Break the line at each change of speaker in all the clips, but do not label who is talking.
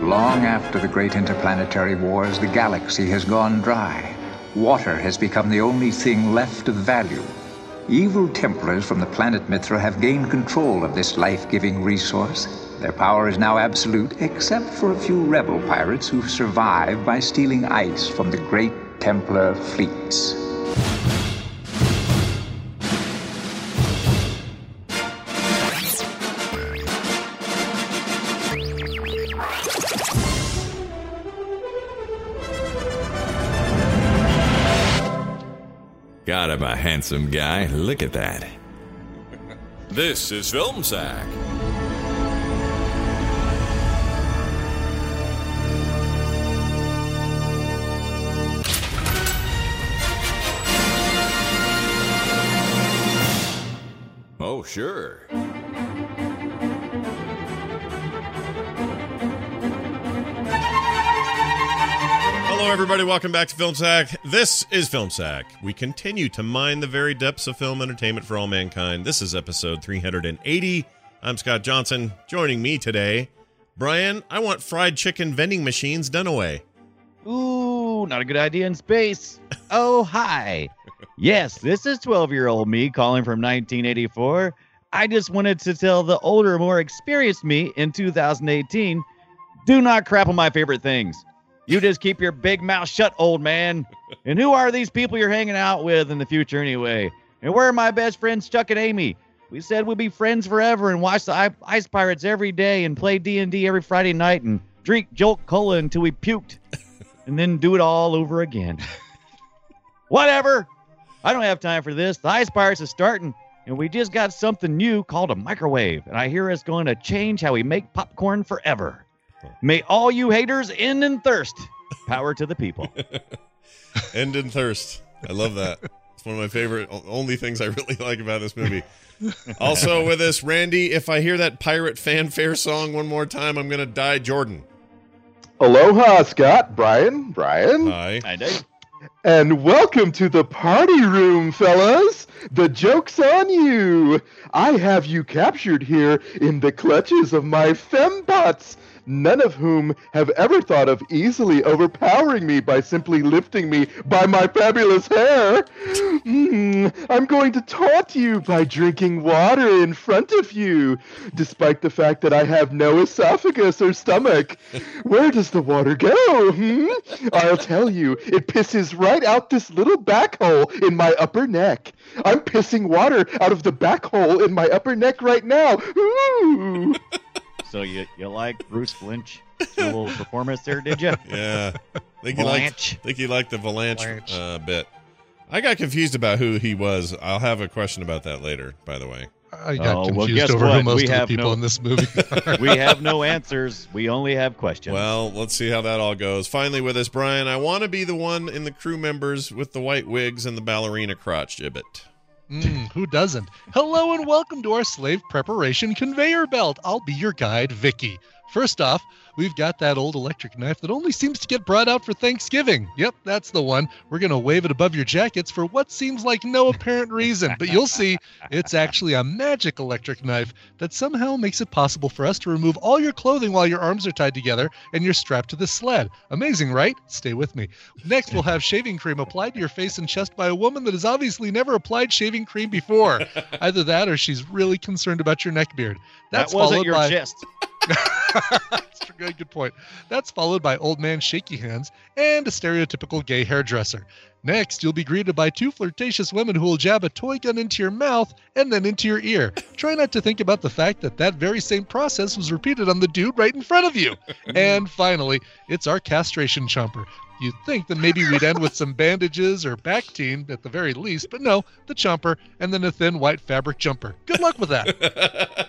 Long after the great interplanetary wars, the galaxy has gone dry. Water has become the only thing left of value. Evil Templars from the planet Mithra have gained control of this life giving resource. Their power is now absolute, except for a few rebel pirates who survive by stealing ice from the great Templar fleets.
God, I'm a handsome guy. Look at that.
This is Film Sack. Oh, sure.
Hello, everybody. Welcome back to Film Sack. This is Film Sack. We continue to mine the very depths of film entertainment for all mankind. This is episode 380. I'm Scott Johnson. Joining me today, Brian, I want fried chicken vending machines done away.
Ooh, not a good idea in space. Oh, hi. Yes, this is 12 year old me calling from 1984. I just wanted to tell the older, more experienced me in 2018 do not crap on my favorite things. You just keep your big mouth shut, old man. And who are these people you're hanging out with in the future anyway? And where are my best friends, Chuck and Amy? We said we'd be friends forever and watch the I- Ice Pirates every day and play D&D every Friday night and drink Jolt Cola until we puked and then do it all over again. Whatever. I don't have time for this. The Ice Pirates is starting, and we just got something new called a microwave, and I hear it's going to change how we make popcorn forever. May all you haters end in thirst. Power to the people.
End in thirst. I love that. It's one of my favorite, o- only things I really like about this movie. Also with us, Randy. If I hear that pirate fanfare song one more time, I'm gonna die. Jordan.
Aloha, Scott, Brian, Brian,
Hi.
I do.
and welcome to the party room, fellas. The joke's on you. I have you captured here in the clutches of my fembots, none of whom have ever thought of easily overpowering me by simply lifting me by my fabulous hair. Mm, I'm going to taunt you by drinking water in front of you, despite the fact that I have no esophagus or stomach. Where does the water go? Hmm? I'll tell you, it pisses right out this little back hole in my upper neck. I'm pissing water out of the back hole in my upper neck right now. Ooh.
So you, you like Bruce Lynch? Your little performance there, did you?
Yeah. Think he liked,
Blanche.
think he liked the Valanche
Valanche.
uh, bit. I got confused about who he was. I'll have a question about that later, by the way.
I got
Oh, well,
confused
guess
over
what?
who most
We
of the
have
people
no-
in this movie are.
We have no answers. We only have questions.
Well, let's see how that all goes. Finally, with us, Brian, I want to be the one in the crew members with the white wigs and the ballerina crotch gibbet.
Mm, who doesn't? Hello and welcome to our slave preparation conveyor belt. I'll be your guide, Vicky. First off, we've got that old electric knife that only seems to get brought out for Thanksgiving. Yep, that's the one. We're going to wave it above your jackets for what seems like no apparent reason, but you'll see it's actually a magic electric knife that somehow makes it possible for us to remove all your clothing while your arms are tied together and you're strapped to the sled. Amazing, right? Stay with me. Next, we'll have shaving cream applied to your face and chest by a woman that has obviously never applied shaving cream before. Either that or she's really concerned about your neck beard.
that
That's
wasn't
followed
your
by
jest.
That's a good, good point. That's followed by old man shaky hands and a stereotypical gay hairdresser. Next, you'll be greeted by two flirtatious women who will jab a toy gun into your mouth and then into your ear. Try not to think about the fact that that very same process was repeated on the dude right in front of you. and finally, it's our castration chomper. You'd think that maybe we'd end with some bandages or Bactine at the very least, but no, the chomper and then a thin white fabric jumper. Good luck with that.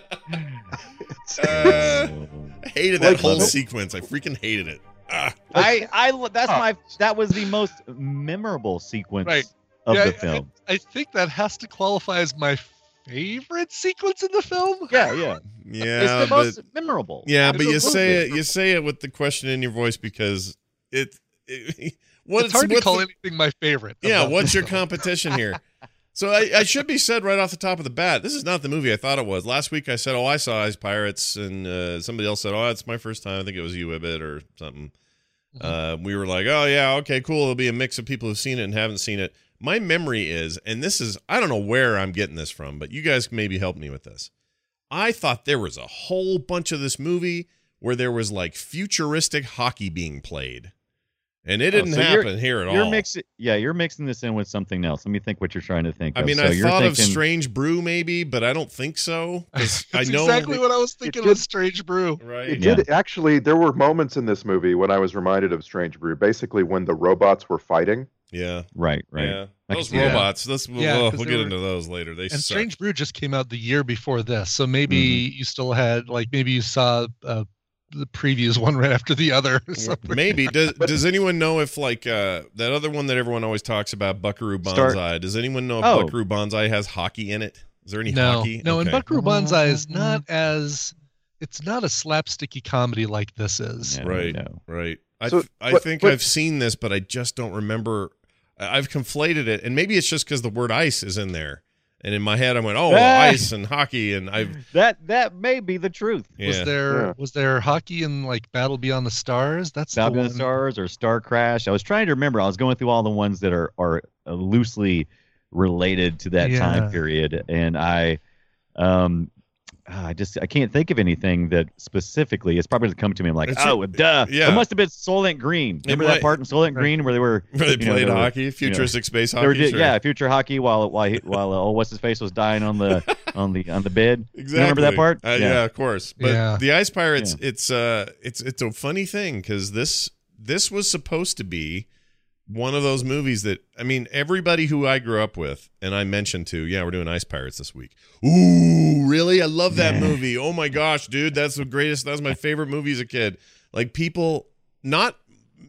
Uh, I hated that
Like,
whole
nope.
sequence. I freaking hated it. Ah,
I, I, that's
Oh.
my, that was the most memorable sequence
Right.
of
Yeah,
the
I-
film.
I think that has to qualify as my favorite sequence in the film.
yeah, yeah.
yeah,
it's the
but
most memorable.
yeah, but you say
Absolutely.
it. You say it with the question in your voice because it. it what
it's hard to
what's
call
the-
anything my favorite.
Yeah,
about
what's
this
your
film.
competition here? So I, I should be said right off the top of the bat, this is not the movie I thought it was. Last week I said, "Oh, I saw Eyes Pirates," and uh, somebody else said, "Oh, it's my first time." I think it was you, Ibbit, or something.
Mm-hmm.
Uh, we were like, "Oh yeah, okay, cool." It'll be a mix of people who've seen it and haven't seen it. My memory is, and this is, I don't know where I'm getting this from, but you guys maybe help me with this. I thought there was a whole bunch of this movie where there was like futuristic hockey being played, and it
Oh,
didn't
so you're-
happen here at
you're
all.
mixing, yeah, you're mixing this in with something else. Let me think what you're trying to think.
I
of.
mean,
So
I
you're
thought of
thinking-
Strange Brew maybe, but I don't think so. 'cause I
That's
know
exactly what I was thinking
did-
was Strange Brew.
It
right.
Yeah.
did actually. There were moments in this movie when I was reminded of Strange Brew. Basically, when the robots were fighting.
Yeah,
Right, right.
yeah.
I
Those
can see that.
robots. This we'll,
Yeah,
oh,
'cause
we'll
they
get
were-
into those later. They
And
suck. Mm-hmm.
Strange Brew just came out the year before this, so maybe you still had like maybe you saw uh, the previews one right after the other. Or
Well,
something.
Maybe does does anyone know if like uh that other one that everyone always talks about, Buckaroo Banzai?
Start-
Does anyone know if
Oh.
Buckaroo Banzai has hockey in it? Is there any
no,
hockey?
no,
okay.
and Buckaroo Banzai is not as it's not a slapsticky comedy like this is.
Yeah,
Right.
no.
Right. I
So,
th- I
what-
think
what-
I've seen this, but I just don't remember. I- I've conflated it, and maybe it's just because the word ice is in there, and in my head I went, oh,
Ah.
ice and hockey, and I've
That that may be the truth.
yeah.
Was there
Yeah.
was there hockey in like Battle Beyond the Stars? That's the
Falcon
one.
and Stars or Star Crash. I was trying to remember. I was going through all the ones that are are uh, loosely related to that
Yeah.
time period, and I, um, ah, I just I can't think of anything that specifically. It's probably come to me. I'm like,
It's-
oh, duh.
yeah.
It must have been Solent Green. Remember
might-
that part in Solent Green where they were
Where they
you know,
played
were-
hockey, futuristic space
They
hockey.
were di-
sure.
yeah, future hockey while while he- while uh, oh, what's his face was dying on the on the on the bed.
exactly.
remember that part?
Uh, yeah.
Yeah.
of course. But
Yeah.
the Ice Pirates, it's uh, it's it's a funny thing because this this was supposed to be one of those movies that I mean, everybody who I grew up with and I mentioned to, yeah, we're doing Ice Pirates this week. Ooh, really? I love that
Yeah.
movie. Oh my gosh, dude, that's the greatest. That was my favorite movie as a kid. Like people, not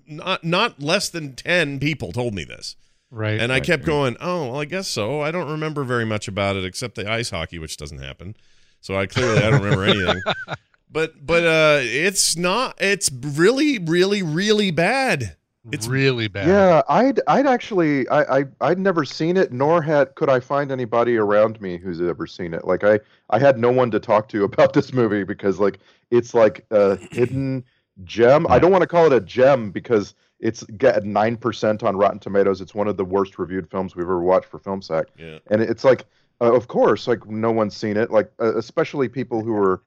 not not less than ten people told me this.
Right.
And I
Right,
kept
right.
going, oh, well, I guess so. I don't remember very much about it except the ice hockey, which doesn't happen. So I clearly I don't remember anything. But but uh it's not it's really really really bad. It's-
it's
Mm-hmm.
really bad.
Yeah, I'd I'd actually I, I I'd never seen it, nor had could I find anybody around me who's ever seen it. Like I I had no one to talk to about this movie because like it's like a hidden gem. I don't want to call it a gem because it's got nine percent on Rotten Tomatoes. It's one of the worst reviewed films we've ever watched for FilmSack,
Yeah.
and it's like uh, of course like no one's seen it. Like uh, especially people who are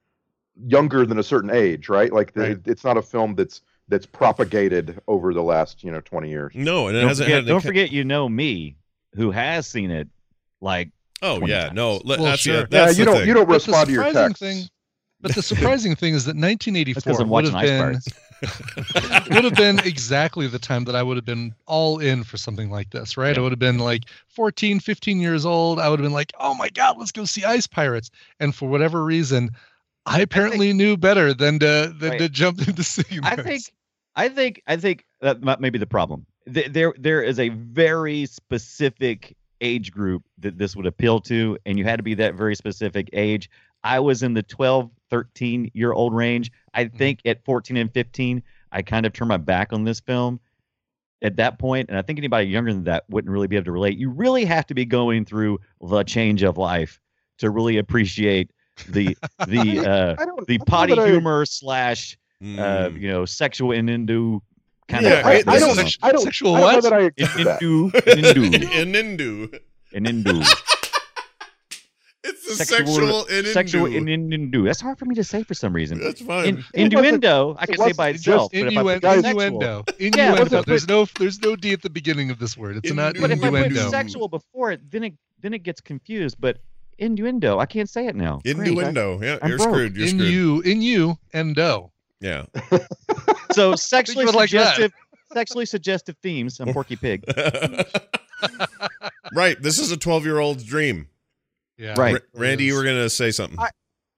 younger than a certain age, right? Like the,
Right.
it's not a film that's that's propagated over the last you know twenty years.
No, and it
Don't
hasn't
forget,
had
don't forget, you know me, who has seen it, like
Oh
20
yeah,
times.
no. let-
Well,
that's
sure.
it. That's
yeah, you
the
don't
thing.
you don't
But the
respond to your
surprising
texts.
thing- But the surprising thing is that 1984
because I'm
would
watching
have
Ice
been
Pirates.
would have been exactly the time that I would have been all in for something like this, right? I would have been like 14, 15 years old. I would have been like, "Oh my god, let's go see Ice Pirates." And for whatever reason, I apparently knew better than to than
Wait.
to jump into seeing
I
this.
think, I think, I think that mi- may be the problem. Th- There, there is a very specific age group that this would appeal to, and you had to be that very specific age. I was in the 12, 13 year old range. I think at 14 and 15, I kind of turned my back on this film at that point, and I think anybody younger than that wouldn't really be able to relate. You really have to be going through the change of life to really appreciate the the uh,
I don't,
the
I don't know
potty
that I-
humor slash uh,
Mm.
you know, sexual innuendo kind
Yeah,
of.
I,
crap
I
that
don't.
goes
Sex-
I don't.
sexual
I don't
what?
know that I
on.
accept that.
Innuendo,
Mm.
innuendo,
and Indu.
innuendo,
It's the
Sexual-
sexual, and
sexual
Indu.
innuendo. That's hard for me to say for some reason.
That's fine.
In, innuendo, I
it
can say by
wasn't
itself,
just
but if I
Innuen-
put
guys-
sexual-
innuendo. Innuendo.
wasn't-
there's no there's no d at the beginning of this word. It's not
But
but if I put
innuendo.
sexual before it, then it then it gets confused. But innuendo, I can't say it now. Great.
Innuendo. Yeah,
I'm
you're
broke.
screwed. You're
in
screwed.
you, in you, and do.
Yeah.
So sexually
would like that.
suggestive, sexually suggestive themes. I'm Porky Pig.
right. This is a 12 year old's dream.
Yeah.
Right.
Ra- Randy, you were gonna say something.
I-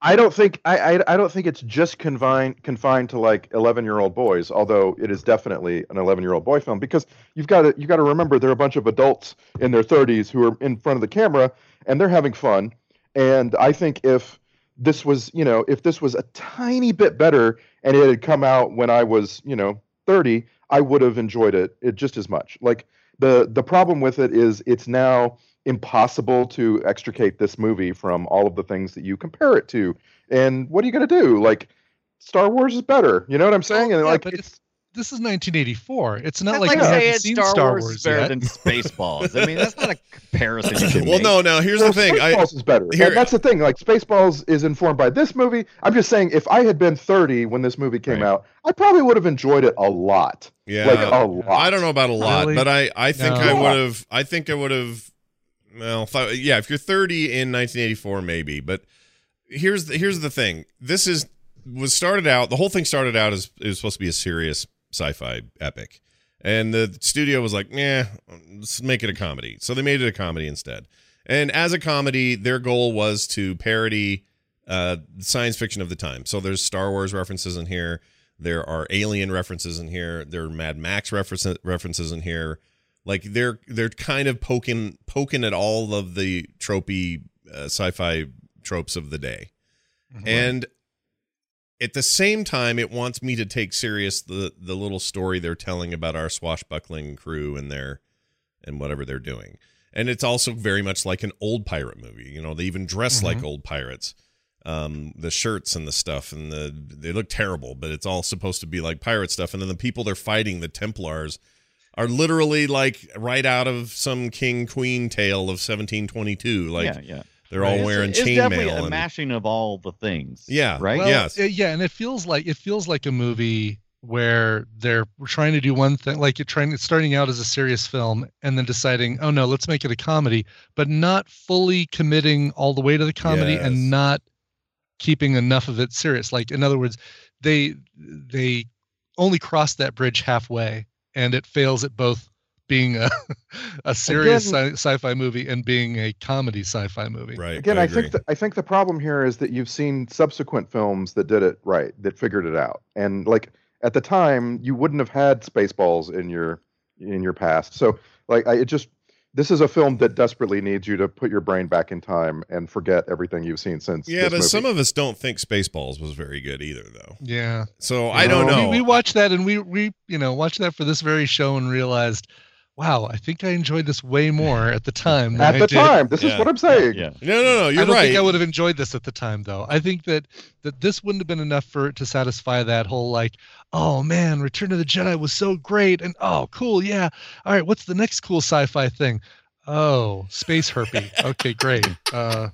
I don't think. I, I. I don't think it's just confined confined to like eleven year old boys. Although it is definitely an eleven year old boy film because you've got to you got to remember there are a bunch of adults in their thirties who are in front of the camera and they're having fun. And I think if this was you know if this was a tiny bit better and it had come out when I was you know thirty, I would have enjoyed it, it just as much. Like the the problem with it is it's now impossible to extricate this movie from all of the things that you compare it to. And what are you going to do? Like, Star Wars is better. You know what I'm saying? And
Yeah,
like,
but
it's,
it's this is 1984. It's not
That's
like,
like,
we
saying
haven't seen
Star, Wars, is better
yet.
than Spaceballs. I mean, that's not a comparison. You can
well,
make.
no, no. Here's
No,
the thing. I,
Spaceballs is better.
here-
and that's the thing. Like Spaceballs is informed by this movie. I'm just saying, if I had been 30 when this movie came
Right.
out, I probably would have enjoyed it a lot.
yeah,
Like oh, a lot.
I don't know about a lot,
Really?
but I, I think
No.
I would have. I think I would have. Well, if I- yeah, if you're 30 in 1984, maybe. But here's the, here's the thing. This is was started out. The whole thing started out as it was supposed to be a serious sci-fi epic, and the studio was like, "Yeah, let's make it a comedy." So they made it a comedy instead. And as a comedy, their goal was to parody uh, science fiction of the time. So there's Star Wars references in here. There are Alien references in here. There are Mad Max reference, references in here. Like they're they're kind of poking poking at all of the tropey uh, sci-fi tropes of the day. And at the same time, it wants me to take serious the the little story they're telling about our swashbuckling crew and their and whatever they're doing. And it's also very much like an old pirate movie. You know, they even dress like old pirates. Um, the shirts and the stuff and the they look terrible, but it's all supposed to be like pirate stuff. And then the people they're fighting, the Templars, are literally like right out of some king queen tale of 1722. Like
yeah, yeah.
they're
Right.
all
It's-
wearing
it's definitely a
chainmail. and-
mashing of all the things.
Yeah,
Right?
Well,
yes.
it- yeah, and it feels like it feels like a movie where they're trying to do one thing, like you're trying it's starting out as a serious film and then deciding, oh no, let's make it a comedy, but not fully committing all the way to the comedy
Yes.
and not keeping enough of it serious. Like in other words, they they only cross that bridge halfway, and it fails at both being a a serious sci- sci-fi movie and being a comedy sci-fi movie.
Right.
Again, I, think
agree.
the, I think the problem here is that you've seen subsequent films that did it right, that figured it out, and like at the time you wouldn't have had Spaceballs in your in your past. So like I, it just this is a film that desperately needs you to put your brain back in time and forget everything you've seen since.
yeah,
this
but
movie.
some of us don't think Spaceballs was very good either, though.
Yeah.
So Oh, I don't
No.
know.
We, we watched that and we we you know watched that for this very show and realized, wow, I think I enjoyed this way more at the time. Than
at
I
the
did.
time, this
Yeah.
is what I'm saying.
Yeah.
no, no, no. You're
I don't
right.
think I would have enjoyed this at the time though. I think that that this wouldn't have been enough for to satisfy that whole like, oh man, Return of the Jedi was so great and oh cool yeah. All right, what's the next cool sci-fi thing? Oh, space herpy. Okay, great. Uh,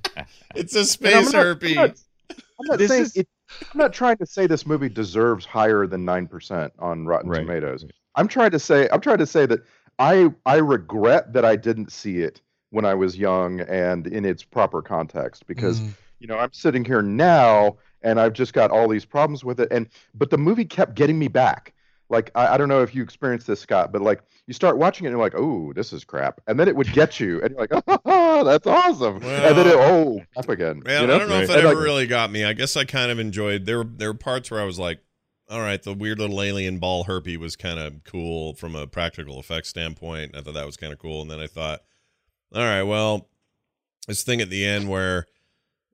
it's a
And I'm
space
not- I'm
herpy.
not- I'm not
This
saying
is-
it, I'm not trying to say this movie deserves higher than nine percent on Rotten
Right.
Tomatoes. I'm trying to say I'm trying to say that I I regret that I didn't see it when I was young and in its proper context because
mm,
you know I'm sitting here now and I've just got all these problems with it and but the movie kept getting me back. Like I, I don't know if you experienced this Scott, but like you start watching it and you're like, oh, this is crap, and then it would get you, and you're like, oh, that's awesome, and then it oh, crap again.
Man,
you know?
I don't know if
And,
that
like,
ever really got me. I guess I kind of enjoyed. There, were there were parts where I was like, "All right, the weird little alien ball herpy was kind of cool from a practical effects standpoint." I thought that was kind of cool, and then I thought, "All right, well, this thing at the end where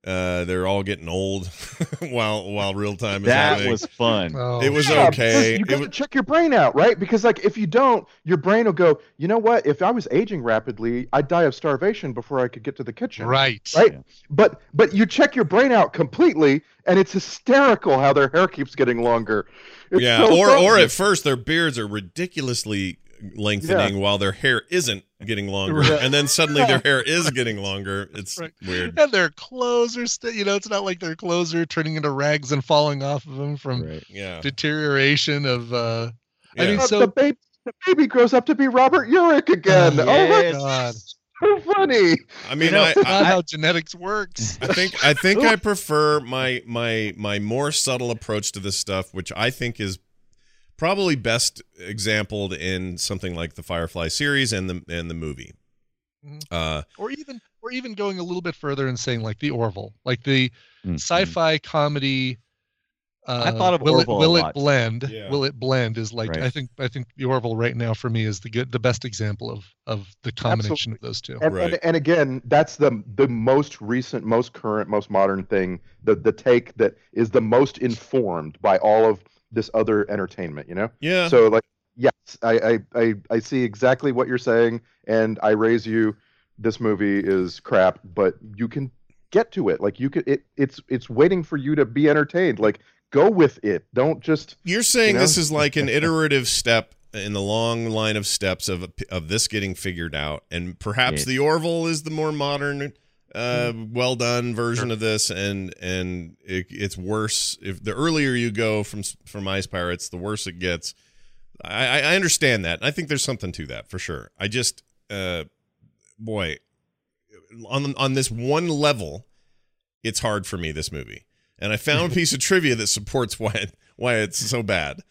uh, they're all getting old while while real time is
That
happening."
was fun.
oh,
it was
Yeah, because
okay.
You
It
got
was-
to check your brain out, right? Because like if you don't, your brain will go. You know what? If I was aging rapidly, I'd die of starvation before I could get to the kitchen.
right.
Right.
Yeah.
But but you check your brain out completely, and it's hysterical how their hair keeps getting longer. It's
yeah,
so
or
funny.
or at first their beards are ridiculously lengthening while their hair isn't getting longer,
Right.
and then suddenly their hair is getting longer. It's
Right.
weird.
and their clothes are still you know it's not like their clothes are turning into rags and falling off of them from
Right.
Yeah,
deterioration of uh
yeah.
I mean,
But
so-
the baby the baby grows up to be Robert Urich again. Oh,
yes.
that's so funny.
I mean,
you know,
I,
not
I, Mm.
how genetics works
I think I think I prefer my my my more subtle approach to this stuff, which I think is probably best exemplified in something like the Firefly series and the and the movie.
Mhm.
Uh,
or even or even going a little bit further and saying like the orville like the
Mm-hmm.
Mm, mm.
sci-fi comedy uh,
I thought of
will
Orville a
it will
lot.
it blend
Yeah.
will it blend is like
Right.
i think i think the orville right now for me is the good the best example of of the combination of those two
And,
Right.
and, and again, that's the the most recent, most current, most modern thing. The the take that is the most informed by all of this other entertainment. You know.
yeah,
So like, yes, I, I I I see exactly what you're saying, and I raise you this movie is crap, but you can get to it. Like you could it it's it's waiting for you to be entertained. Like go with it. Don't just
You're saying
You know?
this is like an iterative step in the long line of steps of of this getting figured out, and perhaps
Yeah.
the Orville is the more modern, uh, well done version of this, and and it, it's worse if the earlier you go from s- from Ice Pirates, the worse it gets. I, I I understand that. I think there's something to that for sure. I just, uh, boy, on on this one level, it's hard for me. This movie, and I found a piece of trivia that supports why it, why it's so bad.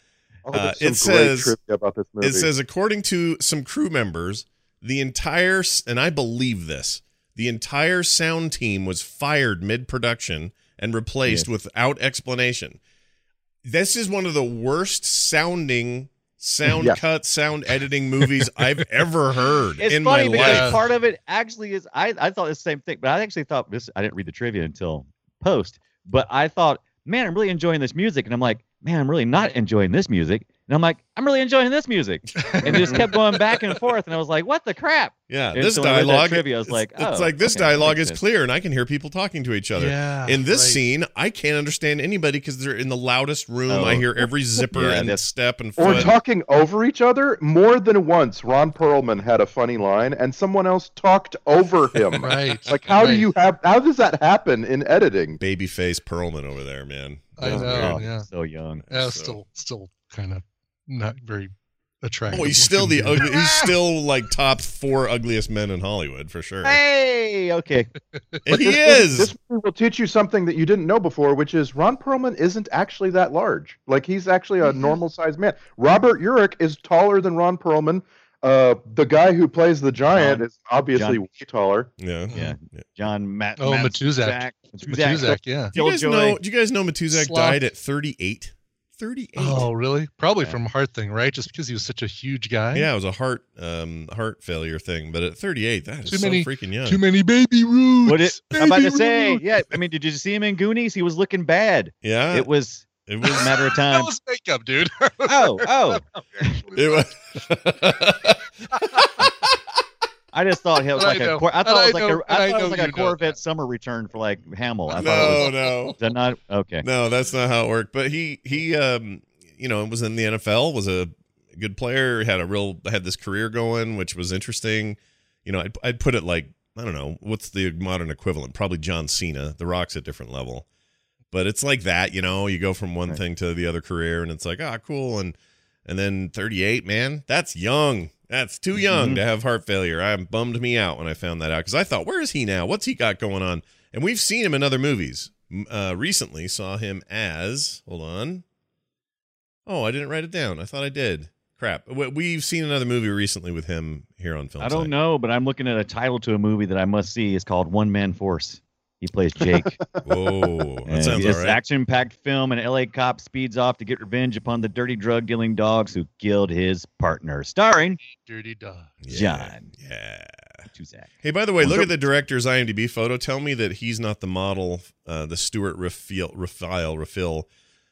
oh,
Uh,
there's some
it
great
says-
trivia about this movie.
It says, according to some crew members, the entire, s- and I believe this, the entire sound team was fired mid production and replaced without explanation. This is one of the worst sounding sound
Yeah.
cut, sound editing movies I've ever heard
It's
in
funny
my
because
life.
part of it actually is I, I thought the same thing, but I actually thought this I didn't read the trivia until post. But I thought, man, I'm really enjoying this music. And I'm like, man, I'm really not enjoying this music. And I'm like, I'm really enjoying this music. And just kept going back and forth. And I was like, what the crap?
Yeah,
And
this
so when I read that
dialogue.
trivia, I was
it's-
like,
it's
oh,
like this
okay, that
dialogue
makes
is
sense.
clear, and I can hear people talking to each other.
Yeah,
in this
right.
scene, I can't understand anybody because they're in the loudest room.
Oh.
I hear every zipper
Yeah,
and
that's-
step and
or
foot.
talking over each other more than once. Ron Perlman had a funny line, and someone else talked over him.
Right.
Like, how do
Right.
you have? How does that happen in editing?
Babyface Perlman over there, man.
I
Oh,
know.
God.
Yeah.
So young.
Yeah,
So-
Uh, still, still kind of not very attractive.
Oh, he's still the
looking dude.
ugly. He's still like top four ugliest men in Hollywood for sure.
Hey, okay.
But
he
this,
is.
This movie will teach you something that you didn't know before, which is Ron Perlman isn't actually that large. Like he's actually
Mm-hmm.
a normal sized man. Robert Urich is taller than Ron Perlman. Uh, the guy who plays the giant
John-
is obviously
John-
way taller.
yeah.
Yeah. John Matt.
Oh,
Matt-
Matuzak.
Zach-
Matuzak, yeah.
Do you guys
Killjoy.
know? Do you guys know Matuzak
Sloth.
died at 38? 38.
Oh, really? Probably
Yeah.
from heart thing, right? Just because he was such a huge guy.
Yeah, it was a heart um heart failure thing, but at 38, that is
Too
so
many-
freaking young.
Too many baby roots.
What it, I'm about
Baby
to say,
roots.
yeah. I mean, did you see him in Goonies? He was looking bad.
yeah,
It was
it
a matter of
Uh, That
time.
was makeup, dude.
Oh, oh.
It was.
I just thought he was
And I
like a
know.
cor- I
And
thought
I
it was like
know.
a
And
I
I
thought it was
know
like a
you know
Corvette summer return for like Hamill. I thought it
no,
was
no,
is that not okay.
no. That's not how it worked. But he he um you know was in the NFL, was a good player, had a real had this career going, which was interesting. You know, I'd I'd put it like I don't know what's the modern equivalent. Probably John Cena. The Rock's a different level, but it's like that. You know, you go from one
Right.
thing to the other career, and it's like ah cool, and and then 38, man, that's young. That's too young
Mhm.
to have heart failure. I bummed me out when I found that out because I thought, where is he now? What's he got going on? And we've seen him in other movies. M- Uh, recently saw him as, hold on. Oh, I didn't write it down. I thought I did. Crap. We- We've seen another movie recently with him here on film.
I don't
Site.
know, but I'm looking at a title to a movie that I must see. It's called One Man Force. He plays Jake.
Whoa.
And
That sounds all
it's
right.
action-packed film. An LA cop speeds off to get revenge upon the dirty drug-dealing dogs who killed his partner. Starring
Dirty dog.
Yeah.
John.
Yeah.
Matuzak.
Hey, by the way, look at the director's IMDb photo. Tell me that he's not the model, uh, the Stuart Raphael, Raphael, Raphael.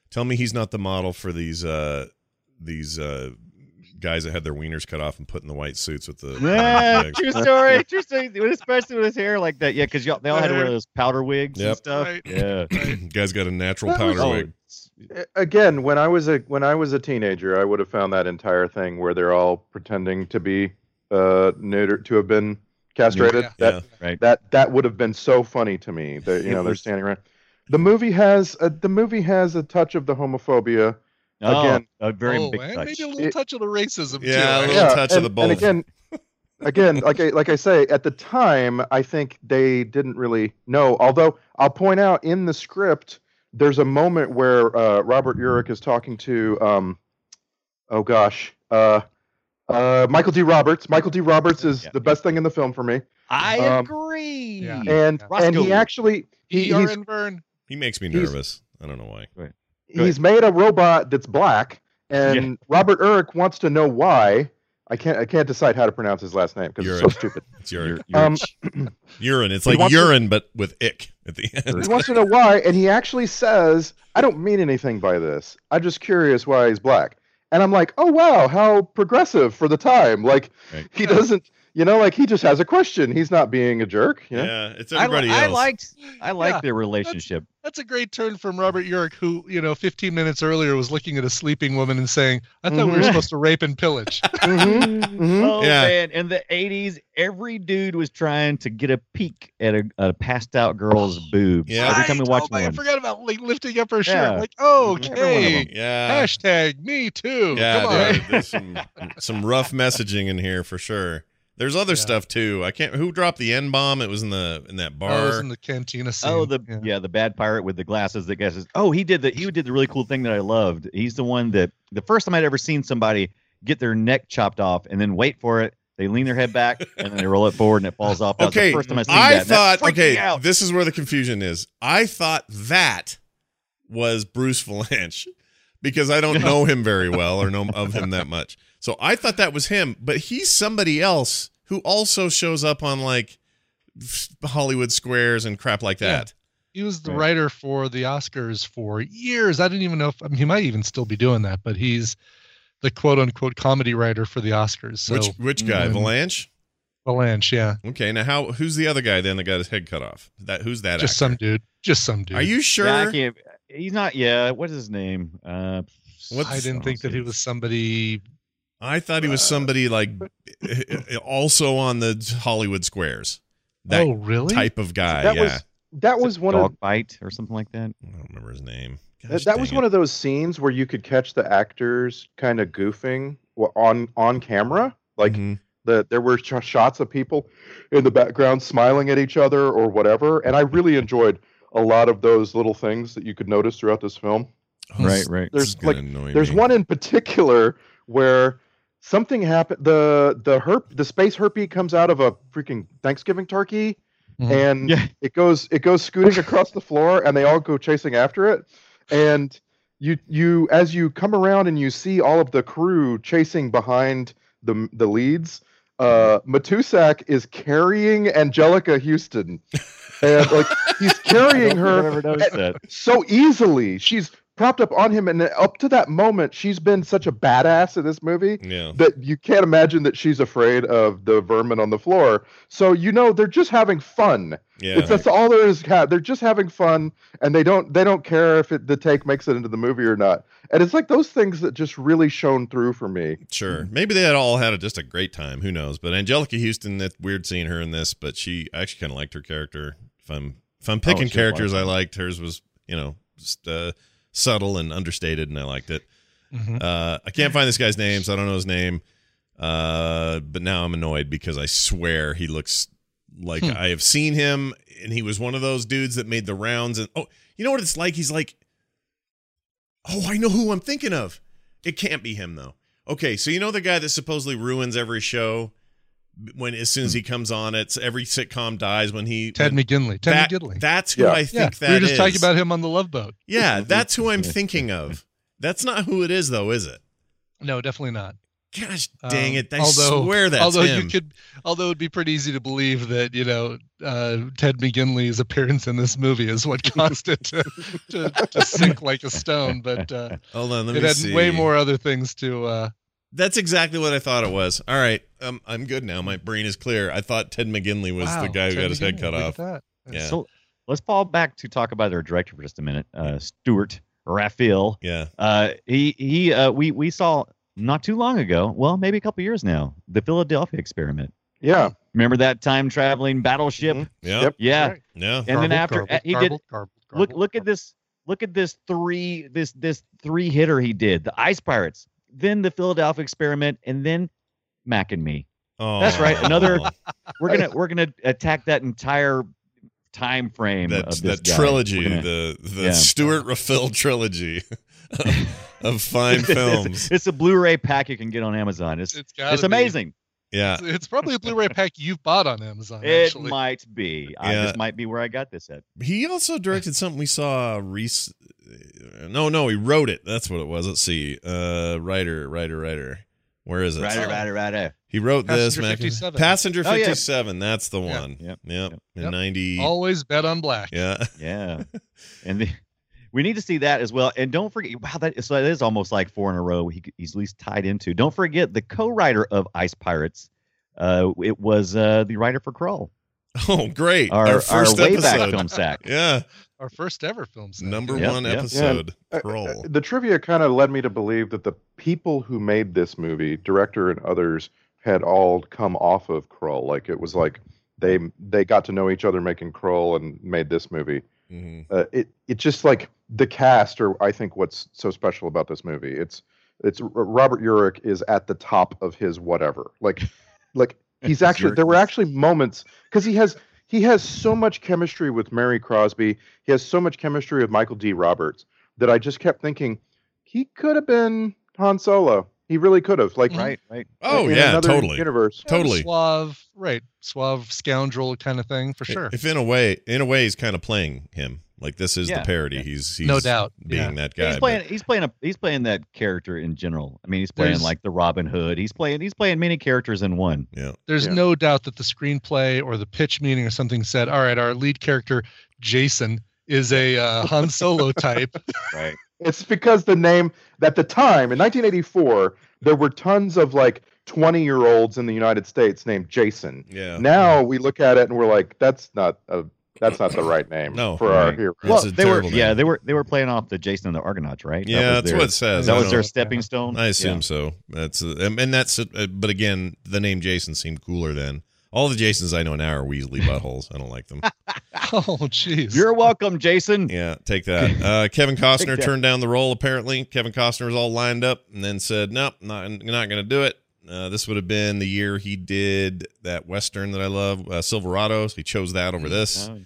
Tell me he's not the model for these uh, these uh, guys that had their wieners cut off and put in the white suits with the.
Yeah,
wigs.
true story. True story. Especially with his hair like that. Yeah, because y'all they all had to wear those powder wigs
Yep.
and stuff.
Uh-huh. Right.
Yeah.
Guy's got a natural
That was-
powder
Oh,
wig.
it's-
A- Again, when I was a when I was a teenager, I would have found that entire thing where they're all pretending to be uh neuter to have been castrated.
Yeah.
That
Yeah.
right.
that that would have been so funny to me that you
It
know they're
was-
standing around. The movie has a, the movie has a touch of the homophobia.
Oh,
Again.
a very
oh,
big
and
touch.
maybe a little
It-
touch of the racism too.
Yeah, a
right?
little touch of
and,
the
And
bulb.
again, again, like I, like I say, at the time, I think they didn't really know. Although I'll point out in the script, there's a moment where uh, Robert Urich is talking to, um, oh gosh, uh, uh, Michael D. Roberts. Michael D. Roberts is
Yeah.
the best thing in the film for me,
I
Um,
agree.
yeah.
and and he
Roscoe.
actually he,
ER
he's
and Vern.
He makes me
He's-
nervous. I don't know why.
Good.
he's made a robot that's black, and Robert Urich wants to know why. I can't I can't decide how to pronounce his last name because it's so
Urich.
stupid.
It's urine.
Um,
urine. It's
he
like
wants to-
urine, but with ick at the
he
end.
wants to know why, and he actually says, "I don't mean anything by this. I'm just curious why he's black." And I'm like, "Oh wow, how progressive for the time!" Like
Right.
he doesn't You know, like he just has a question. He's not being a jerk. You know?
Yeah, it's
I,
everybody
li- I
else.
liked I liked
Yeah,
their relationship.
That's a great turn from Robert York, who, you know, 15 minutes earlier was looking at a sleeping woman and saying, I thought we were
Mhm.
supposed to rape and pillage.
Mhm, mhm.
Oh
Yeah.
man! In the '80s, every dude was trying to get a peek at a, a passed out girl's boobs.
Yeah.
Every time we
Oh, Right.
watch
oh, my- I
one.
forgot about like lifting up her shirt.
Yeah.
Like,
Every one of 'em.
okay.
yeah.
Hashtag me too. Come on.
yeah, dude, there's some some rough messaging in here for sure. There's other
Yeah.
stuff too. I can't. Who dropped the n bomb? It was in the in that
Oh, it
bar.
was in the cantina scene.
Oh, the yeah. the bad pirate with the glasses that guesses. Oh, he did the he did the really cool thing that I loved. He's the one that the first time I'd ever seen somebody get their neck chopped off and then wait for it. They lean their head back and then they roll it forward and it falls off. That was the
Okay,
first time I,
I
seen that, and that
thought.
freaked me
Okay,
out.
this is where the confusion is. I thought that was Bruce Valanche because I don't know him very well or know of him that much. So I thought that was him, but he's somebody else who also shows up on like Hollywood squares and crap like
Yeah.
that.
He was the
Right.
writer for the Oscars for years. I didn't even know if I mean, he might even still be doing that, but he's the quote unquote comedy writer for the Oscars. So
which which guy?
Mhm.
Valanche?
Valanche, yeah.
Okay, now how? Who's the other guy then that got his head cut off? That who's that?
Just some
actor?
dude. Just some dude.
Are you sure?
Yeah, I can't, he's not. Yeah, what's his name? Uh,
What's-
I didn't think that he was somebody
I thought he was
Uh,
somebody like also on the Hollywood squares. That
Oh really?
type of guy.
That
Ah, yeah,
was that was one of
dog bite or something like that.
I don't remember his name.
that, that was one of those scenes where you could catch the actors kind of goofing wa- on on camera. Like
Mm-hmm.
the there were sh- shots of people in the background smiling at each other or whatever, and I really enjoyed a lot of those little things that you could notice throughout this film.
Right, right.
There's like There's one in particular where something happened. The the herp the space herpy comes out of a freaking Thanksgiving turkey,
Mhm.
and
Yeah.
it goes it goes scooting across the floor, and they all go chasing after it. And you you as you come around and you see all of the crew chasing behind the the leads. Uh, Matusak is carrying Angelica Houston, and like he's carrying her
Never noticed that.
so easily. She's propped up on him, and up to that moment, she's been such a badass in this movie
Yeah.
that you can't imagine that she's afraid of the vermin on the floor. So you know they're just having fun.
Yeah.
It's, that's all there is. ha- They're just having fun, and they don't they don't care if it, the take makes it into the movie or not. And it's like those things that just really shone through for me.
Sure. Maybe they had all had a, just a great time. Who knows? But Angelica Houston, that's weird seeing her in this, but she I actually kind of liked her character. If I'm if I'm picking
she was
characters I
wonderful.
liked, hers was, you know, just, uh, subtle and understated and I liked it.
Mhm.
Uh, I can't find this guy's name, so I don't know his name. Uh, but now I'm annoyed because I swear he looks like
Hmm.
I have seen him, and he was one of those dudes that made the rounds. And oh, you know what it's like? He's like, oh, I know who I'm thinking of. It can't be him though. Okay, so you know the guy that supposedly ruins every show when as soon as he comes on, it's every sitcom dies when he
Hmm. Ted
when-
McGinley. Ted
that,
McGinley.
That's who
Yeah.
I
yeah,
think that
we were just
is.
talking about him on the Love Boat.
Yeah, that's who I'm thinking of. That's not who it is though, is it?
No, definitely not.
Gosh dang
Um,
it! I
although-
swear that's
although
him.
you could, although it'd be pretty easy to believe that you know uh, Ted McGinley's appearance in this movie is what caused it to, to, to sink like a stone. But uh,
Hold on, let
it
me
had
see.
way more other things to. Uh,
That's exactly what I thought it was. All right, um, I'm good now. My brain is clear. I thought Ted McGinley was
wow,
the guy who
Ted
got his head
McGinley,
cut
look at
off.
that.
Yeah,
So let's fall back to talk about our director for just a minute. Uh, Stuart Raphael.
yeah.
Uh, he he. Uh, we we saw not too long ago. Well, maybe a couple years now. The Philadelphia Experiment.
Yeah,
Remember that time traveling battleship?
Mhm.
Yeah,
Yep.
Yeah.
Right.
Mm-hmm. yeah,
And then
Garbled,
after
garbled,
he did
garbled, garbled,
look
garbled,
look at
garbled.
this look at this three this this three hitter he did the ice pirates then the philadelphia experiment and then mac and me
Oh,
That's right, another- we're gonna we're gonna attack that entire time frame
That's
of this
that
guy.
trilogy,
We're gonna-
the the
Yeah.
Stuart Raffel trilogy of, of fine
It's- it's-
films.
it's a blu-ray pack you can get on amazon it's
It's, gotta
it's
be.
amazing
Yeah,
It's, it's probably a Blu-ray pack you've bought on Amazon.
it
actually,
might be I,
Yeah.
this might be where i got this at
he also directed something we saw. Reese, no, no, he wrote it. That's what it was. Let's see, uh, writer, writer, writer. Where is it?
right right right
He wrote this
Passenger
Mac-
57.
Passenger
Oh, yeah.
57. That's the
Yeah.
one.
Yep.
Yep.
Yep.
In
Yep.
90.
always bet on black.
yeah.
yeah and the, we need to see that as well and don't forget wow that so that is almost like four in a row he, he's at least tied into don't forget the co-writer of ice pirates Uh, it was uh, the writer for Crawl.
Oh, great.
Our,
Our, first
our way back
episode.
film sack.
Yeah.
Our first ever film. set.
Number
Yep,
one
yep.
episode.
Yeah.
Troll.
Uh, The trivia kind of led me to believe that the people who made this movie, director and others, had all come off of Krull. Like it was like they they got to know each other making Krull and made this movie.
Mhm.
Uh, it it just like the cast are I think what's so special about this movie. It's it's R- Robert Urich is at the top of his whatever. Like like he's actually there were actually moments because he has he has so much chemistry with Mary Crosby. He has so much chemistry with Michael D. Roberts that I just kept thinking he could have been Han Solo. He really could have. Like
Right, right.
Oh,
uh, in
yeah,
another
totally.
Universe.
Kind of
Totally.
suave, right? Suave scoundrel kind of thing for sure.
If in a way, in a way, he's kind of playing him. Like this is
Yeah.
the parody. He's, he's
No doubt.
being that guy.
he's
but-
playing. He's playing a. He's playing that character in general. I mean, he's playing
There's-
like the Robin Hood. He's playing. He's playing many characters in one.
yeah.
There's
Yeah.
no doubt that the screenplay or the pitch meeting or something said, "All right, our lead character Jason is a uh, Han Solo type."
Right.
It's because the name at the time in 1984 there were tons of like 20 year olds in the United States named Jason.
Yeah.
Now we look at it and we're like, that's not a that's not the right name
No,
for our
right.
hero.
It's
well,
a
they were.
terrible
Yeah,
name.
they were. They were playing off the Jason and the Argonauts, right?
Yeah,
that was
that's
their,
what it says.
That
I
was their
don't-
stepping stone.
I assume
Yeah.
so. That's uh, and and that's uh, but again, the name Jason seemed cooler then. All the Jasons I know now are Weasley buttholes. I don't like them.
oh, jeez.
You're welcome, Jason.
Yeah, take that. Uh, Kevin Costner
that.
turned down the role. Apparently, Kevin Costner was all lined up and then said, "Nope, not not going to do it." Uh, this would have been the year he did that western that I love, uh, Silverado. So he chose that over this,
Oh,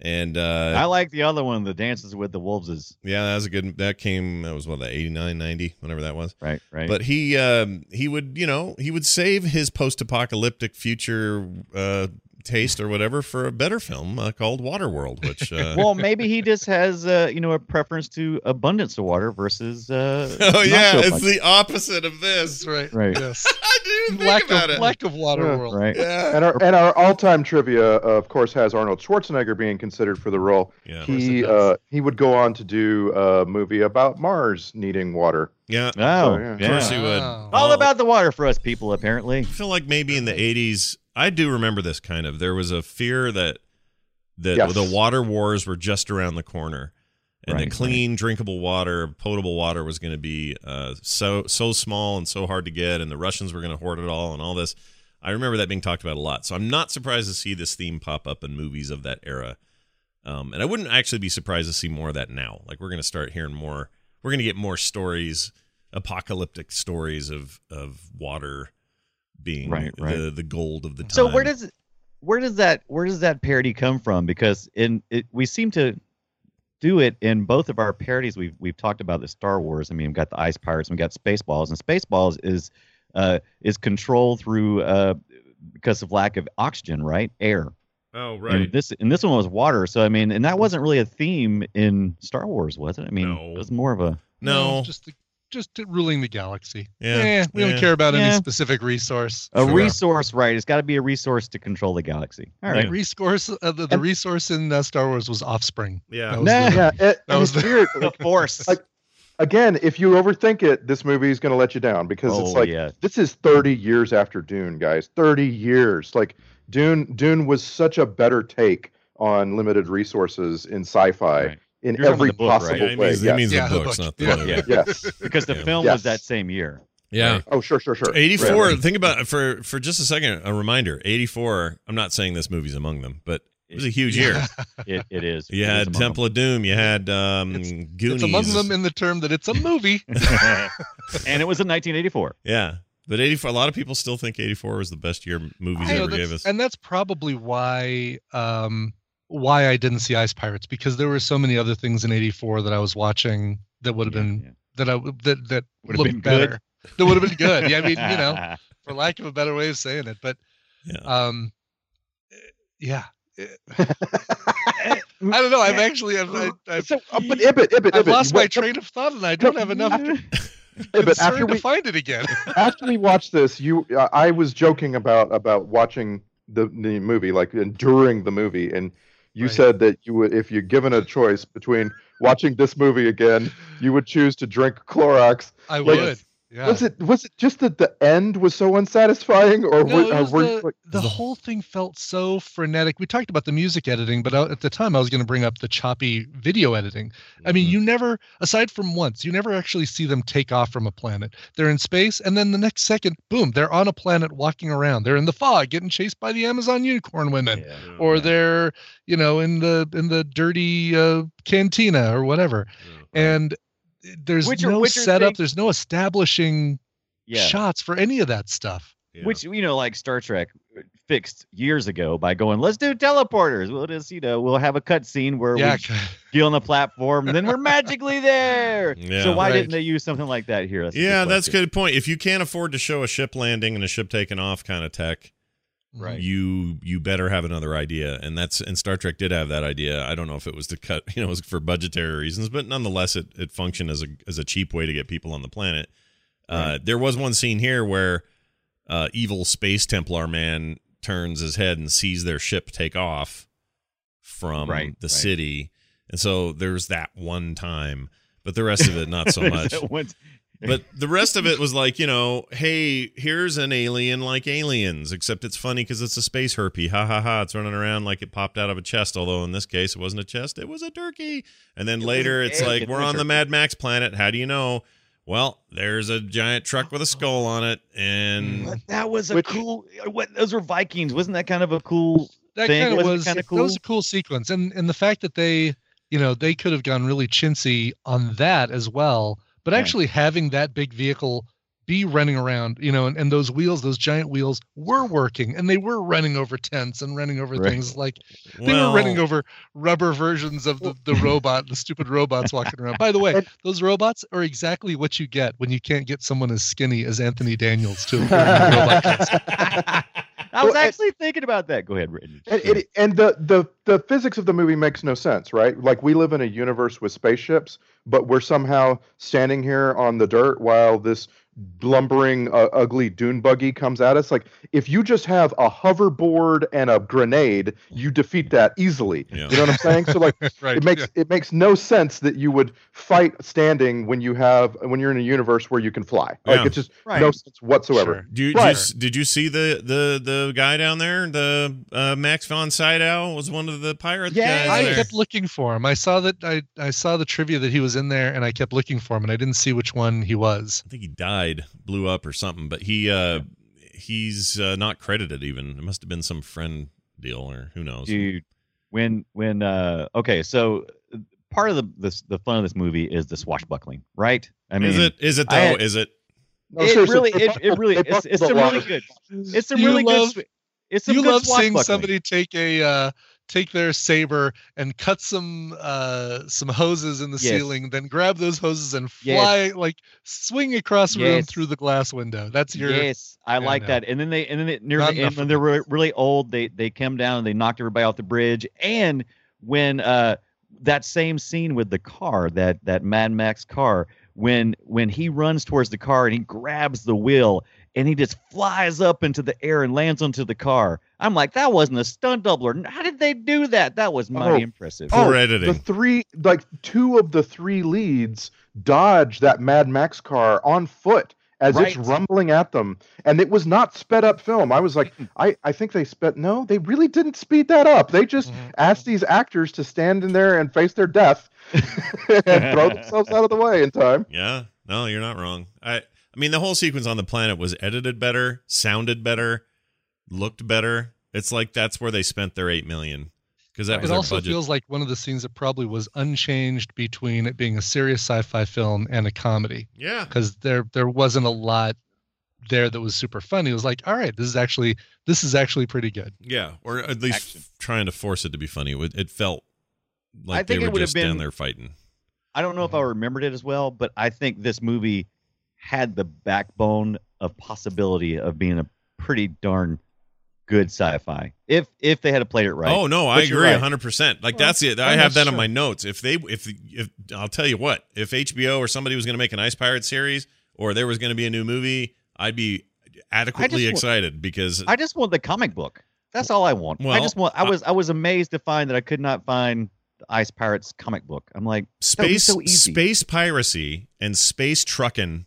and
I
uh,
like the other one, the Dances with the Wolves. Is
yeah, that was a good. That came. That was what the 89, 90, whenever that was.
right, right.
But he um, he would you know he would save his post apocalyptic future uh, taste or whatever for a better film uh, called Waterworld, which uh,
well, maybe he just has, uh, you know, a preference to abundance of water versus. Uh,
oh
not
yeah,
so
it's
much.
the opposite of this.
That's right.
Right.
Yes.
I didn't even
lack
think
of
about it.
lack of water
Yeah.
world.
right.
yeah.
And our and our all time trivia, uh, of course, has Arnold Schwarzenegger being considered for the role.
Yeah.
course
he
it does.
uh, he would go on to do a movie about Mars needing water.
Yeah.
Oh,
So, yeah.
yeah.
Of
course he would.
Wow.
All about the water for us people, apparently.
I feel like maybe in the 80s, I do remember this kind of. There was a fear that that
Yes.
the water wars were just around the corner. And
Right,
that clean, drinkable water, potable water was going to be uh, so so small and so hard to get, and the Russians were going to hoard it all, and all this. I remember that being talked about a lot, so I'm not surprised to see this theme pop up in movies of that era. Um, and I wouldn't actually be surprised to see more of that now. Like we're going to start hearing more. We're going to get more stories, apocalyptic stories of of water being
Right, right.
the the gold of the time.
So where does where does that where does that parody come from? Because in it, we seem to do it in both of our parodies. We've we've talked about the Star Wars. I mean, we've got the Ice Pirates, and we've got Spaceballs, and Spaceballs is uh, is controlled through uh, because of lack of oxygen, right? Air.
oh
And this and this one was water. So I mean, and that wasn't really a theme in Star Wars, was it? I mean,
No.
it was more of a
no
Just the, just ruling the galaxy.
Yeah.
Eh, we
Yeah.
don't care about any
Yeah.
specific resource.
a
Sure.
resource, right? It's got to be a resource to control the galaxy. All
The
right.
resource. Uh, the, the
And-
resource in uh, Star Wars was offspring.
yeah
That was
Nah.
the-
Yeah, it,
That was
it's
the-
weird.
The Force.
Like- Again, if you overthink it, this movie is going to let you down because
oh
it's like
yeah.
this is 30 years after Dune, guys. 30 years. Like Dune Dune was such a better take on limited resources in sci-fi
Right.
in
You're talking
every
the book, right?
possible
it
way.
means, it
Yeah.
means
Yeah,
the
the
books,
book.
not the
Yeah.
book.
Yeah.
yes.
because the
Yeah.
film
Yes.
was that same year.
yeah.
Oh, sure, sure, sure.
84
Right, right.
think about for for just a second a reminder 84 i'm not saying this movie's among them but it was a huge year
It, it is.
you
It is
had
among
temple of doom you had um
It's-
goonies
It's among them in the term that it's a movie.
them. and it was in 1984.
yeah but 84 a lot of people still think 84 was the best year movies
I know,
ever
that's-
gave us
And that's probably why um, why I didn't see Ice Pirates because there were so many other things in '84 that I was watching that would have
Yeah,
been
yeah.
that I w- that that
Would've
looked
been good.
better. That would have been good. Yeah, I mean, you know, for lack of a better way of saying it, but
yeah.
um, eh, yeah. Eh, I don't know. I've actually I've, I, I've,
So, uh, but Ibit, Ibit, Ibit.
I've lost my
what-
train of thought, and I don't have enough
Ibit,
concern
after
to
we
find it again.
after we watched this, you, uh, I was joking about about watching the the movie, like and during the movie, and you
Right.
said that you would, if you're given a choice between watching this movie again, you would choose to drink Clorox.
I
Like,
would. Yeah.
Was it was it just that the end was so unsatisfying, or
No,
were,
it
uh,
was
were
the,
like,
the whole thing felt so frenetic. We talked about the music editing, but I, at the time I was going to bring up the choppy video editing. I
Mm-hmm.
mean, you never, aside from once, you never actually see them take off from a planet. They're in space, and then the next second, boom, they're on a planet walking around. They're in the fog, getting chased by the Amazon unicorn women, or they're, you know, in the in the dirty uh, cantina or whatever.
Mm-hmm.
And uh, there's
Witcher-
no
Witcher
setup.
thing-
There's no establishing
Yeah.
shots for any of that stuff.
Yeah.
Which you know, like Star Trek fixed years ago by going, let's do teleporters. We'll just, you know, we'll have a cut scene where
yeah,
we deal on the platform and then we're magically there.
Yeah.
so why
Right.
didn't they use something like that here? That's a
Yeah, that's a
question.
good point. If you can't afford to show a ship landing and a ship taking off kind of tech,
right.
you you better have another idea. And that's and Star Trek did have that idea. I don't know if it was to cut, you know, it was for budgetary reasons, but nonetheless, it it functioned as a as a cheap way to get people on the planet. Uh, there was one scene here where uh, evil space Templar man turns his head and sees their ship take off from
Right,
the
right.
city, and so there's that one time. But the rest of it, not so much.
That one's-
But the rest of it was like, you know, hey, here's an alien like aliens, except it's funny because it's a space herpy. Ha ha ha. It's running around like it popped out of a chest, although in this case, it wasn't a chest, it was a turkey. And then
It was
later,
an
it's
egg,
like,
it
we're
was a
on the
turkey.
Mad Max planet. How do you know? Well, there's a giant truck with a skull on it. And
but that was a
Which-
cool. What those were Vikings, wasn't that kind of a cool?
that
thing.
kind of
Wasn't it
was
kinda
that was
cool?
a cool sequence, and and the fact that they, you know, they could have gone really chintzy on that as well. But
Yeah.
actually having that big vehicle be running around, you know, and, and those wheels, those giant wheels, were working, and they were running over tents and running over
Right.
things like they
well,
were running over rubber versions of the, the robot, the stupid robots walking around. By the way, those robots are exactly what you get when you can't get someone as skinny as Anthony Daniels to appear in a robot costume.
I was
Well, it-
actually thinking about that. Go ahead, Britton.
And, it, and the, the the physics of the movie makes no sense, right? Like we live in a universe with spaceships, but we're somehow standing here on the dirt while this lumbering, uh, ugly dune buggy comes at us. Like if you just have a hoverboard and a grenade, you defeat that easily.
Yeah.
You know what I'm saying? So like
right.
it makes
yeah.
it makes no sense that you would fight standing when you have when you're in a universe where you can fly. Like
Yeah.
it's just
Right.
no sense whatsoever.
Sure.
Do you,
Right.
did, you, s- did you see the, the, the guy down there? The uh, Max von Sydow was one of the pirate
Yeah,
guys.
I
there.
kept looking for him. I saw that I, I saw the trivia that he was in there and I kept looking for him and I didn't see which one he was.
I think he died, blew up or something, but he uh he's uh, not credited even. It must have been some friend deal or who knows.
dude when when uh okay so uh, part of the this, the fun of this movie is the swashbuckling right i mean
is it is it though?
I had-
is it?
No,
it
seriously,
really
they
it, it really
they
it's,
buckled
it's
a
some
lot.
really good it's some
You
really
love-
good sw- it's some
You
good
love seeing
swashbuckling.
somebody take a uh, take their saber and cut some uh, some hoses in the
Yes.
ceiling, then grab those hoses and
Yes.
fly like swing across room
Yes.
through the glass window. That's your
yes i
Yeah,
like
no.
that and then they and then it, near
Not
the
enough
end when they were really old they they came down and they knocked everybody off the bridge and when uh that same scene with the car that that mad max car when when he runs towards the car and he grabs the wheel and he just flies up into the air and lands onto the car i'm like that wasn't a stunt doubler how did they do that that was mighty
Oh.
impressive
Oh,
Poor editing.
The three, like two of the three leads, dodge that Mad Max car on foot as it's
Right.
rumbling at them, and it was not sped up film. I was like, I, I think they sped. No, they really didn't speed that up. They just
Mm-hmm.
Mhm.
asked these actors to stand in there and face their death and throw themselves out of the way in time.
yeah. No, you're not wrong. I I mean the whole sequence on the planet was edited better, sounded better, looked better. It's like that's where they spent their 8 million cuz that
Right.
was
It
their
also
budget.
feels like one of the scenes that probably was unchanged between it being a serious sci-fi film and a comedy.
yeah.
because there there wasn't a lot there that was super funny. It was like, all right, this is actually this is actually pretty good.
Yeah, or at least
Action.
trying to force it to be funny. It, it felt like
I think
they
it
were
would have
just
been-
down there fighting.
I don't know if I
Mm-hmm.
remembered it as well, but I think this movie had the backbone of possibility of being a pretty darn good sci-fi if if they had played it right.
Oh no, I
But you're
agree
right.
hundred percent. Like that's it. I
yeah,
have that on
sure.
my notes. If they, if, if I'll tell you what, if HBO or somebody was going to make an Ice Pirate series, or there was going to be a new movie, I'd be adequately
want-
excited because
I just want the comic book. That's all I want. I
Well,
just want. I was I was amazed to find that I could not find the Ice Pirates comic book. I'm like that would be
space
so easy.
space piracy and space trucking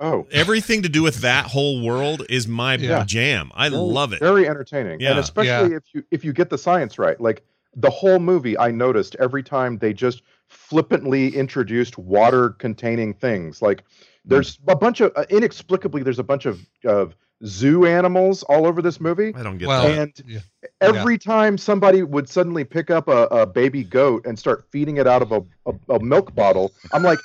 Oh,
Everything to do with that whole world is my
Yeah.
jam. I
very-
love it.
Very entertaining,
Yeah.
and especially if you if you get the science right. Like the whole movie, I noticed every time they just flippantly introduced water containing things. Like there's a bunch of uh, inexplicably there's a bunch of of zoo animals all over this movie.
I don't get
Well,
that.
And
yeah.
every time somebody would suddenly pick up a, a baby goat and start feeding it out of a, a, a milk bottle, I'm like,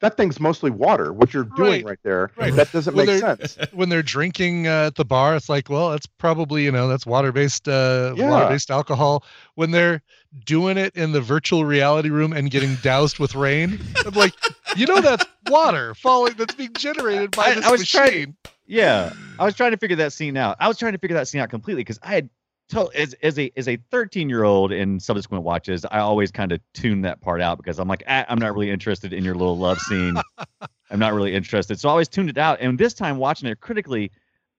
that thing's mostly water. What you're
Right.
doing right, there,
Right.
that doesn't
Well,
make
they're-
sense.
when they're drinking uh, at the bar, it's like, well, that's probably you know that's water based uh,
Yeah.
water based alcohol. When they're doing it in the virtual reality room and getting doused with rain, I'm like, you know that's water falling that's being generated by
I-
this
I was trying-
machine.
Yeah, I was trying to figure that scene out. I was trying to figure that scene out completely because I had told as as a as a thirteen year old in subsequent watches, I always kind of tune that part out because I'm like, ah, I'm not really interested in your little love scene. I'm not really interested, so I always tuned it out. And this time, watching it critically,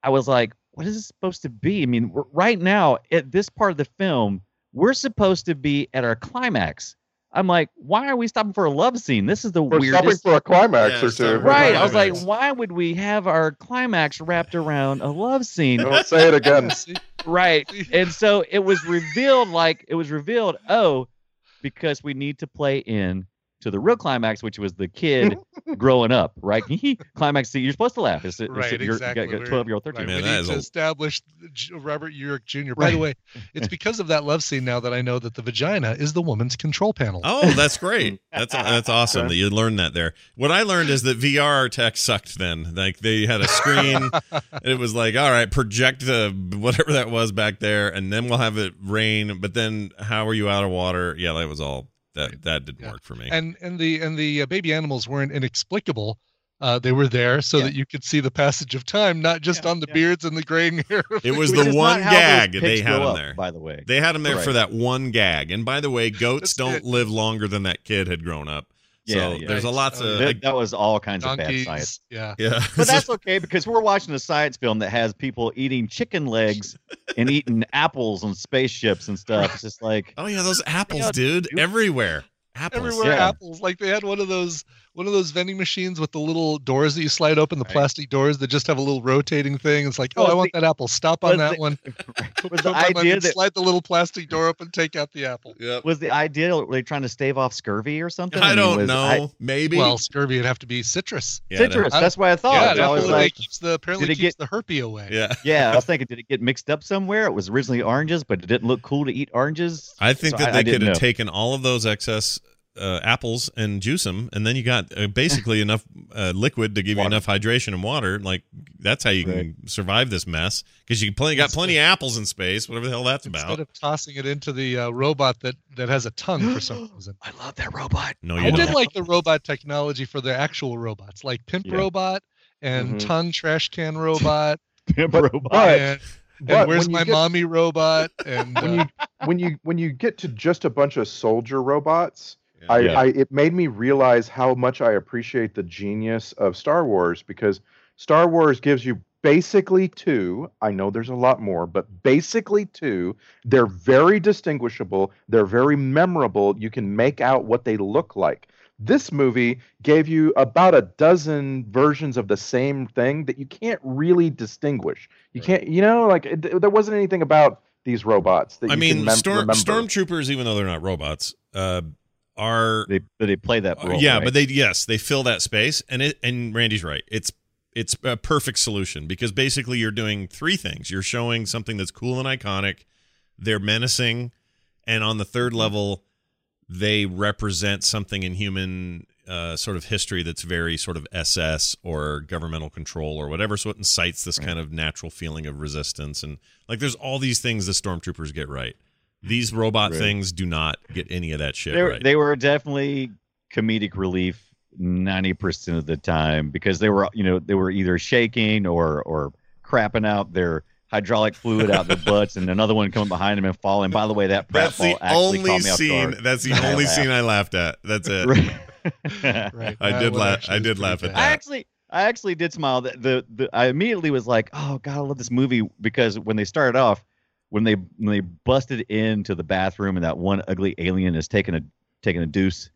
I was like, what is this supposed to be? I mean, we're, right now at this part of the film, we're supposed to be at our climax. I'm like, why are we stopping for a love scene? This is the
We're stopping
weirdest
for a climax
Yeah,
or
stop
two.
for a
Right. Oh, I was like,
climax.
why would we have our climax wrapped around a love scene?
Don't say it again.
See?
right. And so it was revealed like it was revealed, oh, because we need to play in to the real climax, which was the kid growing up, right? climax scene. You're supposed to laugh. It's, it's
Right,
you're,
exactly.
You got
We're-
12 year old,
Right,
13
Man,
we
that
need
is
to
a-
establish J- Robert Urich Jr. By the way,
Right.
it's because of that love scene now that I know that the vagina is the woman's control panel.
Oh, that's great. That's that's awesome that you learned that there. What I learned is that VR tech sucked then. Like they had a screen. it was like, all right, project uh, whatever that was back there, and then we'll have it rain. But then, how are you out of water? Yeah, that was all. That that didn't
Yeah.
work for me.
and and the and the uh, baby animals weren't inexplicable. Uh, they were there so that you could see the passage of time, not just
Yeah,
on the
yeah.
beards and the graying hair.
it was
Which
the
is
one
not how those
gag they
pigs
had
grow
him
up,
there.
By the way,
They had him there for
Right.
that one gag. And by the way, goats
That's
don't
it.
live longer than that kid had grown up. So
Yeah, yeah.
there's a lots of
that, that was all kinds of bad science.
Donkeys, yeah.
yeah.
But that's okay because we're watching a science film that has people eating chicken legs and eating apples on spaceships and stuff. It's just like
oh yeah, those apples,
Yeah,
dude,
dude.
everywhere. Apples.
Everywhere
Yeah.
apples. Like they had one of those one of those vending machines with the little doors that you slide open, the
Right.
plastic doors that just have a little rotating thing. It's like, oh,
Well,
I want that apple. Stop on
was
that
the-
one.
was
Put
the
my money
idea
and
that
slide the little plastic door open, take out the apple.
Yep.
was the idea were they trying to stave off scurvy or something?
I
mean,
don't
was-
know.
I-
Maybe.
Well, scurvy would have to be citrus.
yeah, that-
citrus.
I-
that's what I
yeah,
thought.
it
I was
apparently
Oh, like,
keeps the apparently
did it
keeps
get-
the herpy away.
Yeah.
yeah, I was thinking, did it get mixed up somewhere? It was originally oranges, but it didn't look cool to eat oranges.
I think
So
that
I-
they
I
could
didn't
have
know.
taken all of those excess uh, apples and juice them, and then you got uh, basically enough uh, liquid to give you
Water.
enough hydration and water. Like that's how you can survive this mess because you plenty got
Instead-
plenty of apples in space. Whatever the hell that's
Instead
about.
of tossing it into the uh, robot that that has a tongue for some reason.
I love that robot.
no,
I
you
did
don't.
like the robot technology for the actual robots, like Pimp
Yeah.
Robot and
Mm-hmm.
Mhm.
Ton Trash Can Robot
robot.
But-
and, and
But
Where's
when you
My
get-
Mommy Robot and
when
uh,
you when you when you get to just a bunch of soldier robots, I,
Yeah.
I it made me realize how much I appreciate the genius of Star Wars because Star Wars gives you basically two. I know there's a lot more, but basically two. They're very distinguishable. They're very memorable. You can make out what they look like. This movie gave you about a dozen versions of the same thing that you can't really distinguish. You can't, you know, like it, there wasn't anything about these robots that
I
you
mean,
can mem-
storm,
remember.
stormtroopers, even though they're not robots, uh, are
They, but they play that role.
Uh, yeah,
right?
but they yes, they fill that space, and it and Randy's right. It's it's a perfect solution because basically you're doing three things. You're showing something that's cool and iconic. They're menacing, and on the third level, they represent something in human uh, sort of history that's very sort of SS or governmental control or whatever. So it incites this kind of natural feeling of resistance and like there's all these things the stormtroopers get right. These robot
Right.
things do not get any of that shit
they, were-
right.
they were definitely comedic relief 90% of the time because they were you know they were either shaking or or crapping out their hydraulic fluid out their butts and another one coming behind them and falling by the way that
That's
pratfall
the
actually
only
caught me off
scene.
guard.
That's the
I
only
laughed.
scene I laughed at. That's it.
Right.
right,
I
that
did
one
laugh-
actually
I
is
did
pretty
laugh at
bad.
I
that.
actually, I actually did smile. The, the, the I immediately was like, oh god, I love this movie because when they started off, when they when they busted into the bathroom and that one ugly alien is taking a taking a deuce,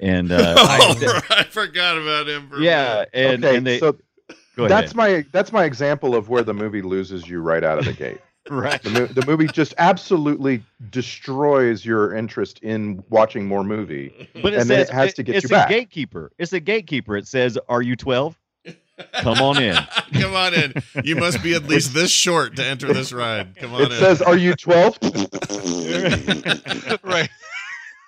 and uh,
Oh, I forgot about him. For a
yeah,
minute.
and
okay,
and they
so
Go
that's my that's my example of where the movie loses you right out of the gate.
ahead. right.
The, mo- the movie just absolutely destroys your interest in watching more movie.
But it
and then
says
it has to get
it's
you
a
back.
gatekeeper. It's a gatekeeper. It says, "Are you 12? Come on in."
Come on in. You must be at least this short to enter this ride. Come on
It
in.
says, "Are you 12?
right.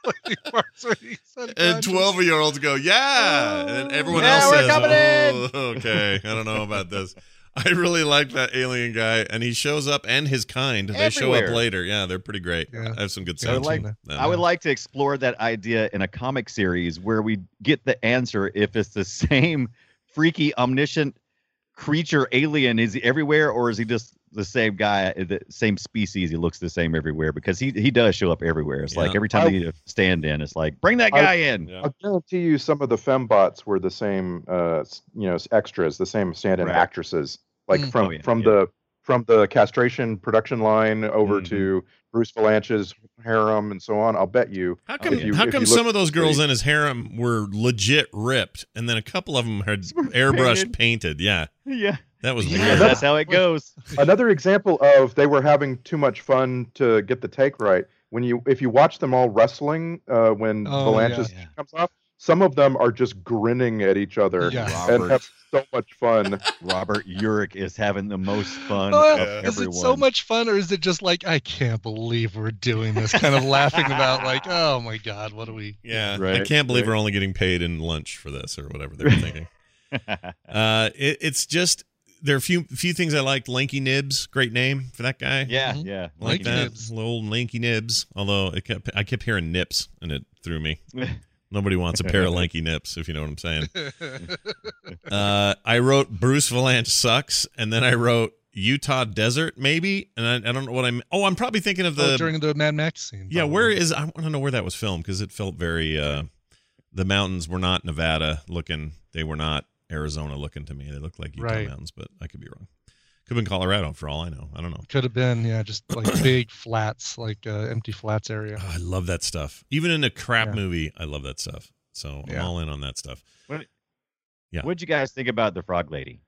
Like he marks when he's
and
unconscious.
12 year olds go, yeah. And then everyone
Yeah,
else
we're
says,
coming in.
"Oh, okay, I don't know about this. I really like that alien guy, and he shows up and his kind. They show up
Everywhere.
later. Yeah, they're pretty great.
Yeah.
I have some good
Yeah, I
sounds.
like-
from them.
I would like to explore that idea in a comic series where we get the answer if it's the same freaky omniscient creature alien is he everywhere or is he just the same guy the same species he looks the same everywhere because he he does show up everywhere it's like
Yeah.
every time
I-
they need a stand in it's like bring that
I-
guy in
Yeah.
I guarantee you, some of the fembots were the same, uh, s- you know, s- extras, the same stand-in
Right.
actresses, like
Mm.
from
Oh, yeah,
from
yeah.
the from the castration production line over
Mm-hmm.
Mhm.
to Bruce Valanche's harem and so on. I'll bet you.
How come?
If you-
how
if
come
you
some
look
of those girls
pretty-
in his harem were legit ripped, and then a couple of them had airbrushed, painted? Yeah,
yeah
that was
Yeah,
Yeah,
weird.
that's how it goes
Another example of they were having too much fun to get the take right. When you if you watch them all wrestling, uh, when
Oh,
Valanche's
yeah.
comes off, some of them are just grinning at each other
Yeah.
and
Robert.
have so much fun.
robert urick is having the most fun
Oh,
of
yeah.
Is
everyone
it so much fun, or is it just like I can't believe we're doing this? Kind of laughing about like, oh my god, what are we?
Yeah, I
Right,
can't believe
right.
we're only getting paid in lunch for this or whatever they were thinking. Uh, it, it's just there are a few few things I liked. Lanky Nibs, great name for that guy.
yeah
Mhm.
yeah
Mm-hmm. like
Lanky
that.
Nibs.
Little old Lanky Nibs. Although it kept, I kept hearing nips and it threw me.
that
Nobody wants a pair of lanky nips, if you know what I'm saying. Uh, I wrote Bruce Valanche sucks, and then I wrote Utah desert maybe, and I, I don't know what I'm. Oh, I'm probably thinking of the
Oh, during the Mad Max scene.
yeah,
probably.
where is I want to know where that was filmed because it felt very uh the mountains were not Nevada looking. They were not Arizona looking to me. They looked like Utah
Right.
mountains, but I could be wrong. Could have been Colorado for all I know. I don't know.
Could have been, yeah, just like big flats, like uh, empty flats area.
Oh, I love that stuff. Even in a crap
Yeah.
movie, I love that stuff. So
Yeah.
I'm all in on that stuff. Yeah.
what'd you guys think about the frog lady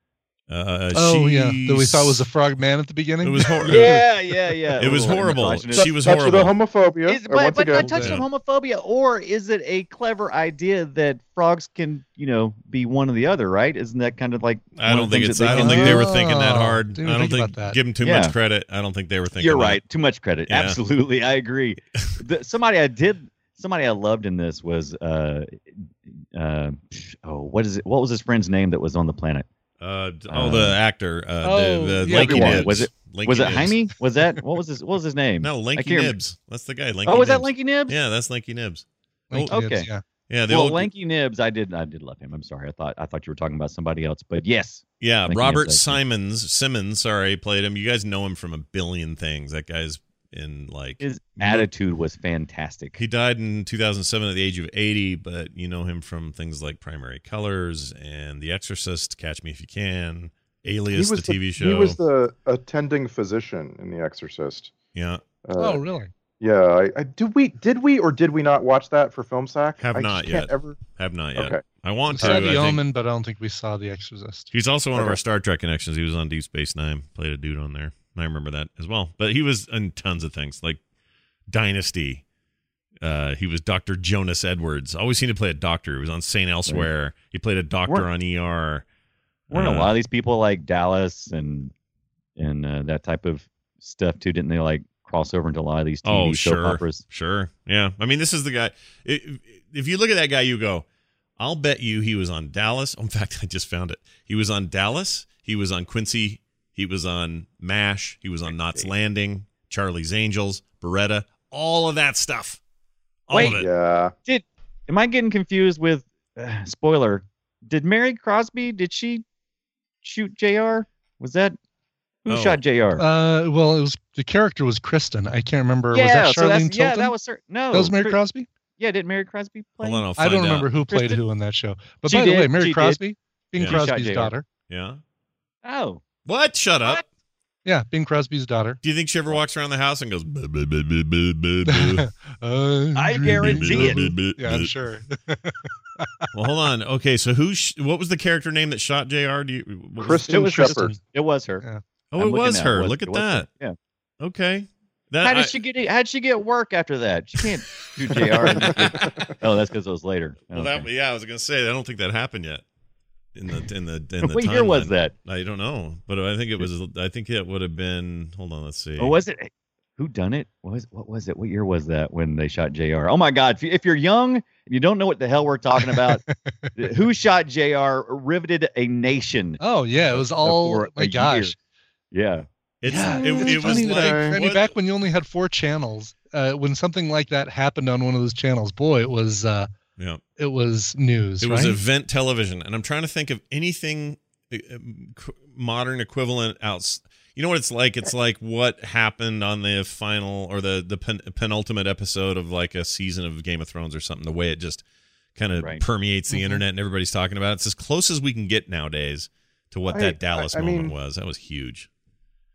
Uh,
Oh yeah,
she's-
that we thought was a frog man at the beginning.
It was horrible.
yeah, yeah, yeah.
It was horrible.
Misogynist.
She was
Touch of the
horrible.
homophobia.
Is-
uh,
but
once
but
again.
a touch
Yeah.
of homophobia, or is it a clever idea that frogs can, you know, be one or the other? Right? Isn't that kind of like?
I
one
don't
of the
think
things
it's.
that
I don't
can
think
do?
they were thinking that
Oh,
hard.
didn't
I don't
think
think,
about that.
give them too
Yeah.
much credit. I don't think they were thinking.
You're
that.
right. Too much credit.
Yeah.
Absolutely, I agree. The, somebody I did, somebody I loved in this was, uh, uh, oh, what is it? What was his friend's name that was on the planet?
Uh, d- oh,
Uh,
the actor. Uh,
oh,
the, the
yeah,
Lanky
everyone.
Nibs.
Was it-
Lanky
was it
Nibs.
Jaime? Was that what was his? What was his name?
No,
I
Lanky
can't remember.
Nibs. That's the guy. Lanky
Oh, was that
Nibs.
Lanky Nibs?
Yeah, that's Lanky Nibs.
Like,
Oh, Okay.
it's- yeah.
Yeah, the
well,
old.
Lanky Nibs, I did, I did love him. I'm sorry, I thought, I thought you were talking about somebody else, but yes,
yeah,
Lanky
Robert
Nibs, I
Simons. Simmons. Sorry, played him. You guys know him from a billion things. That guy's in like.
his attitude was fantastic.
he died in 2007 at the age of 80, but you know him from things like Primary Colors and The Exorcist, Catch Me If You Can, Alias, the TV show.
He was the attending physician in The Exorcist.
yeah,
Uh,
Oh really?
yeah. I, I did we did we or did we not watch that for film sack?
Have
I just
not
can't
yet.
Ever.
have not yet.
Okay.
I
We
want to.
saw
I
The
think-
Omen, but I don't think we saw The Exorcist.
He's also one of
Okay.
our Star Trek connections. He was on Deep Space Nine, played a dude on there. I remember that as well. But he was in tons of things like Dynasty. Uh, he was Doctor Jonas Edwards. Always seemed to play a doctor. He was on Saint Elsewhere. He played a doctor on
Weren't-
ER.
Weren't a
Uh,
lot of these people like Dallas and and uh, that type of stuff too? Didn't they like cross over into a lot of these TV
Oh,
soap
sure.
operas?
Sure. Yeah. I mean, this is the guy. i- If you look at that guy, you go, I'll bet you he was on Dallas. Oh, In fact, I just found it. He was on Dallas. He was on Quincy. He was on MASH. He was on Knots Landing, Charlie's Angels, Beretta, all of that stuff. All of it.
Wait.
Yeah.
Am I getting confused with uh, spoiler? Did Mary Crosby? Did she shoot Jr? Was that who
Oh.
shot Jr?
Uh, well, it was the character was Kristen. I can't remember.
yeah,
was that Charlene
so that's,
Tilton?
yeah, that was oh, certain. No,
That was Mary
Cr-
Crosby.
Yeah, did Mary Crosby play?
Hold on, I'll
I
find
don't
out.
remember who played
Kristen-
who in that show. But
She
by the
did,
way, Mary
she did.
Crosby, Bing
Yeah. She
shot
Crosby's
JR.
daughter.
Yeah.
Oh,
What? Shut up.
What?
Yeah, Bing Crosby's daughter.
Do you think she ever walks around the house and goes, "Buh, buh, buh, buh, buh, buh, buh, buh, buh, buh,
I
guarantee it.
buh, buh,
Yeah,
buh."
I'm sure.
Well, hold on. Okay, so who? Sh- what was the character name that shot Jr.? Do you? what was-
It
Kristen
was her.
Shepard.
It was her.
Yeah.
Oh,
I'm
it
looking
was
now.
her.
It was-
Look at
it was her.
that.
Yeah.
Okay. That
How did
I-
she get? How'd she get work after that? She can't do Jr. and oh, that's because it was later.
Well, that,
Okay.
yeah, I was gonna say I don't think that happened yet. In the in the in the
what year was
timeline.
that?
I don't know, but I think it was. I think it would have been. Hold on, let's see.
Or Oh, was it? Who done it? What was what was it? What year was that when they shot Jr.? Oh my God! If, you, if you're young and you don't know what the hell we're talking about, who shot Jr. riveted a nation.
Oh yeah, it was all.
for
My
a
gosh,
Yeah,
It's,
Yeah,
it, it
it's
was
funny
like
that I- Randy,
what-
back when you only had four channels. Uh, when something like that happened on one of those channels, boy, it was uh,
yeah,
it was news.
it was
right?
event television, and I'm trying to think of anything uh, um, qu- modern equivalent outs. You know what it's like? It's like what happened on the final or the the pen, penultimate episode of like a season of Game of Thrones or something. The way it just kind of
Right. Mm-hmm.
permeates the
Mhm.
internet and everybody's talking about it. It's as close as we can get nowadays to what
I-
that Dallas
I- I
moment
mean-
was. That was huge.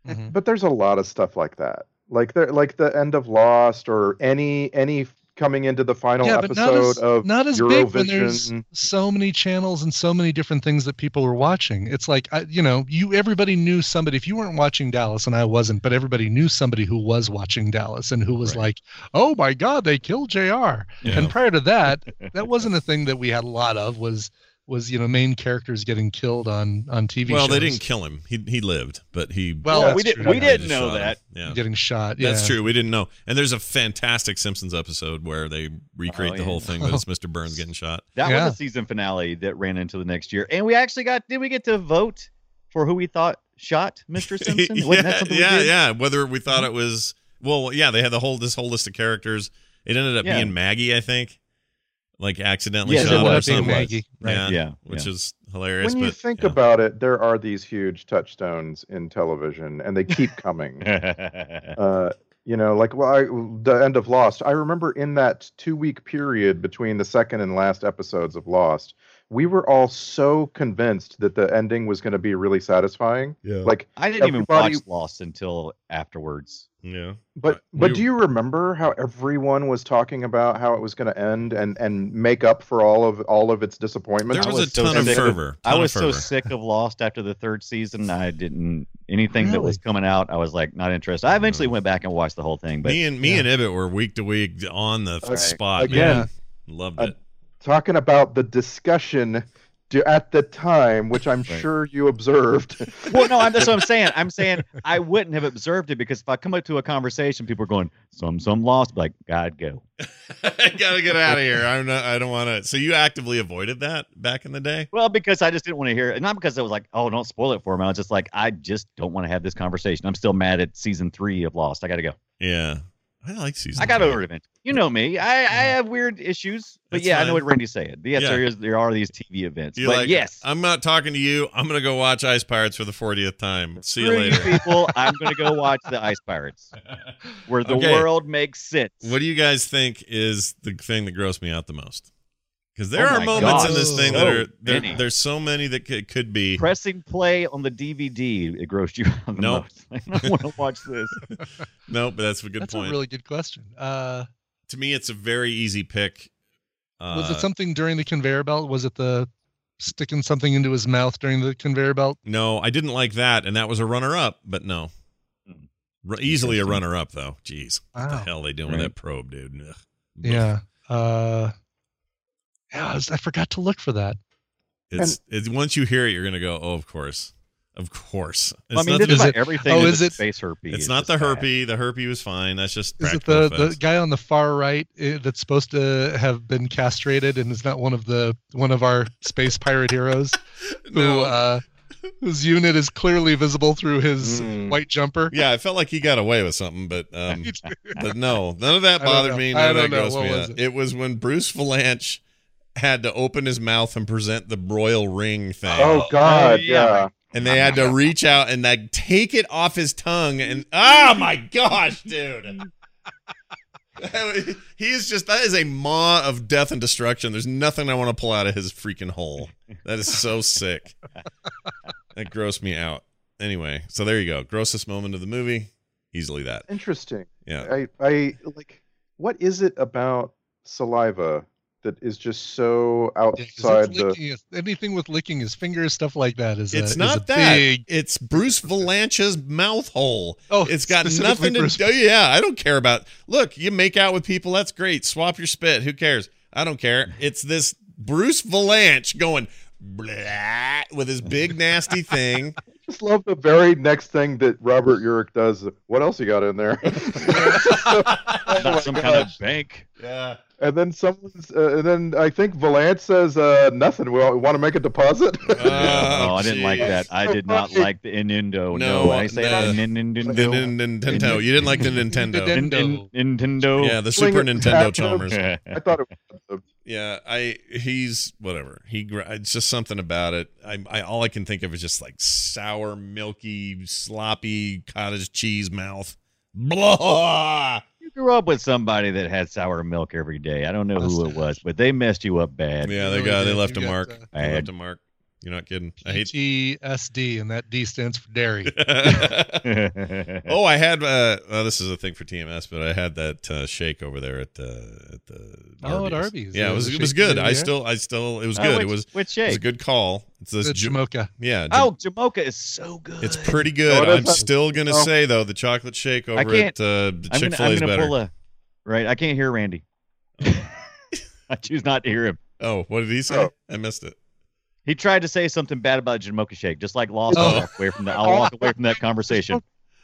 Mhm.
But there's a lot of stuff like that. Like there, like the end of Lost, or any any coming into the final
yeah, but
episode
not as
of
not as big when there's
Eurovision.
so many channels and so many different things that people were watching. It's like I, you know, you everybody knew somebody. If you weren't watching Dallas and I wasn't, but everybody knew somebody who was watching Dallas and who was
Right.
like, "Oh my God, they killed Jr."
Yeah.
And prior to that, that wasn't a thing that we had a lot of. Was was you know main characters getting killed on on TV?
well, they
shows.
didn't kill him. He he lived, but he
Well,
Well,
that's
we
true.
didn't. We
they
didn't
just
know
shot him.
that.
Yeah.
getting shot. Yeah.
That's true. We didn't know. And there's a fantastic Simpsons episode where they recreate
Oh,
the
yeah.
whole thing, but it's Mr. Burns getting shot.
That
Yeah.
was a season finale that ran into the next year, and we actually got. Did we get to vote for who we thought shot Mr. Simpson? Wasn't that
yeah,
something we
yeah,
did?
yeah. Whether we thought it was well, yeah, they had the whole this whole list of characters. It ended up
Yeah.
being Maggie, I think. Like accidentally
Yes, it
shot
ended
or
up being
something.
Maggie, right.
Yeah,
Yeah,
Which
yeah.
is hilarious.
When you
but,
think
yeah.
about it, there are these huge touchstones in television, and they keep coming. uh, you know, like well, I, the end of Lost. I remember in that two-week period between the second and last episodes of Lost, we were all so convinced that the ending was going to be really satisfying.
Yeah.
Like,
I didn't even watch
Everybody-
Lost until afterwards.
Yeah.
but
Right.
but
We-
do you remember how everyone was talking about how it was going to end and and make up for all of all of its disappointments?
There
I
was, a
was so
ton of
sick of-
fervor.
I
ton of
was so
fervor.
sick of Lost after the third season. I didn't anything that was coming out. I was like not interested. I eventually went back and watched the whole thing, but
Mm. me and me and Ibbot were week to week on the
All right.
spot.
Again,
man. loved
I-
it.
talking about the discussion d at the time, which I'm sure you observed.
well, no, I'm, that's what I'm saying. I'm saying I wouldn't have observed it because if I come up to a conversation, people are going some some Lost, like God go.
I gotta get out of here. I'm not. I don't want to. So you actively avoided that back in the day.
Well, because I just didn't want to hear it. Not because it was like, oh, don't spoil it for me. I was just like, I just don't want to have this conversation. I'm still mad at season three of Lost. I got to go.
Yeah, I like season.
I got
three.
over it eventually. You know me. I, I have weird issues. But
That's
yeah, I
fine.
know what Randy's saying. Yes,
Yeah.
there, is, there are these TV events.
You're
but
like,
yes,
I'm not talking to you. I'm gonna go watch Ice Pirates for the 40th time. See you
screw you
later.
people. I'm going to go watch The Ice Pirates, where the
Okay.
world makes sense.
what do you guys think is the thing that grossed me out the most? Because there
Oh
are
my
moments
gosh,
in this thing
so
that are
many.
there, there's so many that could, could be.
Pressing play on the DVD, it grossed you out the
Nope.
most. I don't want to watch this.
No, but that's a good
That's
point.
a really good question. Uh,
to me, it's a very easy pick. Uh,
was it something during the conveyor belt? Was it the sticking something into his mouth during the conveyor belt?
No, I didn't like that, and that was a runner-up. But no, Ru- easily a runner-up though. Jeez, what the
Wow.
hell they doing with
Right.
that probe, dude? Ugh.
Yeah. Uh, yeah, I, was- I forgot to look for that.
it's, it's once you hear it, you're gonna go, oh, of course, of course. It's
I mean,
not
this
the,
is
is
about
it-
everything.
oh,
in
is
the
it-
space herpes?
it's
is
not the
just bad.
herpy. The herpy was fine. That's just
Is it
practical
the,
effects.
the guy on the far right eh, that's supposed to have been castrated and is not one of the one of our space pirate heroes who
No.
uh, whose unit is clearly visible through his
Mm.
white jumper?
Hmm. yeah, I felt like he got away with something, but um, but no, none of
I
that
don't
bothered
know.
me.
I
None of that
don't know.
grossed
What
me out.
was it?
It was when Bruce Valanche had to open his mouth and present the broil ring thing.
oh God, yeah.
and they had to reach out and like take it off his tongue and oh my gosh dude he is just that is a maw of death and destruction there's nothing i want to pull out of his freaking hole that is so sick that grossed me out anyway so there you go grossest moment of the movie easily that
Interesting.
yeah
I I like. What is it about saliva that is just so
Yeah, 'cause it's
outside the.
licking his- anything with licking his fingers, stuff like that is a-
It's
is a
not that.
big-
It's Bruce Valanche's mouth hole.
Oh,
it's got
specifically
nothing to
Bruce-
do. Yeah, I don't care about. Look, you make out with people. That's great. Swap your spit. Who cares? I don't care. It's this Bruce Valanche going blah with his big nasty thing.
just love the very next thing that Robert Urich does. What else you got in there? Oh my
Not some kind of
gosh.
bank.
yeah.
And then someone's, uh, and then I think Valance says, uh, "Nothing. We want to make a deposit."
Uh,
Oh, I didn't like that. I did not
Right.
like the innuendo.
No,
No, when I say
no.
that
The
innuendo.
nin- Nintendo. You didn't like the Nintendo.
In- in- Nintendo.
Yeah, the Super
Swing it
Nintendo
back.
Chalmers.
I thought it was
Yeah, I he's whatever. He gr- it's just something about it. I, I all I can think of is just like sour, milky, sloppy cottage cheese mouth. Blah.
You grew up with somebody that had sour milk every day. I don't know who it was, but they messed you up bad.
Yeah, they
really
got they
did.
left a
You got,
mark.
uh,
They left
Bad.
a mark. You're not kidding. I hate.
PTSD, and that D stands for dairy.
oh, I had uh, oh, this is a thing for TMS, but I had that uh, shake over there at the at the
Oh, at Arby's.
Yeah,
Yeah,
it was
the
it was
shake
good.
you
I
had?
still I still it was
Oh,
good. It
which-
was
which
it was a
shake?
good call. It's this
The
Ju-
Jamocha.
yeah.
Oh, Jamocha is so good.
It's pretty good.
No, it
I'm
isn't.
still gonna
No.
say though, the chocolate shake over at
Oh. can't-
uh, the
I'm
Chick
gonna,
Fil A
I'm
is
gonna
better.
pull a. Right, I can't hear Randy. I choose not to hear him.
oh, what did he say?
Oh.
I missed it.
He tried to say something bad about Jamocha Shake, just like Lawson.
Oh.
I'll walk away from that. I'll walk away from that conversation.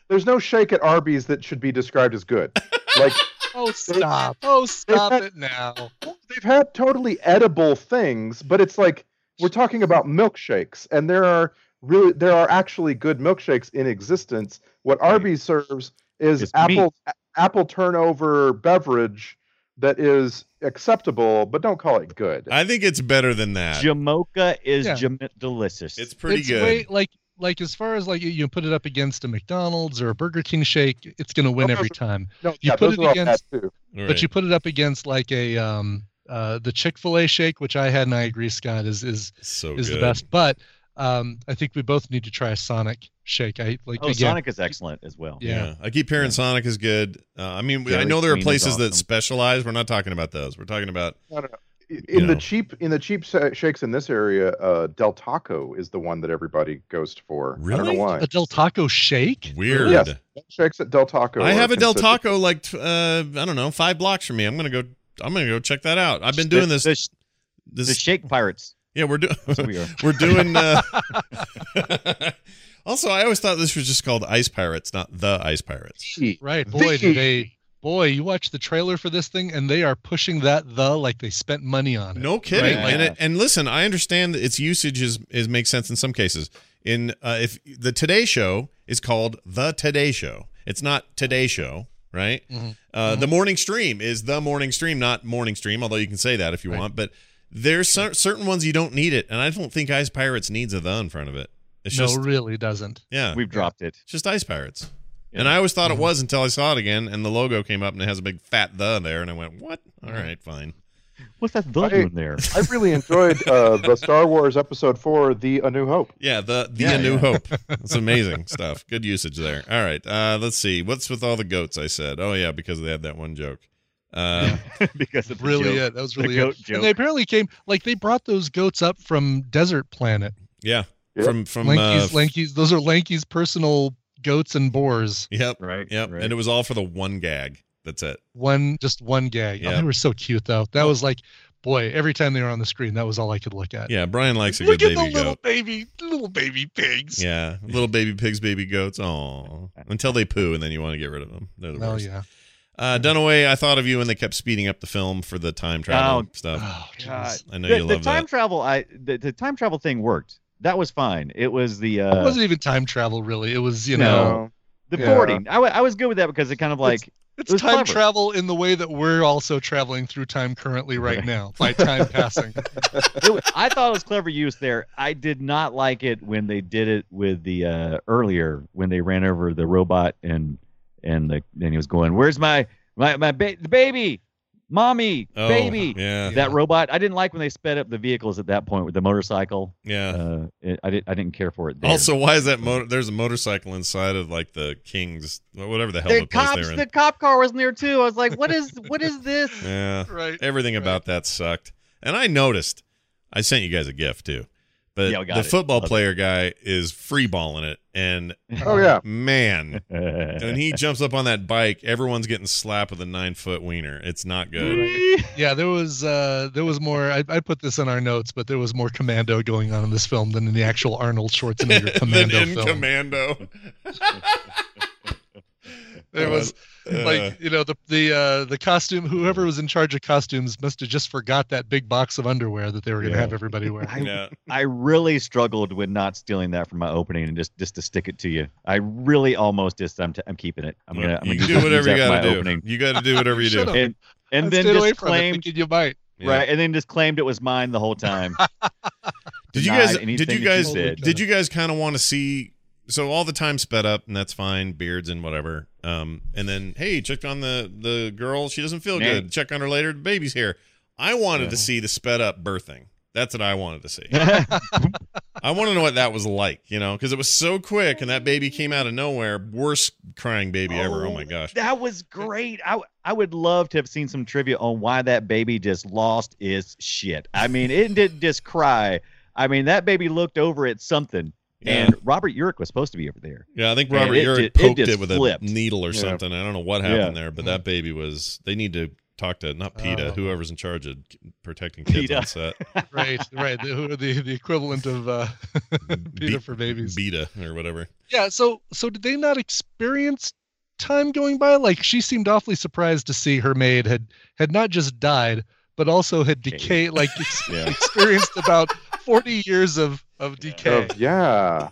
There's no shake at Arby's that should be described as good. Like
Oh, stop. Oh, stop it now.
they've had totally edible things, but it's like we're talking about milkshakes, and there are really there are actually good milkshakes in existence. What Arby's serves is
It's
apple a- apple turnover beverage that is acceptable, but don't call it good.
Uh,
I think it's better than that.
Jamocha is
Yeah.
jam- delicious.
It's pretty
it's
good.
way- like, like as far as like you, you put it up against a McDonald's or a Burger King shake, it's gonna win
Oh,
every time.
no,
you put it
are all bad
against-
too.
All
But
right.
you put it up against like a um uh the Chick Fil A shake, which I had, and I agree, Scott is is
so
is
good.
the best. But um, I think we both need to try a Sonic shake. I like
oh,
again,
Sonic is excellent as well.
Yeah.
I keep hearing Sonic is good. Uh, I mean, I
Dairy
know there are
Queen is
places that
awesome.
specialize. We're not talking about those. We're talking about
in
you know.
the cheap in the cheap sa- shakes in this area uh del taco is the one that everybody goes for i don't
Really?
know why
a Del Taco shake.
weird.
Yes. shakes at del taco
I
are
have a Del
consistent.
Taco like t- uh, I don't know five blocks from me. I'm gonna go. I'm gonna go check that out. I've been
The-
doing this.
The, sh-
This
the Shake Pirates.
yeah, we're doing.
That's what we are.
We're doing. Uh, also, I always thought this was just called Ice Pirates, not the Ice Pirates.
Right, boy,
The-
do they. Boy, you watch the trailer for this thing, and they are pushing that the like they spent money on it.
No kidding.
Right.
And it, and listen, I understand that its usage is is makes sense in some cases. In uh, if the Today Show is called the Today Show, it's not Today Show, right?
Mhm.
Uh, The morning stream is the morning stream, not morning stream. Although you can say that if you
Right.
want, but there's cer- certain ones you don't need it, and I don't think Ice Pirates needs a the in front of it. It's
no,
just
really doesn't.
yeah,
We've dropped it.
It's just Ice Pirates.
Yeah.
And I always thought it
Mm-hmm.
was until I saw it again, and the logo came up and it has a big fat the there, and I went, "What?
Mm-hmm.
All right, fine."
What's that the
I-
doing there?
i really enjoyed uh the star wars episode 4 the a new hope
Yeah, the the
Yeah,
A New
yeah.
Hope. That's amazing stuff. Good usage there. All right, uh, let's see. What's with all the goats? I said, "Oh yeah," because they had that one joke. Uh,
because of the
Really,
joke.
it. That was
The
really
goat
it. And they
joke.
apparently came like they brought those goats up from Desert Planet.
yeah,
Yeah.
from from uh,
Lanky's, Lanky's. Those are Lanky's personal goats and boars.
Yep,
Right.
uh, yep.
Right.
And it was all for the one gag. That's it.
One, just one gag. Oh,
Yeah.
they were so cute though. That was like, boy, every time they were on the screen, that was all I could look at.
Yeah, Brian likes a
Look
good
at the
baby
little
goat.
baby, little baby pigs.
Yeah, little baby pigs, baby goats. Aw, until they poo, and then you want to get rid of them. They're the
Oh
worst.
yeah.
Uh, Dunaway, I thought of you when they kept speeding up the film for the time travel
Oh,
stuff.
Oh, jeez.
God.
I know
the,
you
the
love
time
that.
travel. I the, the time travel thing worked. That was fine. It was the uh,
it wasn't even time travel, really. It was, you
No.
know,
the
yeah.
boarding. I wa- I was good with that because it kind of like
it's
It was
time
clever.
travel in the way that we're also traveling through time currently right
Right.
now by time passing.
it was- I thought it was clever use there. I did not like it when they did it with the uh, earlier when they ran over the robot and and the, then he was going, "Where's my my my ba- the baby?" mommy,
Oh,
baby.
Yeah.
That robot. I didn't like when they sped up the vehicles at that point with the motorcycle.
Yeah.
Uh, it, I didn't. I didn't care for it. There.
Also, why is that motor? There's a motorcycle inside of like the King's, whatever the hell
the
the place
cops.
they're in.
The cop car wasn't there too. I was like, what is what is this?
yeah.
Right.
Everything
Right.
about that sucked. And I noticed, I sent you guys a gift too. But
Yeah, we got
the
it.
football
Love it.
player guy is free balling it. And
Oh yeah.
man, when
and
he jumps up on that bike, everyone's getting slapped with a nine foot wiener. It's not good.
Yeah, there was uh, there was more. I, I put this in our notes, but there was more commando going on in this film than in the actual Arnold Schwarzenegger
then
commando
in
film.
commando.
there was
Uh,
like you know the the uh, the costume. Whoever was in charge of costumes must have just forgot that big box of underwear that they were going to
Yeah.
have everybody wear.
I-
yeah.
I really struggled with not stealing that from my opening and just just to stick it to you. I really almost just I'm, t- I'm keeping it. I'm gonna I'm
you
gonna
do
use
whatever you
that for
gotta
my
do.
opening.
You gotta do whatever you do.
Shut up.
And and
I
then
stayed away
just
from it,
claimed
thinking you might.
Yeah.
right, and then just claimed it was mine the whole time.
Did you
Denied
guys?
anything
Did you
that
guys?
said.
Did you guys kind of want to see? So all the time sped up, and that's fine. Beards and whatever. Um, and then hey, check on the the girl. She doesn't feel
Yeah.
good. Check on her later. The baby's here. I wanted to
Yeah.
see the sped up birthing. That's what I wanted to see. I want to know what that was like, you know, because it was so quick, and that baby came out of nowhere. Worst crying baby ever. Oh my gosh.
That was great. I, w- I would love to have seen some trivia on why that baby just lost his shit. I mean, it didn't just cry. I mean, that baby looked over at something,
Yeah.
and Robert Urich was supposed to be over there.
Yeah, I think
Man,
Robert
it
Urich
ju- it
poked it,
just
with
flipped.
a needle or
Yeah.
something. I don't know what happened there, but that baby was. They need to talk to not PETA,
Oh.
whoever's in charge of k- protecting kids
PETA.
on set.
Right, right. The, who are the the equivalent of uh, Peter for babies.
PETA or whatever.
Yeah. So so did they not experience time going by? Like she seemed awfully surprised to see her maid had had not just died, but also had decay, like ex-
Yeah.
experienced about forty years of of decay.
Oh, yeah.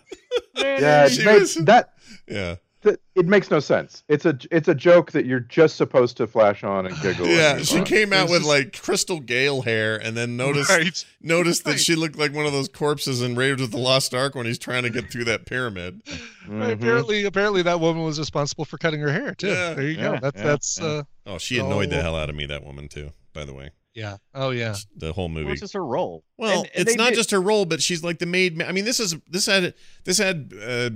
Yeah.
Yeah,
It
She
makes,
was-
that
Yeah,
that it makes no sense. It's a it's a joke that you're just supposed to flash on and giggle. and
yeah.
move
She
on.
came out
It's
with
just-
like crystal gale hair, and then noticed
Right.
noticed that
Right.
she looked like one of those corpses in Raiders of the Lost Ark when he's trying to get through that pyramid.
Mm-hmm.
Right,
Mm-hmm.
Apparently, apparently that woman was responsible for cutting her hair too.
Yeah.
There you
Yeah,
go. That's
yeah,
that's
yeah.
uh
Oh, she annoyed the
Oh.
hell out of me. That woman too. By the way,
yeah. Oh yeah.
the whole movie.
it's just her role.
Well,
And- and
it's
they
not
did-
just her role, but she's like the maid. ma- I mean, this is this had this had uh,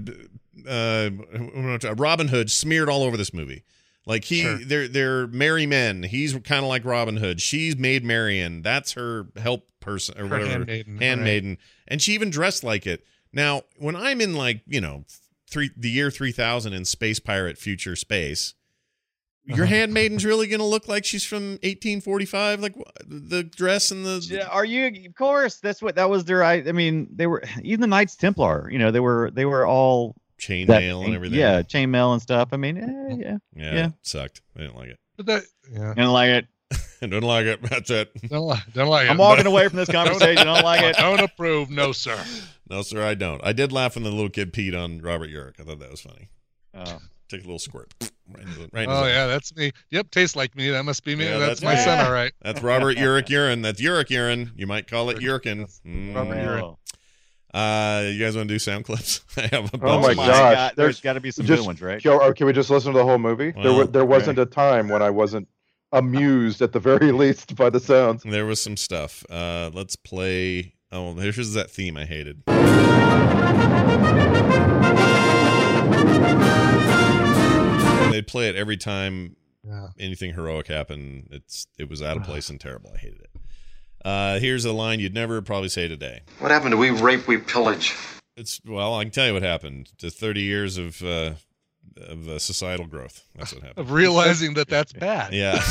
uh, Robin Hood smeared all over this movie. Like he,
Sure.
they're they're merry men. He's kind of like Robin Hood. She's Maid Marian. That's her help person or
Her
whatever
handmaiden. right.
handmaiden, and she even dressed like it. Now, when I'm in like you know three the year three thousand in space pirate future space, your
Uh-huh.
handmaiden's really gonna look like she's from 1845. Like wh- the dress and the
Yeah, are you? Of course, that's what that was their. I, I mean, they were even the Knights Templar. You know, they were they were all
chainmail
that,
and everything.
Yeah, chainmail and stuff. I mean, eh, yeah,
yeah,
yeah.
it sucked. I didn't like it.
But that yeah.
and like it.
I didn't like it. That's it.
Don't like don't like
I'm
it.
walking away from this conversation. I don't like it.
don't approve, no sir.
No, sir, I don't. I did laugh when the little kid peed on Robert Urich. I thought that was funny.
Oh.
Take a little squirt. Right in the- right in his
Oh
eye.
yeah, that's me. Yep, tastes like me. That must be me.
Yeah, that's
that's, my
me.
son, all right.
That's Robert Urich urine. That's Urich urine. You might call it
Urich.
Urichin.
That's Robert
Mm.
Urich.
Oh,
Uh, you guys want to do sound clips? I have a bunch.
Oh my
of mine.
God. gosh,
There's
there's
got to be some
just-
good ones, right?
Joe, or can we just listen to the whole movie? there,
Well,
wa- there wasn't a time when I wasn't amused at the very least by the sounds.
There was some stuff. Uh, let's play. Oh, here's that theme I hated. They'd play it every time
Yeah.
anything heroic happened. It's it was out of place and terrible. I hated it. Uh, here's a line you'd never probably say today.
What happened to we rape, we pillage?
It's well, I can tell you what happened. To 30 years of uh, of uh, societal growth. That's what happened.
Of realizing that that's bad.
Yeah,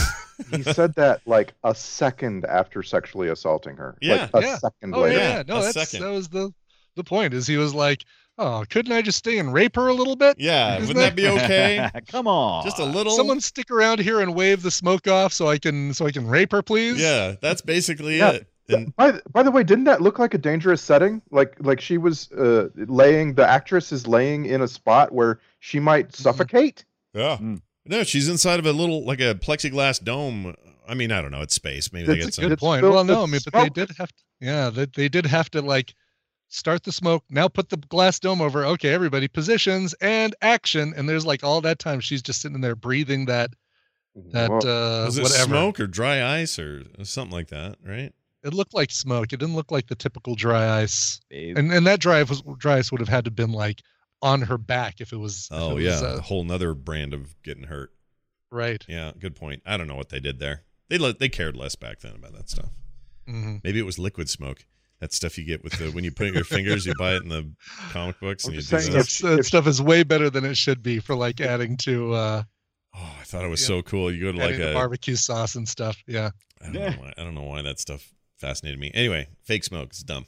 He said that like a second after sexually assaulting her.
Yeah.
like, a
Yeah.
second
Oh
later.
yeah,
Yeah, a
no, that's
second.
that was the the point. Is he was like, oh, couldn't I just stay and rape her a little bit?
yeah.
Isn't
Wouldn't that be okay?
Come on.
Just a little.
Someone stick around here and wave the smoke off so I can so I can rape her, please.
Yeah, that's basically
Yeah.
it. And
By, th- by the way, didn't that look like a dangerous setting? Like like she was uh, laying the actress is laying in a spot where she
Mm-hmm.
might suffocate.
Yeah.
Mm.
No, she's inside of a little like a plexiglass dome. I mean, I don't know. It's space. Maybe they
That's
got
a
some.
good
It's
point.
still-
Well, no, I
it's
mean, but they
smoke.
did have to. Yeah, they, they did have to like start the smoke. Now put the glass dome over. Okay, everybody, positions and action. And there's like all that time she's just sitting there breathing that That
Whoa.
uh,
Was it
whatever.
smoke or dry ice or something like that, right?
It looked like smoke. It didn't look like the typical dry ice.
Babe.
And and that drive was dry ice would have had to been like on her back if it was. if
Oh
it
yeah,
was,
a
uh,
whole nother brand of getting hurt.
right.
Yeah, good point. I don't know what they did there. They let, they cared less back then about that stuff.
hmm
Maybe it was liquid smoke. That stuff you get with the when you put it in your fingers, you buy it in the comic books,
I'm
and you
just
do
saying
that.
if-
It's, that stuff is way better than it should be for like adding to uh,
Oh, I thought it was
Yeah.
so cool. You go to like
adding to
a
barbecue sauce and stuff. Yeah.
I don't, know why, I don't know why that stuff fascinated me. Anyway, fake smoke is dumb.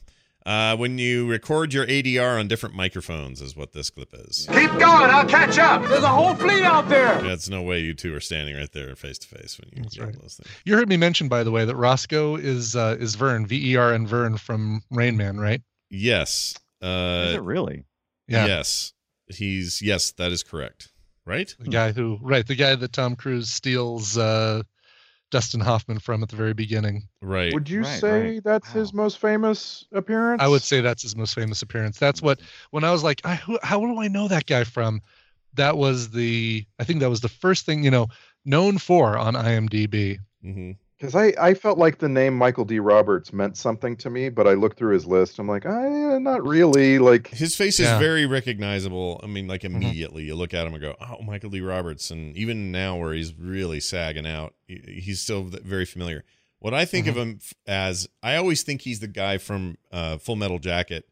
Uh, when you record your ADR on different microphones is what this clip is.
Keep going, I'll catch up. There's a whole fleet out there.
That's no way you two are standing right there face to face when you
That's
record
right.
those things.
You heard me mention, by the way, that Roscoe is uh, is Vern, V E R and Vern from Rain Man, right?
Yes.
Is
Uh,
it really?
Yeah.
Yes. He's yes. That is correct. Right.
Hmm.
The guy who, right, the guy that Tom Cruise steals uh, Dustin Hoffman from at the very beginning.
Right.
Would you
Right,
say
right.
that's his
Wow.
most famous appearance?
I would say that's his most famous appearance. That's what when I was like, I, who, how do I know that guy from? That was the I think that was the first thing you know known for on IMDb.
Mm-hmm.
because I, I felt like the name Michael D. Roberts meant something to me, but I looked through his list. I'm like, I, eh, not really. Like,
His face is
Yeah. Mm-hmm.
very recognizable. I mean, like immediately you look at him and go, "Oh, Michael D. Roberts." And even now, where he's really sagging out, he- he's still th- very familiar. What I think
Mm-hmm.
of him f- as, I always think he's the guy from uh, Full Metal Jacket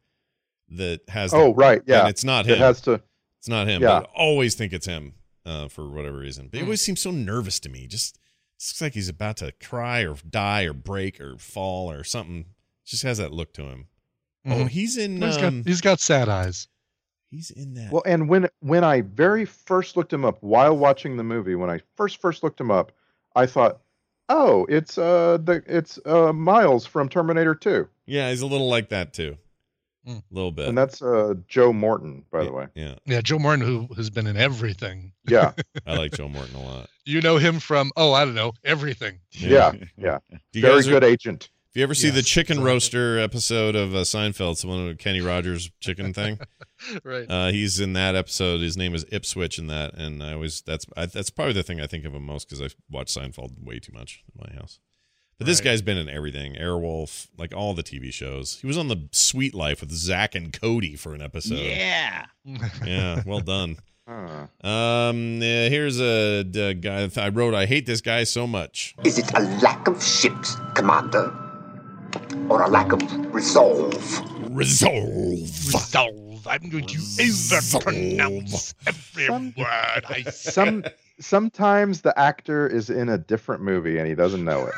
that has. the-
oh right,
and
yeah,
it's not him.
it has to.
it's not him.
yeah.
But I always think it's him uh, for whatever reason.
Mm.
But he always seems so nervous to me. Just it's just like he's about to cry or die or break or fall or something. Just has that look to him. Oh,
Mhm.
he's in.
He's got
um,
he's got sad eyes.
He's in that.
Well, and when when I very first looked him up while watching the movie, when I first first looked him up, I thought, oh, it's uh the it's uh Miles from Terminator Two,
yeah, he's a little like that too. A
Mm.
little bit.
and that's uh Joe Morton, by the way.
Yeah,
Yeah, Joe Martin, who has been in everything.
Yeah,
I like Joe Morton a lot.
You know him from oh I don't know everything.
yeah, yeah.
Do you
very
guys-
good agent.
If you ever see the
Yes,
chicken
exactly.
roaster episode of uh, Seinfeld, someone with Kenny Rogers chicken thing,
Right.
uh, he's in that episode. His name is Ipswich in that, and I always that's I, that's probably the thing I think of him most because I watch Seinfeld way too much in my house. But this
Right.
guy's been in everything, Airwolf, like all the TV shows. He was on the Sweet Life with Zach and Cody for an episode.
yeah.
yeah, well done.
Huh.
Um, yeah, here's a, d- guy that I wrote. I hate this guy so much.
Is it a lack of ships, Commander? Or a lack of resolve?
Resolve.
Resolve. I'm going to overpronounce every
Some-
word I say.
Some sometimes the actor is in a different movie and he doesn't know it.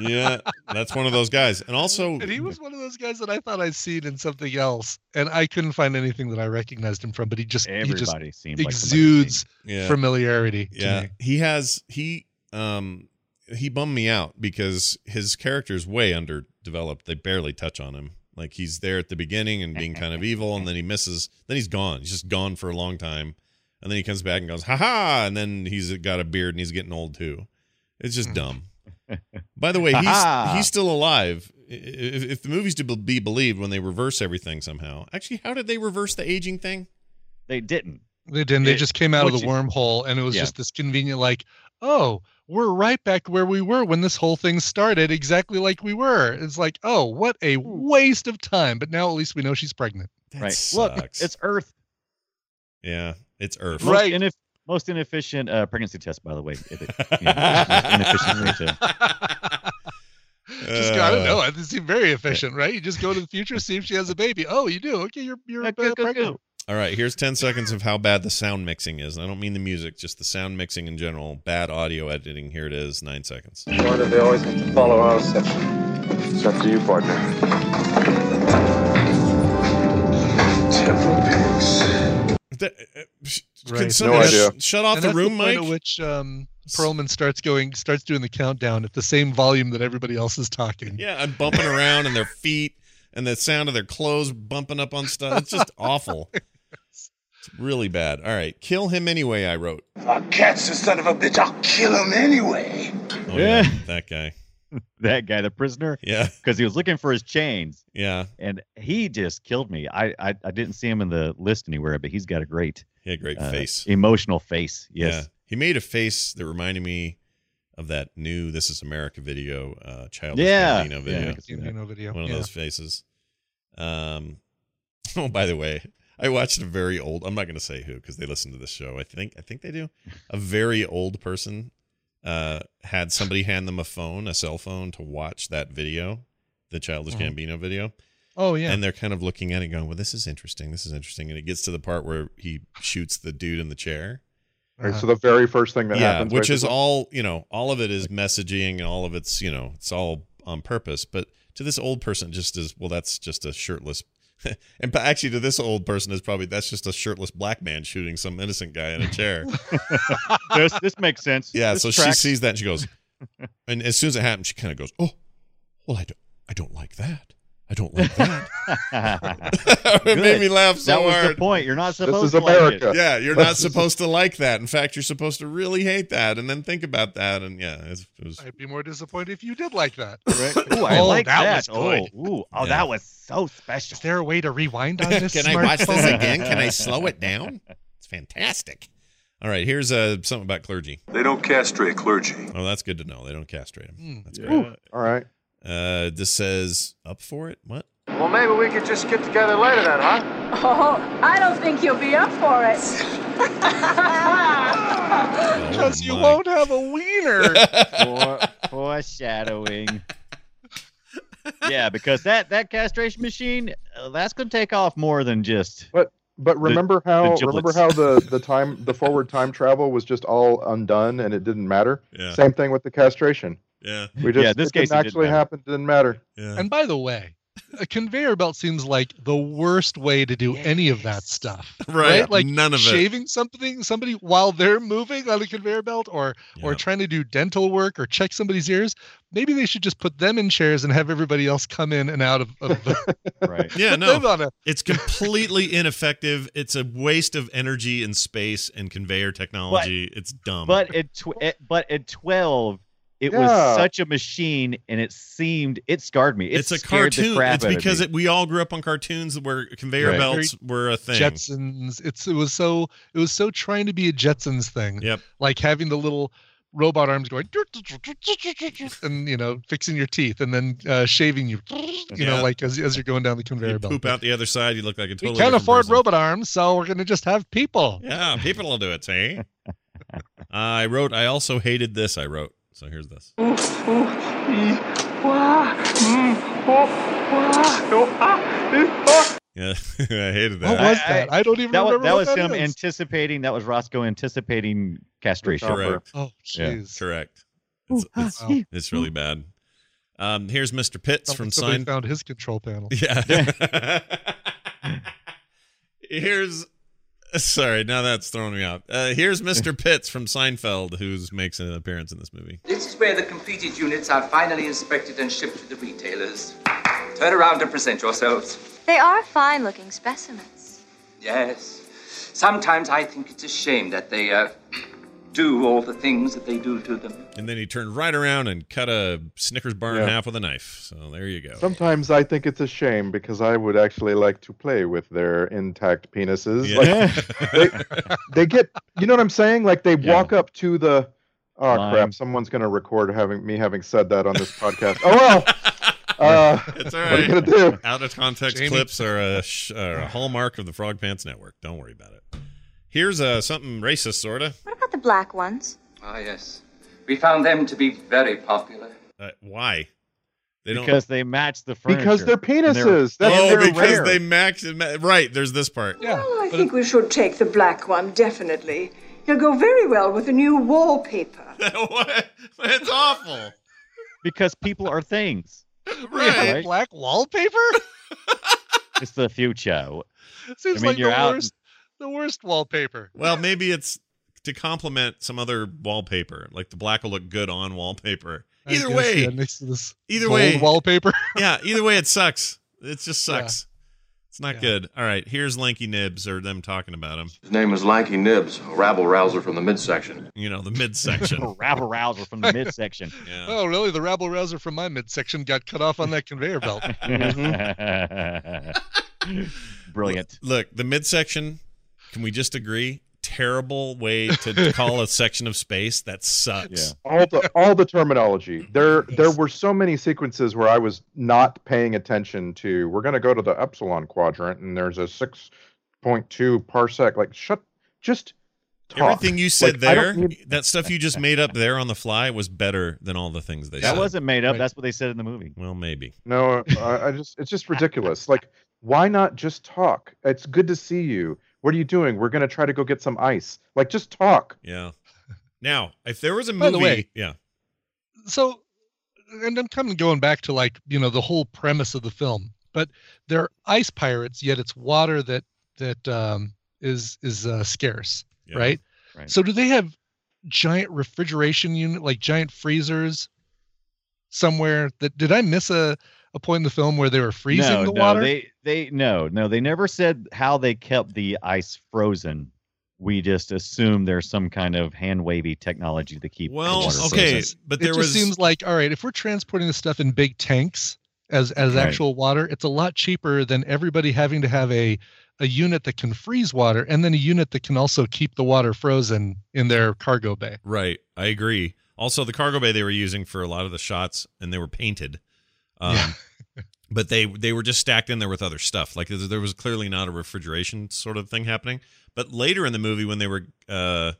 Yeah, that's one of those guys. And also,
And he was one of those guys that I thought I'd seen in something else, and I couldn't find anything that I recognized him from. But he just he just
Everybody seems like somebody I've
exudes
yeah,
familiarity. to
yeah,
me.
he has he um he bummed me out because his character's way underdeveloped. They barely touch on him. Like he's there at the beginning and being kind of evil, and then he misses. Then he's gone. He's just gone for a long time, and then he comes back and goes, "Ha ha!" And then he's got a beard and he's getting old too. It's just
Mm.
dumb. By the way,
Ha
he's
ha.
he's still alive. I- If, if the movie's to be believed, when they reverse everything somehow, actually, how did they reverse the aging thing?
They didn't.
They didn't. They
It-
just came out of
what
the
you-
wormhole, and it was
Yeah.
just this convenient, like, oh, we're right back where we were when this whole thing started, exactly like we were. It's like, oh, what a
Hmm.
waste of time. But now at least we know she's pregnant.
That
right.
sucks.
Look, it's Earth.
yeah, it's Earth.
Most ineff- most inefficient uh, pregnancy test, by the way. If it- yeah, inefficient way
just
to-
Just go,
Uh.
I don't know. It seemed very efficient, right? You just go to the future, see if she has a baby. Oh, you do. Okay, you're you're
Uh,
uh,
go, go,
pregnant.
go.
All right, here's 10 seconds of how bad the sound mixing is. And I don't mean the music, just the sound mixing in general. Bad audio editing. Here it is, nine seconds.
Why do they always have to follow our exception? It's up to you, partner. Temple pigs.
That- uh, sh-
Right.
Can
No
somebody
idea.
sh- shut off
And
the
that's
room, Mike?
point At which um, Perlman starts going, starts doing the countdown at the same volume that everybody else is talking.
Yeah, I'm bumping around and their feet and the sound of their clothes bumping up on stuff. It's just awful. It's really bad. All right, kill him anyway, I wrote.
I'll catch the son of a bitch. I'll kill him anyway.
Oh, yeah.
Yeah.
That guy.
That guy, the prisoner,
Yeah.
because he was looking for his chains,
Yeah.
and he just killed me. I, I I didn't see him in the list anywhere, but he's got a great
He had a great
uh,
face.
emotional face. Yes,
He made a face that reminded me of that new "This Is America" video, uh, childish
Yeah.
Gambino
Yeah, I
video.
can see
You
that.
know, video.
One of
yeah.
those faces. Um. Oh, by the way, I watched a very old. I'm not going to say who because they listen to this show. I think I think they do. A very old person uh had somebody hand them a phone, a cell phone, to watch that video, the childish
Uh-huh.
Gambino video.
Oh yeah.
And they're kind of looking at it going, well, this is interesting. This is interesting. And it gets to the part where he shoots the dude in the chair.
All
Uh,
right, so the very first thing that
Uh-huh. yeah.
happens,
which
right,
is all, you know, all of it is messaging and all of it's, you know, it's all on purpose. But to this old person, it just as well, that's just a shirtless. and but actually, to this old person, is probably that's just a shirtless black man shooting some innocent guy in a chair.
this, this makes sense.
Yeah,
This
so
tracks.
she sees that and she goes, and as soon as it happens, she kind of goes, "Oh, well, I don't, I don't like that. I don't like that."
that
it made
Good.
me laugh so
was
hard.
the point. You're not
This
supposed
is
to like it.
America.
Yeah, you're not supposed to like that. In fact, you're supposed to really hate that, and then think about that. And yeah, it's, it was.
I'd be more disappointed if you did like that.
Ooh, I
Oh,
like
that
that.
was good.
Oh, ooh, oh,
Yeah.
that was so special.
Is there a way to rewind on this? smartphone?
again? Can I
slow it down? It's fantastic. All right, here's uh, something about clergy.
They don't castrate clergy.
Oh, that's good to know. They don't castrate them.
Hmm.
That's
Yeah.
great.
All right.
Uh, this says up for it. What?
Well, maybe we could just get together later then, huh?
Oh, I don't think you'll be up for it.
Oh,
Because you
my
won't have a wiener.
For, foreshadowing. yeah, because that that castration machine uh, that's gonna take off more than just.
But remember how
the
remember
giblets.
how the the time the forward time travel was just all undone and it didn't matter.
Yeah.
Same thing with the castration.
Yeah.
We just
Yeah, this case it
it didn't
didn't
actually
matter.
happen. Didn't matter.
Yeah.
and by the way, a conveyor belt seems like the worst way to do any of that stuff.
right.
Like
none of it.
shaving something somebody while they're moving on a conveyor belt or or
Yeah.
trying to do dental work or check somebody's ears maybe they should just put them in chairs and have everybody else come in and out of, of the,
Right.
Yeah,
put
no.
them on a-
It's completely ineffective. It's a waste of energy and space and conveyor technology. it's dumb.
But at tw- at, but at twelve, it
Yeah.
was such a machine, and it seemed it scarred me. It
it's a
scared The
cartoon.
crap
It's
out of
because
me.
it, we all grew up on cartoons where conveyor
Right.
belts were a thing.
jetsons it's it was so it was so trying to be a jetsons thing
Yep.
like having the little robot arms going and you know fixing your teeth and then uh, shaving you you
Yeah.
know like as, as you're going down the conveyor
You
belt
poop out the other side, you look like a
we
total.
can't afford
robot.
robot arms so we're going to just have people
Yeah, people will do it, see? Uh, I wrote, I also hated this. I wrote. So here's this. Yeah, I hated
What
that.
was that? I, don't even
That was
remember.
that
what
was him
is.
anticipating. That was Roscoe anticipating castration.
Correct.
Oh,
Yeah.
jeez.
Correct. It's, it's,
Wow.
it's really bad. Um, here's Mr. Pitts
Sounds
from
like somebody
Seinfeld.
found his control panel.
Yeah. here's. Sorry, now that's throwing me off. Uh, here's Mr. Pitts from Seinfeld, who makes an appearance in this movie.
This is where the completed units are finally inspected and shipped to the retailers. Turn around and present yourselves.
they are fine looking specimens.
Yes. Sometimes I think it's a shame that they uh, do all the things that they do to them.
And then he turned right around and cut a Snickers bar in
Yeah.
half with a knife. So there you go.
Sometimes I think it's a shame because I would actually like to play with their intact penises. Like, they get you know what I'm saying? Like they
Yeah.
walk up to the oh
Line.
crap, someone's gonna record having me having said that on this podcast. Oh well. Uh,
it's all
what are you
right.
gonna do?
Out of context
Jamie.
clips are a, sh- are a hallmark of the Frog Pants Network. Don't worry about it. Here's uh, something racist, sorta.
What about the black ones?
Ah, yes. We found them to be very popular.
Uh, why? They don't.
Because they match the furniture.
Because they're
And
penises. That's
oh,
they're
because
rare.
they max. ma- Right. There's this part.
Yeah.
Oh, I
but
think we should take the black one, definitely. He'll go very well with the new wallpaper.
what? It's awful.
Because people are things.
we have
Right.
Right.
Black wallpaper?
It's the future. I
Seems
mean,
like
you're
the
out.
worst the worst wallpaper.
Well, maybe it's to complement some other wallpaper. Like the black will look good on wallpaper.
I
Either
guess,
way.
yeah, next to this
either
gold
way.
wallpaper.
yeah, either way, it sucks. It just sucks. It's not
Yeah.
good. All right, here's Lanky Nibs or them talking about him.
His name is Lanky Nibs, a rabble rouser from the midsection.
You know, the midsection.
rabble rouser from the midsection.
yeah.
Oh, really? The rabble rouser from my midsection got cut off on that conveyor belt.
Brilliant.
Look, the midsection, can we just agree? terrible way to call a section of space that sucks.
all the all the terminology. There there were so many sequences where I was not paying attention to. We're going to go to the epsilon quadrant, and there's a six point two parsec. Like shut, just talk.
Everything you said
Like, I
there,
don't need-
that stuff you just made up there on the fly, was better than all the things they
That
said.
wasn't made up.
Right.
That's what they said in the movie.
well, maybe.
no, I, I just it's just ridiculous. Like why not just talk? It's good to see you. What are you doing? We're going to try to go get some ice. Like just talk.
Yeah. Now, if there was a movie,
By the way-
yeah,
so and i'm kind of going back to like you know the whole premise of the film but they're ice pirates yet it's water that that um is is uh, scarce
Yeah.
right?
Right.
so do they have giant refrigeration unit like giant freezers somewhere that did i miss a a point in the film where they were freezing
no,
the
no,
water
They they no, no, they never said how they kept the ice frozen. We just assume there's some kind of hand wavy technology to keep the
Well,
water
Oh, okay,
frozen.
but
it
there
just
was-
seems like all right if we're transporting this stuff in big tanks as as
Right.
actual water it's a lot cheaper than everybody having to have a a unit that can freeze water and then a unit that can also keep the water frozen in their cargo bay
right. I agree. Also, the cargo bay they were using for a lot of the shots, and they were painted. Um,
Yeah.
but they they were just stacked in there with other stuff. Like there- there was clearly not a refrigeration sort of thing happening. But later in the movie, when they were uh,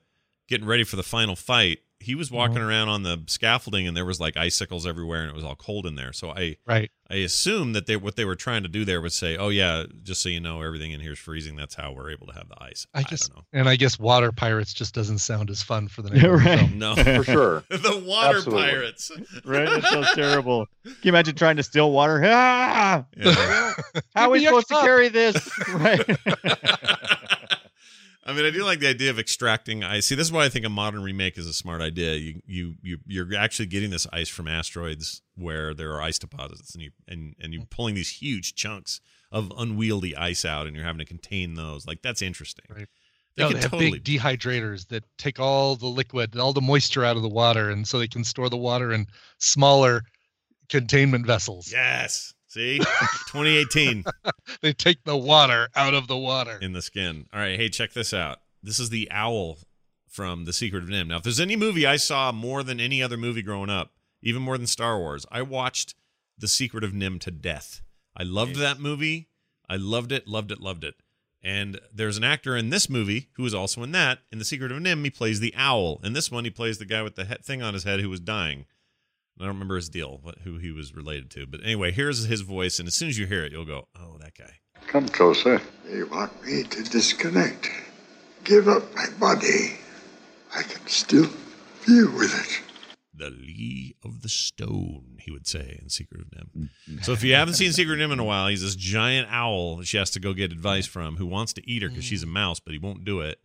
getting ready for the final fight, he was walking
Mm-hmm.
around on the scaffolding, and there was like icicles everywhere, and it was all cold in there. So I
right
I assume that they what they were trying to do there was say, oh yeah, just so you know, everything in here is freezing. That's how we're able to have the ice.
i guess
don't know.
and i guess water pirates just doesn't sound as fun for the name
Yeah,
of the
right.
film.
No,
For sure.
the water
Absolutely.
pirates.
right? That's so terrible. Can you imagine trying to steal water? Ah!
Yeah.
How are we
Give me a
supposed to
cup.
carry this? right.
I mean, I do like the idea of extracting ice. See, this is why I think a modern remake is a smart idea. You you you you're actually getting this ice from asteroids where there are ice deposits, and you and and you're pulling these huge chunks of unwieldy ice out, and you're having to contain those. Like that's interesting.
Right.
They
No,
could
they have
totally
big dehydrators that take all the liquid, all the moisture out of the water, and so they can store the water in smaller containment vessels.
yes. See, 2018.
They take the water out of the water.
in the skin. All right, hey, check this out. This is the owl from The Secret of Nim. Now, if there's any movie I saw more than any other movie growing up, even more than Star Wars, I watched The Secret of Nim to death. I loved that movie. I loved it, loved it, loved it. And there's an actor in this movie who is also in that. In The Secret of Nim, he plays the owl. In this one, he plays the guy with the he- thing on his head who was dying. I don't remember his deal, what, who he was related to. But anyway, here's his voice. And as soon as you hear it, you'll go, oh, that guy.
Come closer. They want me to disconnect, give up my body. I can still feel with it.
the lee of the stone he would say in secret of nim
Mm.
so if you haven't seen secret of nim in a while he's this giant owl that she has to go get advice from who wants to eat her because
Mm.
she's a mouse but he won't do it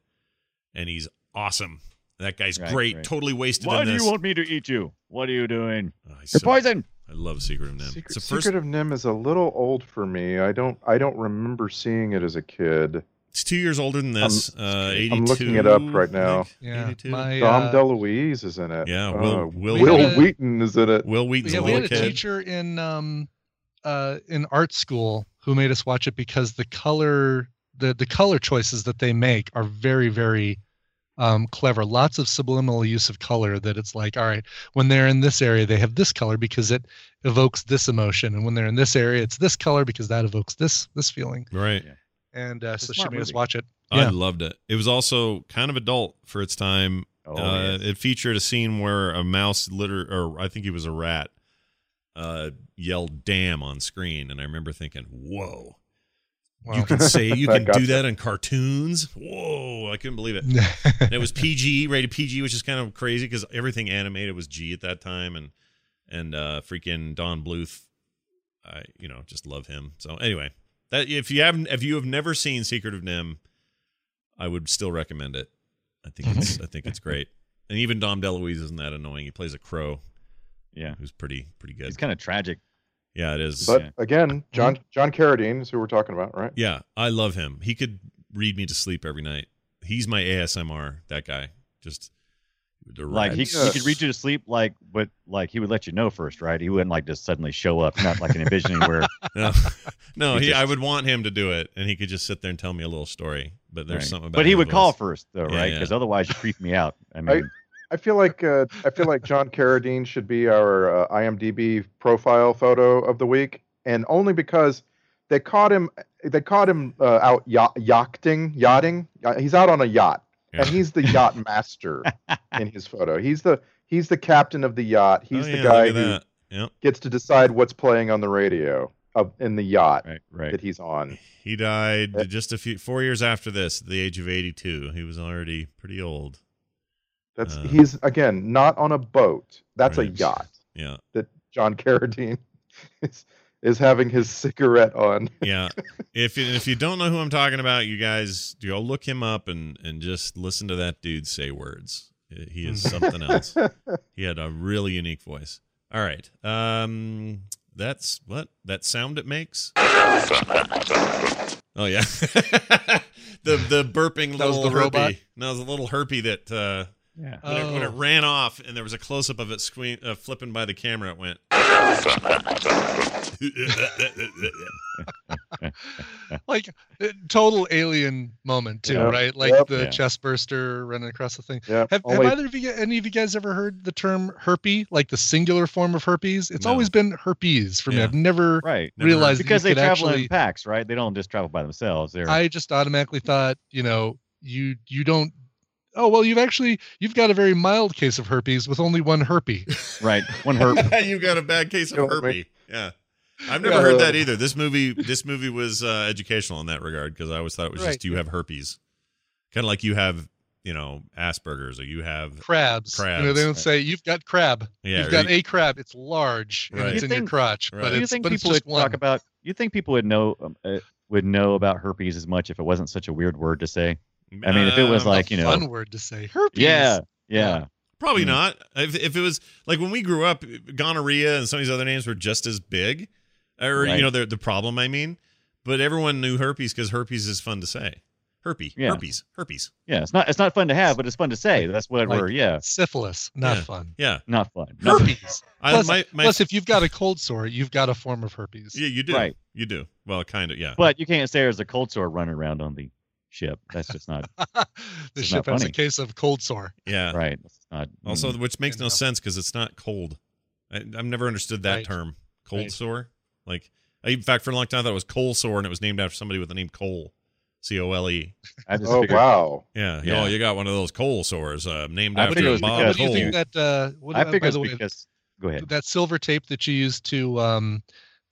and he's awesome that guy's
Right,
great
right.
totally wasted
Why
in
do
this
you want me to eat you? What are you doing?
Oh, he's
You're
so-
poison.
i love secret of nim it's
Secret,
the first
Secret of Nim is a little old for me. I don't I don't remember seeing it as a kid.
it's two years older than this uh 82
I'm looking it up right now.
I think.
Yeah,
82?
my,
Dom
uh,
DeLuise is in it.
Yeah,
Uh,
Will- Will-
Will,
We had a-
Wheaton is in it.
will wheaton's
yeah,
a
we had
little
a
kid
teacher in um, uh, in art school who made us watch it because the color the the color choices that they make are very very um, clever. Lots of subliminal use of color that it's like, all right, when they're in this area, they have this color because it evokes this emotion, and when they're in this area, it's this color because that evokes this this feeling.
right
And uh,
It's a
so she
smart
made us
movie.
watch it.
i
Yeah.
loved it it was also kind of adult for its time
Oh,
uh,
yes.
it featured a scene where a mouse litter or I think he was a rat uh yelled damn on screen and I remember thinking whoa you
Wow.
can say you
That
can
got
do
you.
that in cartoons whoa I couldn't believe it and it was PG rated PG which is kind of crazy cuz everything animated was G at that time and and uh freaking Don Bluth I you know just love him so anyway that if you haven't if you have never seen Secret of Nim I would still recommend it I think it's I think it's great. And even Dom DeLuise isn't that annoying. He plays a crow
Yeah.
who's pretty pretty good.
It's kind of tragic.
yeah, it is.
But
Yeah.
again, John John Carradine is who we're talking about, right?
Mm-hmm. yeah, I love him. He could read me to sleep every night. He's my ASMR. That guy just the
Like he,
rats.
he could read you to sleep, like but like he would let you know first, right? He wouldn't like just suddenly show up, not like an envisioning where
No, no. He, I would want him to do it, and he could just sit there and tell me a little story. But there's
Right.
something about.
But he
his
would call
voice.
first, though,
Yeah,
right?
yeah.
Because otherwise, you creep me out. I
I,
mean,
I feel like uh, I feel like John Carradine should be our uh, IMDb profile photo of the week, and only because they caught him. They caught him uh, out ya- yachting, yachting. Uh, He's out on a yacht, and he's the yacht master in his photo. He's the he's the captain of the yacht. He's
Oh,
the
yeah,
guy
look at
who
that. Yep.
gets to decide what's playing on the radio of, in the yacht
right.
that he's on.
He died just a few four years after this, at the age of 82. He was already pretty old.
That's
Uh,
he's again not on a boat. That's a
Right.
yacht.
Yeah.
that John Carradine is is having his cigarette on.
yeah. If you, if you don't know who I'm talking about, you guys go look him up and and just listen to that dude say words. He is something else. He had a really unique voice. All right. Um that's what that sound it makes. Oh yeah. the the burping
That was
little
the
herpy.
robot?
No, it was a little herpy that uh
Yeah.
when, it, when it
Oh.
ran off and there was a close up of it squeam uh, flipping by the camera it went
like uh, total alien moment too,
Yeah.
right? Like
Yep.
the
Yeah.
chest burster running across the thing.
Yeah.
Oh,
Have, have
only-
either of you, any of you guys ever heard the term herpy, like the singular form of herpes? It's
No.
always been herpes for me.
Yeah.
I've never
right.
Never
realized that
Because they
you could
travel
actually.
in packs, right? They don't just travel by themselves. They're
I just automatically thought, you know, you you don't. Oh well, you've actually you've got a very mild case of herpes with only one herpy.
right. One herp.
you got a bad case of
You know,
herpy. Yeah. I've never heard that either. This movie this movie was uh, educational in that regard because I always thought it was
Right.
just you have herpes. Kind of like you have, you know, Asperger's or you have
Crabs. You know,
Crabs.
they don't say you've got crab.
Yeah,
you've
or
got
you-
a crab. It's large and
Right.
it's
You
in your
think-
crotch,
Right.
but
Do
you
it's
think
but it's
people
just
would
one.
talk about? You think people would know um, uh, would know about herpes as much if it wasn't such a weird word to say? I mean, if it was
Um,
like you know,
fun word to say. Herpes.
yeah, yeah,
Probably
Mm.
not. If, if it was like when we grew up, gonorrhea and some of these other names were just as big, or
Right.
you know, the the problem. I mean, but everyone knew herpes because herpes is fun to say. Herpy,
Yeah.
herpes, herpes.
yeah. It's not it's not fun to have, but it's fun to say. That's what
Like-
we're yeah,
Syphilis. Not
Yeah.
fun.
Yeah,
not fun. Not fun.
Herpes. plus,
I, my, my,
plus, if you've got a cold sore, you've got a form of herpes.
yeah, you do,
Right.
you do. Well, kind of, yeah.
But you can't say there's a cold sore running around on the ship. That's just not
the
It's
ship
not
has a
funny.
case of cold sore.
yeah.
right. That's not
Also,
Hmm.
mm.
which makes no
Yeah.
sense because it's not cold. I, I've never understood that
Right.
term, cold
Right.
sore. Like, I, in fact, for a long time I thought it was coal sore, and it was named after somebody with the name Cole, C O L E.
I just
Oh
figured-
wow.
Yeah,
Yeah.
Oh, you got one of those coal sores uh, named
I
after
figured it was
Bob
because-
what do
Cole.
you think that? Uh, what,
I
by
figured
the way,
it's because go ahead.
that silver tape that you use to um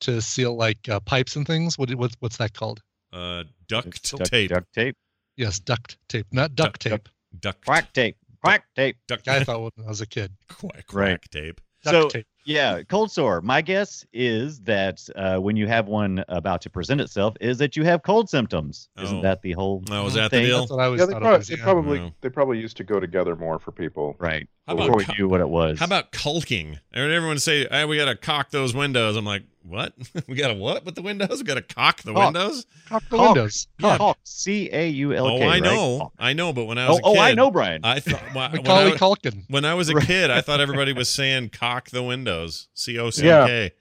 to seal like uh, pipes and things. What, what what's that called?
uh, duct
Duct
tape. Duct.
Duct tape.
Yes, duct tape, not duct
Duct-
tape.
Duct.
Quack tape. Quack tape.
Duct.
I thought when I was a kid.
quack, quack
Right.
tape.
Duct
So-
tape.
Yeah, cold sore. My guess is that uh, when you have one about to present itself, is that you have cold symptoms.
Oh.
Isn't that the whole?
Oh, is that the
thing?
deal?
That's what I was.
Yeah, they,
thought
prob-
it was,
they
yeah.
probably
Wow.
they probably used to go together more for people.
Right.
How
Before
about
we
co-
knew what it was.
how about caulking? I heard everyone say, "Hey, we gotta caulk those windows." I'm like, "What? we gotta what with the windows? We gotta caulk the
Caulk.
windows?"
Cock the
Caulk.
windows.
Caulk? C A U L K.
oh, I
right?
know,
Caulk.
I know. But when I was
Oh,
a
oh,
kid,
I know, Brian.
I thought when, I- when I,
Macaulay
was-
Culkin.
when I was a
Right.
kid, I thought everybody was saying "cock the windows," C O C
Yeah.
K.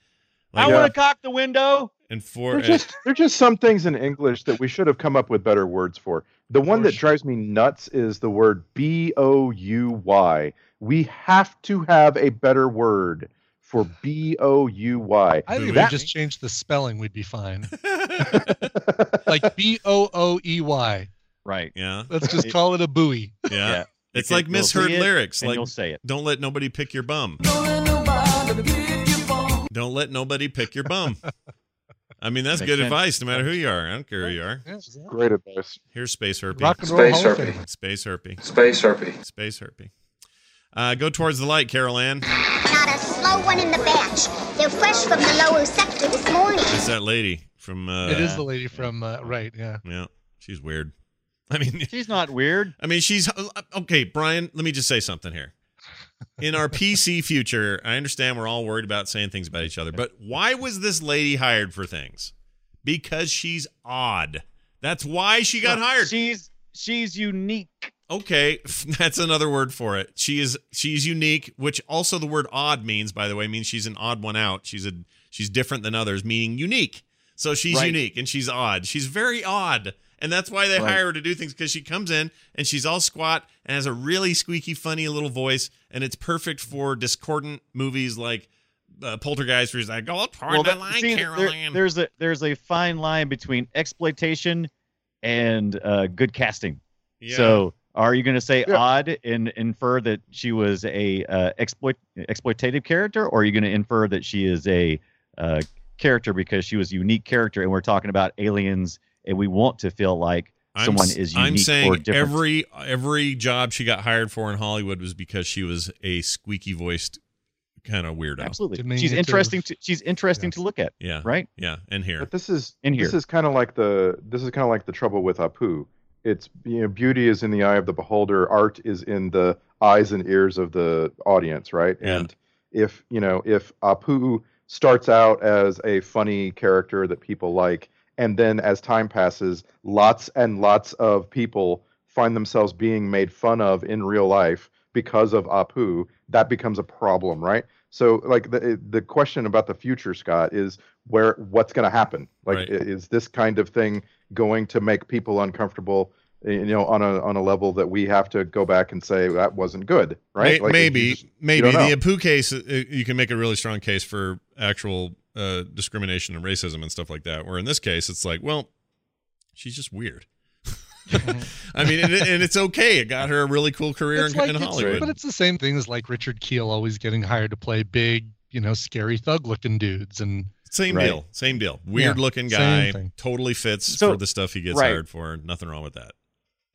I
Like, uh,
want to cock the window.
and for
There's
and-
just there's just some things in English that we should have come up with better words for. The one that drives me nuts is the word B O U Y. We have to have a better word for B O U Y.
I think if we
That-
just changed the spelling, we'd be fine. like B O O E Y.
Right.
yeah,
Let's just call it a buoy.
yeah,
Yeah.
It's
You
like
can- you'll see
misheard
it,
lyrics.
and
Like,
you'll say it.
don't let nobody pick your bum. Don't let nobody pick your bum. I mean, that's
Makes
good
sense.
advice, no matter who you are. I don't care who you are.
Yeah.
Great advice.
Here's space herpy.
Rock and roll
Space
Hall of
herpy.
Famer.
Space herpy.
Space herpy.
Space herpy. Uh, go towards the light, Carol Ann.
Not a slow one in the batch. They're fresh from the lower sector this morning.
It's that lady from. Uh,
It is the lady from uh, right, yeah.
Yeah, she's weird. I mean,
She's not weird.
I mean, she's uh, okay, Brian. Let me just say something here. In our PC future, I understand we're all worried about saying things about each other, but why was this lady hired for things? Because she's odd. That's why she got hired.
She's she's unique.
Okay, that's another word for it. She is she's unique, which also the word odd means, by the way, means she's an odd one out. She's a she's different than others, meaning unique. So she's
Right.
unique and she's odd. She's very odd. And that's why they
Right.
hire her to do things because she comes in and she's all squat and has a really squeaky, funny little voice. And it's perfect for discordant movies like uh, Poltergeist, where he's like, "Oh, go toward the
that-
line,
see, there-
Caroline.
there's a there's a fine line between exploitation and uh, good casting.
Yeah.
So are you going to say odd and infer that she was a uh, exploit exploitative character, or are you going to infer that she is a uh, character because she was a unique character, and we're talking about aliens, and we want to feel like someone
s-
is unique
I'm saying
or different?
every every job she got hired for in Hollywood was because she was a squeaky voiced kind of weirdo.
Absolutely, she's interesting. To, she's interesting to look at.
Yeah.
Right.
Yeah. And here.
But this is
In
this
here.
is kind of like the this is kind of like the trouble with Apu. It's you know beauty is in the eye of the beholder. Art is in the eyes and ears of the audience, right? And if you know if Apu starts out as a funny character that people like, and then as time passes, lots and lots of people find themselves being made fun of in real life because of Apu, that becomes a problem, right? So, like the the question about the future, Scott, is where what's going to happen? Like, i- is this kind of thing going to make people uncomfortable? You know, on a on a level that we have to go back and say that wasn't good,
May-
right? Like,
maybe,
you just- you
maybe
don't know.
the Apu case, uh, you can make a really strong case for actual uh, discrimination and racism and stuff like that. Where in this case, it's like, well, she's just weird. I mean, and, it- and it's okay. It got her a really cool career in,
It's like-
in
it's-
Hollywood.
But it's the same thing as like Richard Keel always getting hired to play big, you know, scary thug looking dudes and
same deal. Same deal. Weird looking guy.
same thing.
Totally fits
So-
for the stuff he gets
right.
hired for. Nothing wrong with that.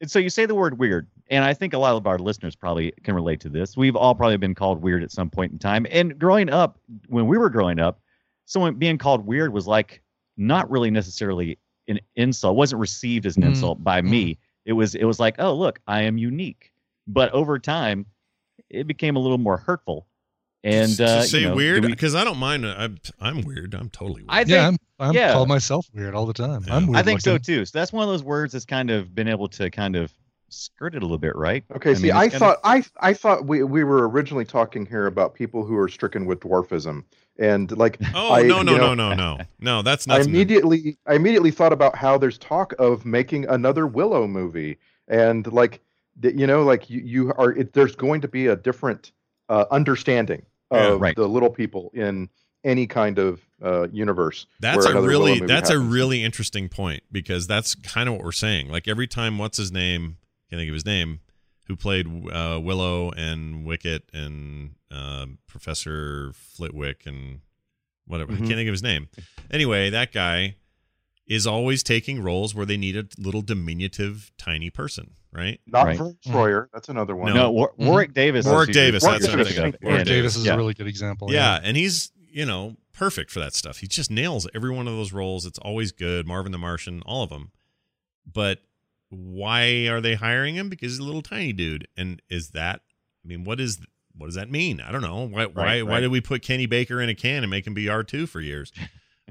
And so you say the word weird, and I think a lot of our listeners probably can relate to this. We've all probably been called weird at some point in time. And growing up, when we were growing up, someone being called weird was like not really necessarily an insult. It wasn't received as an
Mm.
insult by me. It was it was like, oh look, I am unique. But over time, it became a little more hurtful. And
Just-
uh,
just say
you know, do
weird
we-
because I don't mind. I'm I'm weird. I'm totally weird.
I think
yeah, I'm, I'm
yeah.
call myself weird all the time. I'm weird.
I think so
looking.
too. So that's one of those words that's kind of been able to kind of skirt it a little bit, right?
Okay, see,
mean, it's
I
kinda-
thought I I thought we we were originally talking here about people who are stricken with dwarfism, and like
Oh
I,
no no
you know,
no no no no. That's
I
not.
immediately I immediately thought about how there's talk of making another Willow movie, and like th- you know, like you, you are it, there's going to be a different uh, understanding
Yeah,
of
right.
the little people in any kind of uh, universe.
That's
where
a
another Willow
really
movie
that's a
happens.
really interesting point because that's kind of what we're saying. Like every time, what's his name? Can't think of his name. Who played uh, Willow and Wicket and uh, Professor Flitwick and whatever? I
Mhm.
can't
Mm-hmm.
think of his name. Anyway, that guy is always taking roles where they need a little diminutive, tiny person, right?
not
Right.
for Troyer. That's another one.
No, War- Warwick Davis. is
Warwick
who-
Davis.
Warwick
That's what I'm
Davis.
thinking of.
Warwick
And-
Davis is a
yeah.
really
good example,
Yeah,
Oh, yeah.
and he's you know perfect for that stuff. He just nails every one of those roles. It's always good. Marvin the Martian, all of them. But why are they hiring him? Because he's a little tiny dude. And is that? I mean, what is what does that mean? I don't know. Why why
Right,
why
right.
did we put Kenny Baker in a can and make him be R two for years?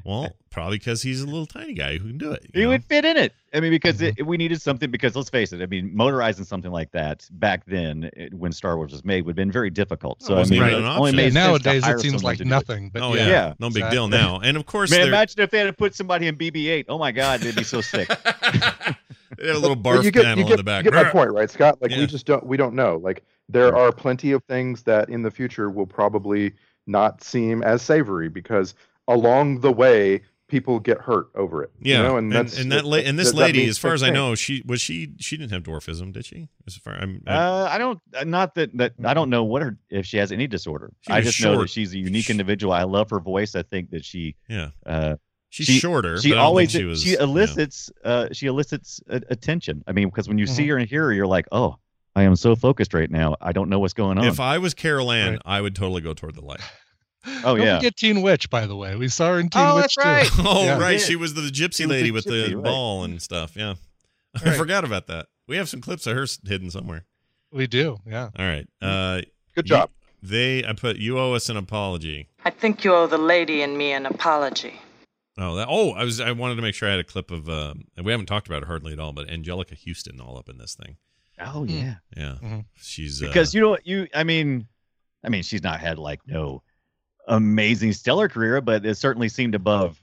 Well, probably because he's a little tiny guy who can do it.
He would fit in it. I mean, because
Mm-hmm.
it, we needed something. Because let's face it, I mean, motorizing something like that back then, it, when Star Wars was made, would have been very difficult. So I
wasn't
mean,
even
it
an
only
option.
made sense to
Nowadays,
hire
it seems
someone
like
to do it.
nothing. But
Oh yeah,
yeah,
no big deal
exactly.
now. And of course,
Man,
they're-
imagine if they had to put somebody in BB-8. Oh my God, they'd be so sick.
they have a little
But
barf
you get,
panel
you get,
in the back.
You get my point, right, Scott? Like
Yeah.
we just don't we don't know. Like there are plenty of things that in the future will probably not seem as savory because along the way people get hurt over it. you
Yeah,
know?
and
and, that's,
and that la- and this
that
lady,
means
as far as I
things
know, she was she she didn't have dwarfism, did she? As far I'm, I-
Uh, I don't. uh, Not that that I don't know what her if she has any disorder.
She
I
was
just know
Mm-hmm. short.
that she's a unique individual. I love her voice. I think that she.
Yeah.
Uh,
She's
she-
shorter,
She
but I don't think
always
she was- yeah.
elicits uh she elicits a- attention. I mean, because when you see
Mhm.
her and hear her, you're like, oh, I am so focused right now. I don't know what's going on.
if I was Carol Ann, I would totally go toward the light.
oh
Don't
yeah.
forget Teen Witch, by the way. We saw her in Teen
Oh, that's
Witch
right.
too.
Oh
Yeah.
right, she was the gypsy
was
lady
the
with the
gypsy, right.
ball and stuff. Yeah, I
Right.
forgot about that. We have some clips of her s- hidden somewhere.
We do, yeah.
All right. Uh,
Good
job. they, I put you owe us an apology.
I think you owe the lady and me an apology.
Oh, that, oh, I was I wanted to make sure I had a clip of uh, we haven't talked about it hardly at all, but Angelica Houston all up in this thing.
Oh yeah.
Yeah, she's uh,
because you know what you I mean, I mean she's not had like no amazing stellar career, but it certainly seemed above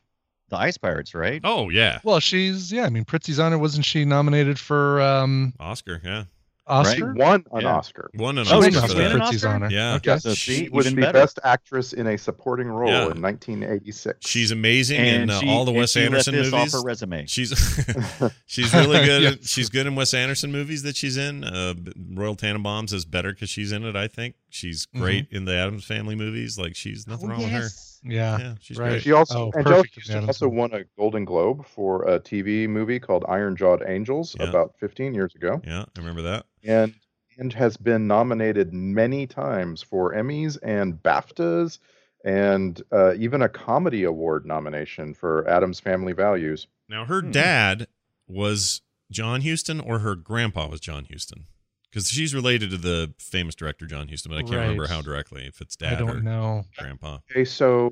the Ice Pirates, right?
Oh yeah.
Well, she's yeah. I mean, Pritzi's honor wasn't she nominated for um
Oscar? Yeah.
Oscar
Right? Won an Oscar.
Won an
She
Oscar.
won
for
an
that.
Oscar. Pritzi's honor.
Yeah.
Okay.
Yes, she
see,
was
even
the
better.
best actress in a supporting role
Yeah.
in 1986.
She's amazing in
And
uh,
she-
all the
and
Wes
she let
Anderson
this off
movies.
her resume.
She's she's really good.
Yeah.
at- She's good in Wes Anderson movies that she's in. Uh, B- Royal Tannenbaums is better because she's in it. I think she's
Mm-hmm.
great in the Adams Family movies. Like she's nothing
Oh,
wrong
with her. Yeah.
yeah, she's
Oh, right.
great.
She also
Oh,
Angelica
perfect.
she also won a Golden Globe for a TV movie called Iron Jawed Angels
Yeah.
about 15 years ago,
Yeah, I remember that.
and and has been nominated many times for Emmys and BAFTAs, and uh, even a comedy award nomination for Adam's Family Values.
Now her
Hmm.
dad was John Huston, or her grandpa was John Huston, because she's related to the famous director John Huston, but I can't remember
Right.
how directly. If it's
I
dad or
don't know.
grandpa.
Okay, so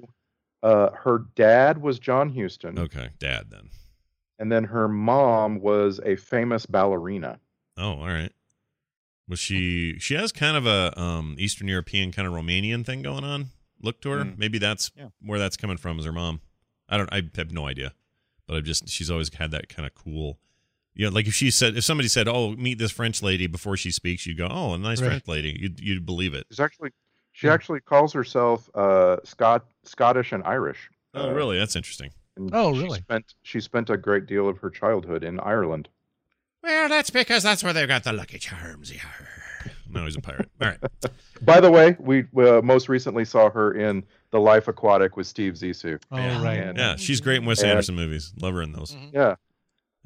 uh, her dad was John Huston,
Okay, dad then.
and then her mom was a famous ballerina.
Oh, all right. Was she? She has kind of a um Eastern European kind of Romanian thing going on. Look to her.
Mm.
Maybe that's
Yeah.
where that's coming from. Is her mom? I don't. I have no idea. But I've just. She's always had that kind of cool. You know, like if she said, if somebody said, "Oh, meet this French lady," before she speaks, you'd go, "Oh, a nice
Right.
French lady." You'd you'd believe it.
She's actually she
Hmm.
actually calls herself uh, Scot Scottish and Irish.
Oh,
Uh,
really? That's interesting.
and
Oh,
she
really?
Spent she spent a great deal of her childhood in Ireland.
Well, that's because that's where they've got the lucky charms. Yeah. No, he's a pirate. All right.
By the way, we uh, most recently saw her in The Life Aquatic with Steve Zissou.
Oh,
Yeah.
right.
And,
Yeah, she's great in Wes
And-
Anderson movies. Love her in those.
yeah, yeah,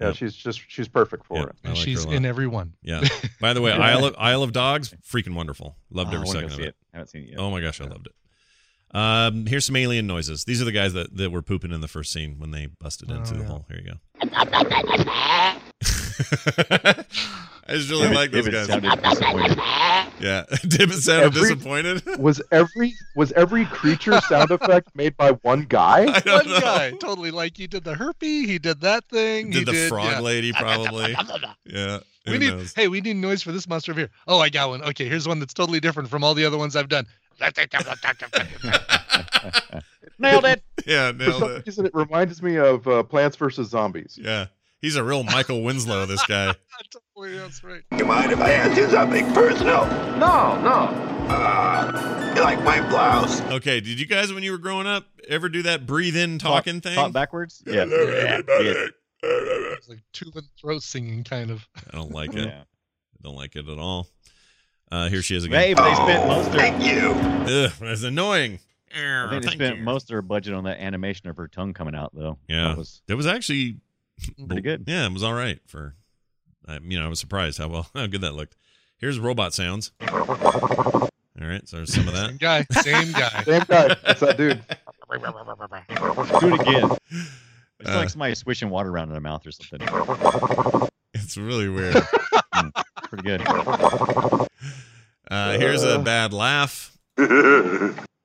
Yep.
she's just she's perfect for
Yeah,
it.
I like her
she's
a lot.
in every one.
Yeah. By the way, Isle of Isle of Dogs, freaking wonderful. Loved
Oh,
every
I
second
wanna go
of
see
it.
it. I haven't seen it yet.
Oh my gosh, I loved it. Um, here's some alien noises. These are the guys that, that were pooping in the first scene when they busted
Oh,
into the
yeah.
hole. Here you go. I just really like those guys.
David sounded disappointed.
yeah, Dibbit sounded
Every-
disappointed.
Was every was every creature sound effect made by one guy?
I don't
One
know.
guy, totally like he did the herpy, he did that thing, he
Did the
did,
frog
yeah.
lady probably? yeah.
We
who
need,
knows?
hey, we need noise for this monster over here. Oh, I got one. Okay, here's one that's totally different from all the other ones I've done.
Nailed it.
yeah,
For
nailed
some
it.
reason, it reminds me of uh, Plants vs Zombies.
Yeah. He's a real Michael Winslow, this guy.
totally, that's right.
You mind if I ask you something personal? Uh,
No, no.
You like my blouse?
Okay, did you guys when you were growing up ever do that breathe in talking
Talk-
thing?
Talk backwards. Yeah. Yeah.
It's like Tulin throat singing kind of.
I don't like it.
Yeah.
I don't like it at all. Uh, here she is
Hey,
again.
but they spent most of their,
Thank you.
Ugh, that's annoying.
I think they
Thank
spent
you.
most of their budget on that animation of her tongue coming out, though.
Yeah.
That was
That was actually
Mm-hmm.
pretty good.
Yeah, it was all right for. I you know I was surprised how well how good that looked. Here's robot sounds. All right, so there's some of that.
Same guy, same guy.
Same guy. It's that dude.
Do it again. It's
Uh,
like somebody swishing water around in their mouth or something.
it's really weird.
Pretty good.
Uh, here's a bad laugh.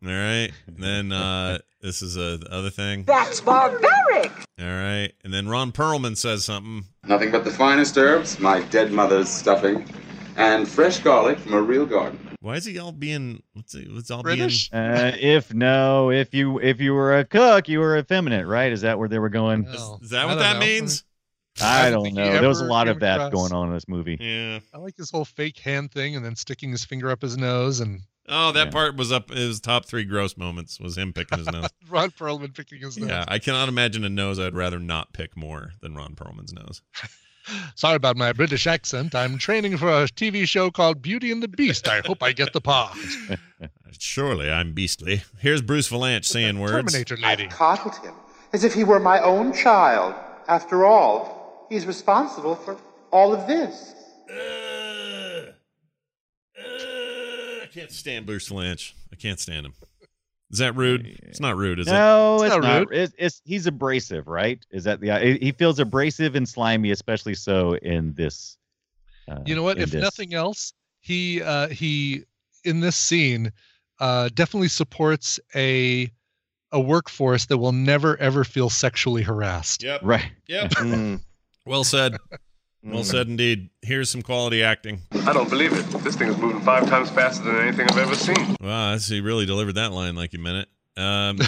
All right, then uh, this is a the other thing.
That's barbaric!
All right, and then Ron Perlman says something.
Nothing but the finest herbs, my dead mother's stuffing, and fresh garlic from a real garden.
Why is he all being? What's he? What's all
British?
Uh, if no, if you if you were a cook, you were effeminate, right? Is that where they were going?
No,
being? Is that
Oh, I
what
don't
that
know.
means?
I
I
don't
think he
know. There was a
ever
lot
came
of that
across-
going on in this movie.
Yeah.
I like his whole fake hand thing and then sticking his finger up his nose and
Oh, that
Yeah.
part was up. It was top three gross moments. Was him picking his nose.
Ron Perlman picking his nose.
yeah, I cannot imagine a nose I'd rather not pick more than Ron Perlman's nose.
Sorry about my British accent. I'm training for a TV show called Beauty and the Beast. I hope I get the part.
Surely I'm beastly. Here's Bruce Valanche saying words.
Terminator lady.
coddled him as if he were my own child. After all, he's responsible for all of this.
Ugh. Ugh. Uh, I can't stand Bruce Valanche. I can't stand him. Is that rude? It's not rude, is it?
No,
It's
it's,
not
not.
rude.
It's, it's he's abrasive, right? Is that the he he feels abrasive and slimy, especially so in this. Uh,
You know what?
in
If
this.
nothing else, he uh, he in this scene uh, definitely supports a a workforce that will never ever feel sexually harassed.
Yep.
right?
Yep.
Mm.
Well said. Well
Mm.
said indeed. Here's some quality acting.
I don't believe it. This thing is moving five times faster than anything I've ever seen.
Wow, that's- he really delivered that line like you meant it. Um,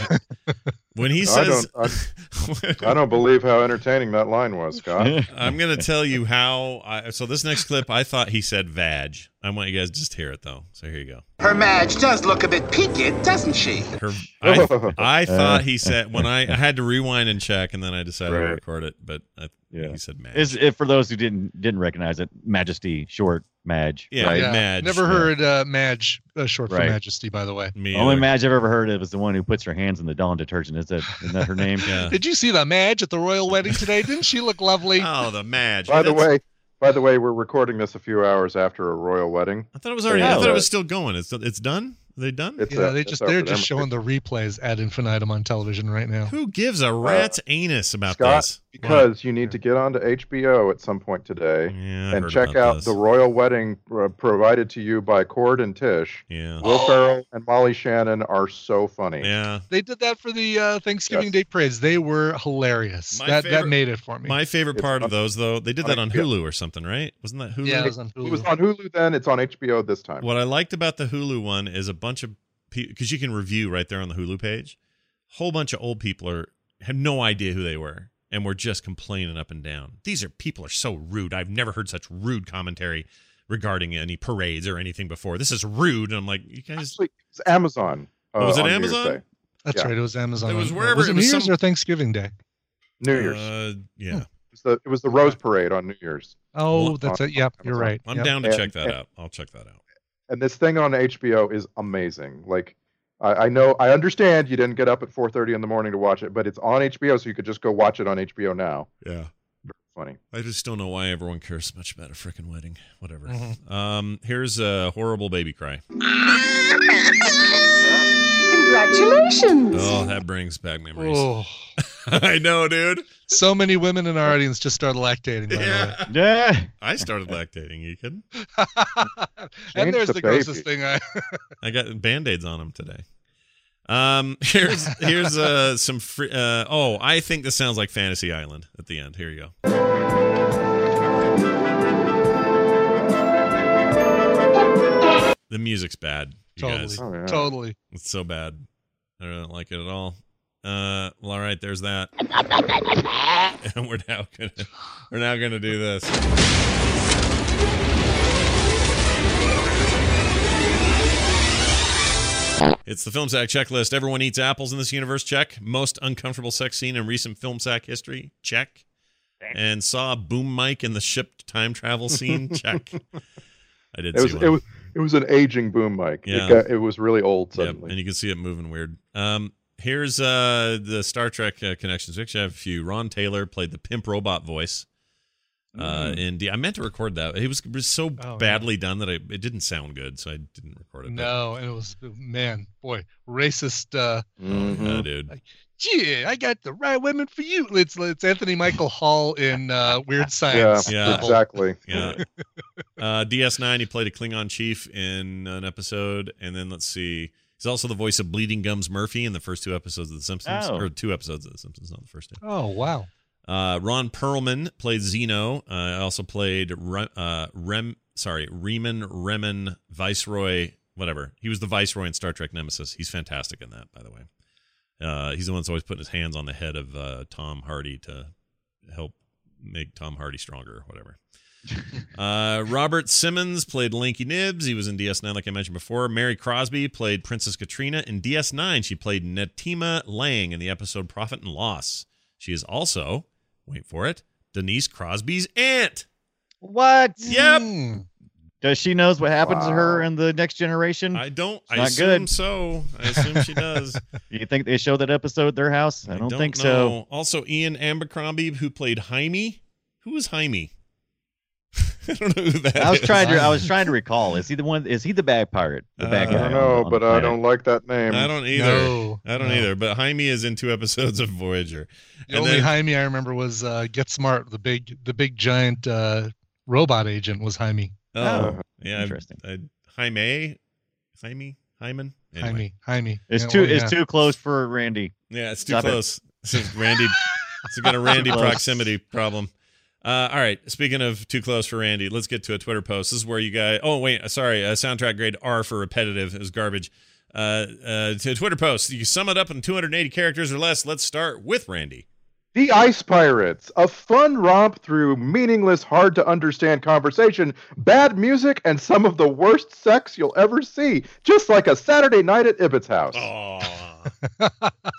when he
I
says,
don't- I-
I don't believe how entertaining that line was, Scott.
I'm going to tell you how. I, so this next clip, I thought he said vag. I want you guys to just hear it though. So here you go.
Her Madge does look a bit peaked, doesn't she?
Her, I, I thought he said when I, I had to rewind and check, and then I decided to
Right.
record it. But I, he said Madge.
Is if for those who didn't didn't recognize it, Majesty, short Madge. right?
Never heard uh, Madge, uh, short
Right.
for Majesty, by the way.
Only Madge I've ever heard of is the one who puts her hands in the Dawn detergent. Is that isn't that her name?
Did you see the Madge at the royal wedding today? Didn't she look
Uh,
lovely?
Oh, the Madge.
By the way, by the way, we're recording this a few hours after a royal wedding.
I thought it was already. I thought it was still going. It's it's done. Are they done?
It's
yeah,
up-
they
it's
just
up
they're
for
just
them.
showing the replays ad infinitum on television right now.
Who gives a rat's anus about
Uh, Scott,
this?
because you need to get onto HBO at some point today
I
and
heard
check
about
out
this.
the royal wedding uh, provided to you by Cord and Tish.
Yeah.
Will Ferrell and Molly Shannon are so funny.
Oh. Yeah.
They did that for the uh, Thanksgiving Day parades. They were hilarious.
My
that that
favorite-
made it for me.
My favorite part of those though, they did that on
Yeah.
Hulu or something, right? Wasn't that Hulu?
Yeah, it was on Hulu.
It was on Hulu then. It's on HBO this time.
What I liked about the Hulu one is a bunch of people because you can review right there on the Hulu page. Whole bunch of old people are have no idea who they were and were just complaining up and down. These are people are so rude. I've never heard such rude commentary regarding any parades or anything before. This is rude. And I'm like, you guys.
It's Amazon. uh,
Oh, was it
on New Year's
Amazon?
Day.
That's
Yeah.
right. It was Amazon.
It was
Yeah.
wherever-
Was
it
it
was
New Year's
some-
or Thanksgiving Day?
New Year's.
Uh, yeah.
It was the, it was the Rose Parade on New Year's.
Oh,
On-
that's it.
on
Yep, you're
Amazon.
right.
I'm
Yep.
down to
And-
check that
and-
out. I'll check that out.
and this thing on HBO is amazing. Like I, I know I understand you didn't get up at 4:30 in the morning to watch it, but it's on HBO, so you could just go watch it on HBO now.
Yeah.
Funny.
I just don't know why everyone cares so much about a freaking wedding. Whatever.
Mhm.
Um, here's a horrible baby cry.
Congratulations.
Oh, that brings back memories.
Oh.
I know, dude.
So many women in our audience just started lactating. By the way.
Yeah.
I started lactating. You kidding?
and there's the, grossest thing I.
I got band aids on them today. Um, here's here's uh some free. Uh, oh, I think this sounds like Fantasy Island at the end. Here you go. The music's bad. You
Totally.
guys.
Oh, yeah. Totally.
It's so bad. I don't like it at all. Uh, well, all right. There's that. and we're now gonna we're now gonna do this. It's the film sack checklist. Everyone eats apples in this universe. Check. Most uncomfortable sex scene in recent film sack history. Check. And saw boom mic in the ship time travel scene. Check. I did
It was
see
it
one.
was it was an aging boom mic.
Yeah.
It, got, it was really old
Yep,
suddenly.
and you can see it moving weird. Um, here's uh, the Star Trek uh, connections. We actually have a few. Ron Taylor played the pimp robot voice. Uh,
Mm. Oh,
in D- I meant to record that. It was, it was so
yeah.
badly done that I, it didn't sound good, so I didn't record it.
No, and it was man, boy, racist. Uh,
Oh, yeah, dude.
Gee, I got the right women for you. It's it's Anthony Michael Hall in uh, Weird Science.
Yeah,
Level.
exactly.
Yeah. Uh, DS9, he played a Klingon chief in an episode, and then let's see. He's also the voice of Bleeding Gums Murphy in the first two episodes of The Simpsons,
Oh.
or two episodes of The Simpsons, not the first two.
Oh wow.
Uh, Ron Perlman played Zeno. Uh, I also played Re- uh, Rem. Sorry, Reman Remen Viceroy. Whatever. He was the Viceroy in Star Trek Nemesis. He's fantastic in that, by the way. Uh, he's the one that's always putting his hands on the head of uh, Tom Hardy to help make Tom Hardy stronger, or whatever. Uh, Robert Simmons played Lanky Nibs. He was in DS9, like I mentioned before. Mary Crosby played Princess Katrina. In DS9, she played Netima Lang in the episode Profit and Loss. She is also, wait for it, Denise Crosby's aunt.
What?
Yep.
Hmm.
Does she knows what happens to her
Wow.
in the next generation?
I don't.
Hmm. It's
I
not
assume
good.
so. I assume she does.
Do you think they showed that episode at their house? I don't, think so.
know. Also, Ian Abercrombie, who played Jaime. Who is Jaime? I don't know who that
I was
is.
trying to. I was trying to recall. Is he the one? Is he the bag pirate? The bad
Uh,
guy.
I don't
on-
no,
on the
but I
planet?
don't like that name.
I don't either.
No,
I don't
no.
either. But Jaime is in two episodes of Voyager.
The only Jaime I remember was uh, Get Smart, the big the big giant uh, robot agent was Jaime.
oh,
Oh,
yeah,
interesting.
I, Jaime, Jaime, Hyman, Anyway.
Jaime, Jaime.
It's
Yeah,
too.
well,
It's
yeah.
too close for Randy.
Yeah, it's too
Stop it.
close. It's a Randy, it's got a Randy
Too close.
proximity problem. Uh, all right. Speaking of too close for Randy, let's get to a Twitter post. This is where you guys. Oh wait, sorry. Uh, soundtrack grade R for repetitive is garbage. Uh, uh, to a Twitter post. You sum it up in 280 characters or less. Let's start with Randy.
The Ice Pirates, a fun romp through meaningless, hard to understand conversation, bad music, and some of the worst sex you'll ever see, just like a Saturday night at Ibbot's house.
Oh,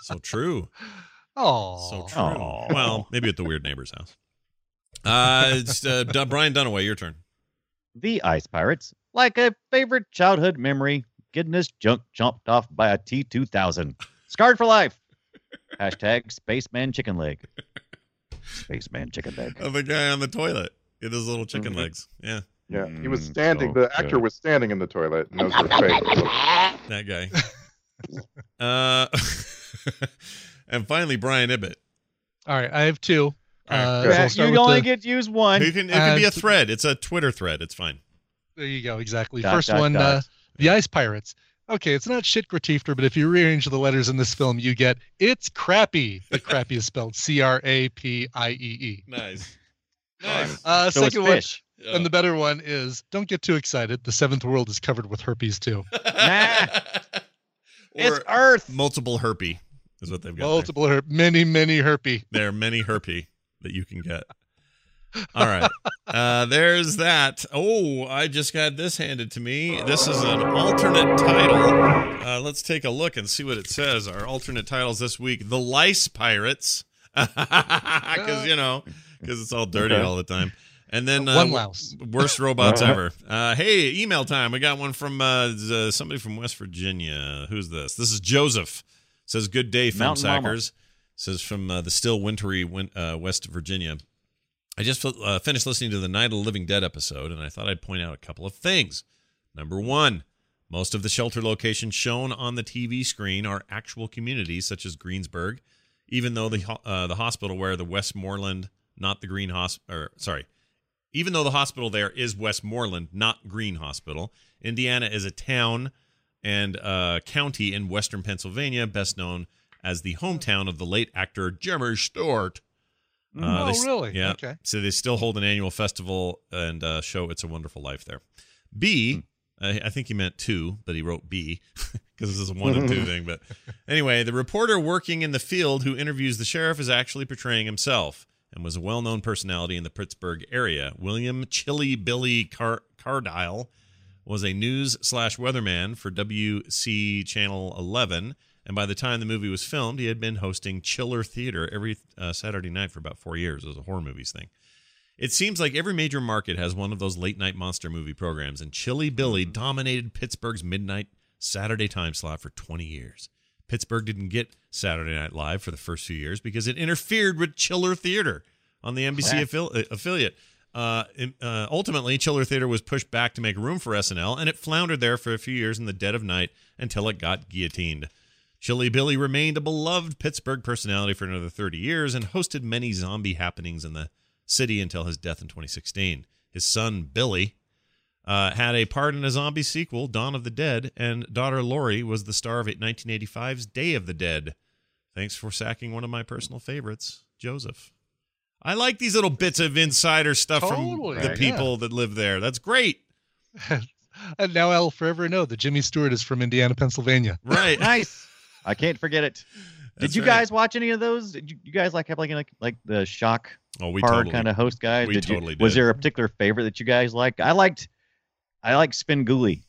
so true.
Oh,
so true. Aww. Well, maybe at the weird neighbor's house. Uh, it's, uh D- Brian Dunaway, your turn.
The Ice Pirates, like a favorite childhood memory, getting his junk chomped off by a T two thousand, scarred for life. Hashtag spaceman chicken leg. Spaceman chicken leg.
Of the guy on the toilet. With his little chicken
Mm-hmm.
legs. Yeah.
Yeah. He
mm,
was
Mm,
standing. the actor was standing in the toilet. And those were fake.
That guy. uh and finally Brian Ibbett.
All right. I have two. Uh,
Yeah,
so I'll start
you
with
only
the-
get to use one.
You can it can be a
And-
thread. It's a Twitter thread. It's fine.
There you go. Exactly.
Dot,
First
dot,
one, Uh,
dot.
the Ice Pirates. Okay, it's not shit gratiefter, but if you rearrange the letters in this film, you get it's crappy. The crappy is spelled C R A P I E E.
Nice. Nice.
Uh,
So it's
second one,
fish.
and the better one is don't get too excited. The seventh world is covered with herpes too.
Nah, it's
Or
Earth.
multiple herpy is what they've got. there.
Multiple herp, many, many herpy.
There are many herpy that you can get. All right. Uh, there's that. Oh, I just got this handed to me. This is an alternate title. Uh, let's take a look and see what it says. Our alternate titles this week The Lice Pirates. Because, you know, because it's all dirty
Okay.
all the time. And uh, then
One louse.
Worst robots
All right.
ever. Uh, hey, email time. We got one from uh, z- somebody from West Virginia. Who's this? This is Joseph. Says, Good day, film
Mountain Mama.
sackers. Says from uh, the still wintry win- uh, West Virginia. I just fi- uh, finished listening to the Night of the Living Dead episode, and I thought I'd point out a couple of things. Number one, most of the shelter locations shown on the TV screen are actual communities such as Greensburg, even though the ho- uh, the hospital where the Westmoreland, not the Green Hospital, or sorry, even though the hospital there is Westmoreland, not Green Hospital. Indiana is a town and uh, county in western Pennsylvania, best known as the hometown of the late actor Jimmer Stewart. Uh,
Oh,
they s-
really?
Yeah.
Okay.
So they still hold an annual festival and uh, show "It's a Wonderful Life" there.
Hmm.
B, I I think he meant two, but he wrote B because this is a one and two thing. But anyway, the reporter working in the field who interviews the sheriff is actually portraying himself and was a well-known personality in the Pittsburgh area. William Chili Billy Car- Cardile was a news slash weatherman for WC Channel 11, and by the time the movie was filmed, he had been hosting Chiller Theater every uh, Saturday night for about four years. It was a horror movies thing. It seems like every major market has one of those late night monster movie programs, and Chili Billy dominated Pittsburgh's midnight Saturday time slot for 20 years. Pittsburgh didn't get Saturday Night Live for the first few years because it interfered with Chiller Theater on the NBC affil- uh, affiliate. Uh, in- uh, ultimately, Chiller Theater was pushed back to make room for SNL, and it floundered there for a few years in the dead of night until it got guillotined. Chili Billy remained a beloved Pittsburgh personality for another 30 years and hosted many zombie happenings in the city until his death in 2016. His son, Billy, uh, had a part in a zombie sequel, Dawn of the Dead, and daughter Lori was the star of 1985's Day of the Dead. Thanks for sacking one of my personal favorites, Joseph. I like these little bits of insider stuff
Totally,
from the
yeah.
people that live there. That's great.
And now I'll forever know that Jimmy Stewart is from Indiana, Pennsylvania.
Right.
nice. I can't forget it.
That's
Did you
right.
guys watch any of those? Did you, you guys like have like like like the shock
Oh, we
horror
totally
kind of host guys?
we
did you,
totally
Was
did.
there a particular favorite that you guys liked? I liked, I liked Spinguli.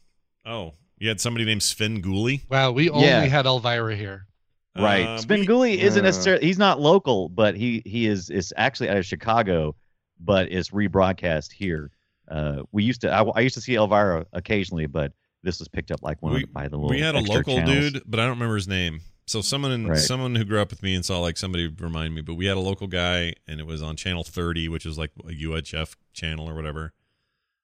Oh, you had somebody named Sven Gulli?
Wow, we only
Yeah.
had Elvira here.
Right,
Um,
Spinguli isn't
Yeah.
necessarily he's not local, but he he is is actually out of Chicago, but is rebroadcast here. Uh, we used to I, I used to see Elvira occasionally, but this was picked up like one of the- by the little
we had a
extra
local
channels.
dude, but I don't remember his name. So someone in,
Right.
someone who grew up with me and saw like somebody remind me, but we had a local guy and it was on channel 30, which is like a UHF channel or whatever.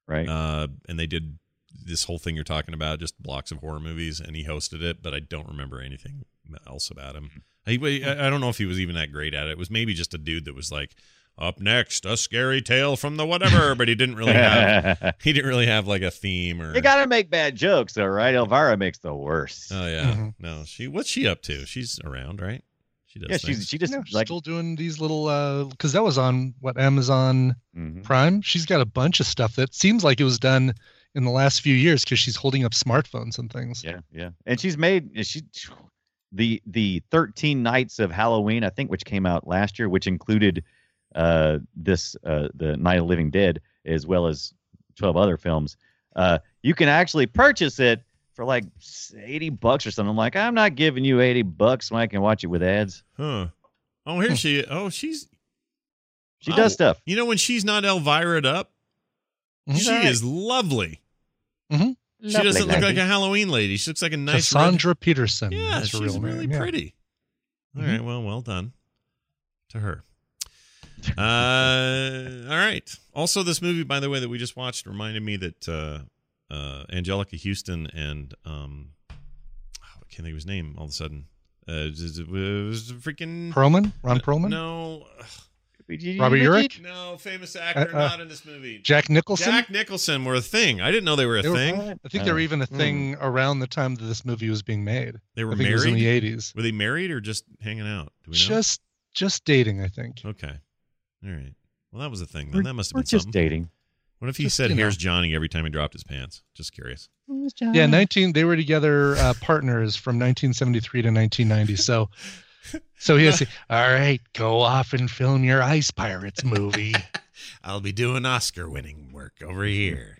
right?
Uh, and they did this whole thing you're talking about, just blocks of horror movies, and he hosted it, but I don't remember anything else about him. He, I I don't know if he was even that great at it. It was maybe just a dude that was like, up next, a scary tale from the whatever, but he didn't really have he didn't really have like a theme or
you gotta make bad jokes, all right? Elvira makes the worst.
Oh yeah.
Mhm.
No, she what's she up to? She's around, right? She does.
yeah,
things.
she's she just
yeah,
like
still doing these little uh because that was on what Amazon
Mm-hmm.
Prime. She's got a bunch of stuff that seems like it was done in the last few years because she's holding up smartphones and things.
yeah, yeah, and she's made she the the 13 nights of Halloween, I think, which came out last year, which included uh, this uh, the Night of Living Dead as well as 12 other films. Uh, you can actually purchase it for like 80 bucks or something. I'm like, I'm not giving you 80 bucks when I can watch it with ads.
Huh. Oh, here she. Oh, she's.
She does
oh,
stuff.
You know when she's not Elvira'd up, she
Right.
is lovely.
Mm-hmm.
She doesn't look like a Halloween lady. She looks like a nice
Cassandra Peterson.
Red, yeah,
is her
she's
real name,
really
yeah.
pretty. All
Mhm.
right. Well, well done to her. Uh, all right. Also, this movie, by the way, that we just watched reminded me that uh, uh, Angelica Houston and um, oh, I can't think of his name all of a sudden. Uh, it was was freaking
Perlman? Ron Perlman?
No.
Robert Urich?
No, famous actor
Uh, uh,
not in this movie.
Jack Nicholson?
Jack Nicholson were a thing. I didn't know they were a
They were-
thing.
I think they were even a thing around the time that this movie was being made.
They were
I think it was in
married?
the eighties.
Were they married or just hanging out? Do we know? Oh.
Just just dating, I think.
Okay. All right. Well, that was a thing
We're-
then. That must have
we're
been
just
something.
dating.
What if he
Just,
said,
you know.
"Here's Johnny" every time he dropped his pants? Just curious.
Yeah, nineteen. They were together uh, partners from 1973 to 1990. So, so he has. to- All right, go off and film your Ice Pirates movie.
I'll be doing Oscar-winning work over here.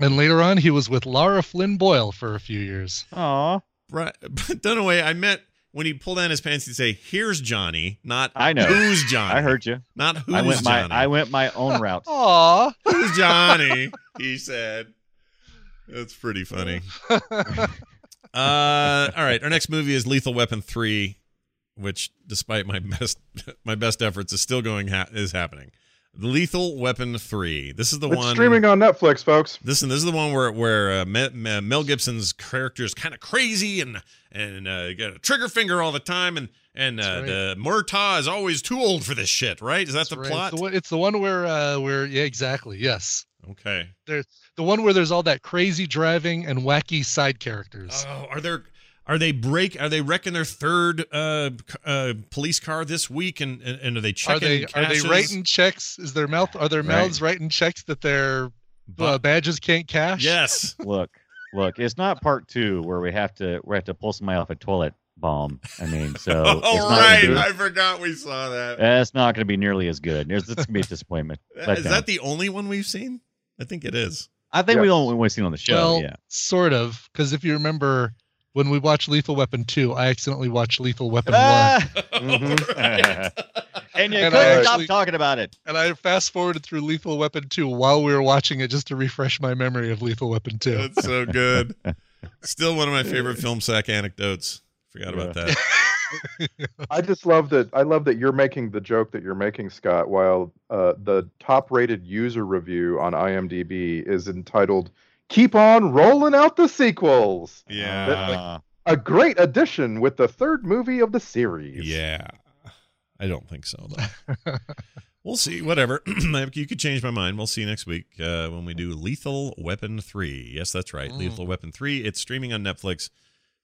and later on, he was with Laura Flynn Boyle for a few years.
Aw.
Right, but Dunaway, I meant when he pulled down his pants, he'd say, "Here's Johnny," not
I know.
who's Johnny."
I heard you.
Not who's
I went
Johnny.
my I went my own route.
Aw.
who's Johnny? he said. That's pretty funny. Uh, all right. Our next movie is Lethal Weapon three, which, despite my best my best efforts, is still going ha- is happening. Lethal Weapon three. This is the
It's
one
streaming on Netflix, folks.
Listen, this is the one where where uh, Me- Me- Mel Gibson's character is kind of crazy and and uh, got a trigger finger all the time, and and uh,
right.
the Murtaugh is always too old for this shit, right? Is that the
Right,
plot?
It's the, one- it's the one where uh, where yeah, exactly. Yes,
okay.
there's the one where there's all that crazy driving and wacky side characters.
Oh, are there? Are they break? Are they wrecking their third uh, c- uh, police car this week? And and, and are they
are
checking?
they
caches?
are they writing checks? Is their mouth are their
Right.
mouths writing checks that their uh,
But-
badges can't cash?
Yes.
Look, look, it's not part two where we have to we have to pull somebody off a toilet bomb. I mean, so
All Oh, right,
Oh, it's not gonna be-
I forgot we saw that.
Uh, it's not going to be nearly as good. There's, it's going to be a disappointment.
Is
Letdown.
that the only one we've seen? I think it is.
I think we
Yes.
only we've seen on the show.
well,
yeah.
sort of. Because if you remember when we watched Lethal Weapon two, I accidentally watched Lethal Weapon one,
Ah!
Mm-hmm.
Right.
and you
And I
couldn't stop
actually-
talking about it.
and I fast forwarded through Lethal Weapon two while we were watching it just to refresh my memory of Lethal Weapon two.
That's so good. Still one of my favorite film sack anecdotes. Forgot about that.
I just love that. I love that you're making the joke that you're making, Scott. While uh, the top-rated user review on IMDb is entitled "Keep on rolling out the sequels,"
Yeah.
Uh,
a great addition with the third movie of the series.
Yeah. I don't think so though. we'll see. Whatever. you could change my mind. We'll see you next week uh, when we do Lethal Weapon Three. Yes, that's right.
Mm.
Lethal Weapon Three. It's streaming on Netflix.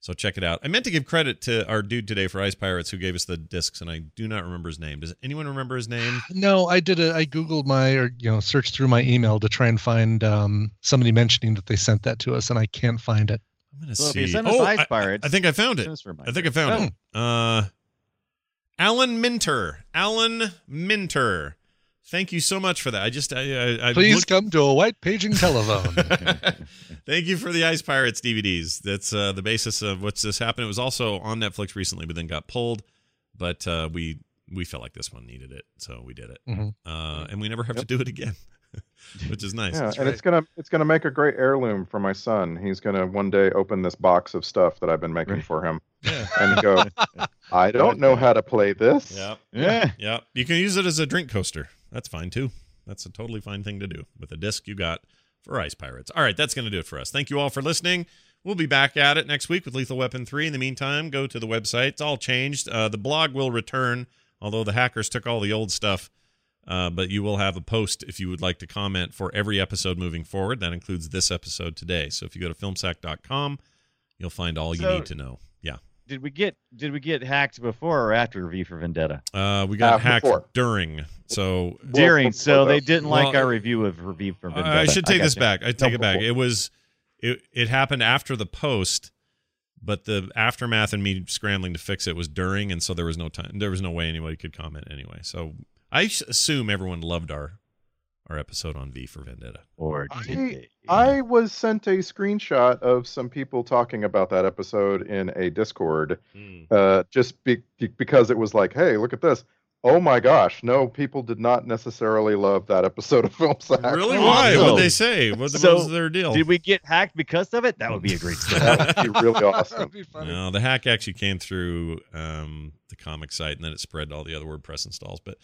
So check it out. I meant to give credit to our dude today for Ice Pirates who gave us the discs, and I do not remember his name. Does anyone remember his name?
No, I did a I googled my or you know searched through my email to try and find um, somebody mentioning that they sent that to us, and I can't find it.
I'm gonna
So if
see. Oh,
you send us Ice
I- I-
Pirates,
I, think I found it.
send us Oh. a reminder.
I think I found it. Uh, Alan Minter. Alan Minter. Thank you so much for that. I just I, I, I
Please
looked-
come to a white paging telephone.
Thank you for the Ice Pirates DVDs. That's uh, the basis of what's this happened. It was also on Netflix recently, but then got pulled. But uh, we we felt like this one needed it, so we did it,
Mhm.
uh, and we never have to do it again, which is nice.
Mm-hmm. Yeah, and
right.
it's gonna it's gonna make a great heirloom for my son. He's gonna one day open this box of stuff that I've been making for him and go, I don't know how to play this.
Yep.
Oh, Yeah.
Yeah, you can use it as a drink coaster. That's fine too. That's a totally fine thing to do with a disc you got for Ice Pirates. All right, that's going to do it for us. Thank you all for listening. We'll be back at it next week with Lethal Weapon 3. In the meantime, go to the website. It's all changed. Uh, the blog will return, although the hackers took all the old stuff. Uh, but you will have a post if you would like to comment for every episode moving forward. That includes this episode today. So if you go to filmsack.com, you'll find all you
So-
need to know. Yeah.
Did we get did we get hacked before or after V for Vendetta?
Uh, we got
Uh,
hacked
before.
during. So
During, so they didn't like
Well,
our review of V for Vendetta.
I should take this
gotcha.
back. I take it back.
before.
It was it it happened after the post, but the aftermath and me scrambling to fix it was during, and so there was no time. There was no way anybody could comment anyway. So I s- assume everyone loved our our episode on V for Vendetta.
Or
I, I was sent a screenshot of some people talking about that episode in a Discord, uh, just be, because it was like, hey, look at this. Oh my gosh, no, people did not necessarily love that episode of Film Sack.
Really? Why? What'd they say? What,
So,
what was their deal?
Did we get hacked because of it? That would be a great story.
that would be really awesome.
No, the hack actually came through um, the comic site, and then it spread to all the other WordPress installs. But,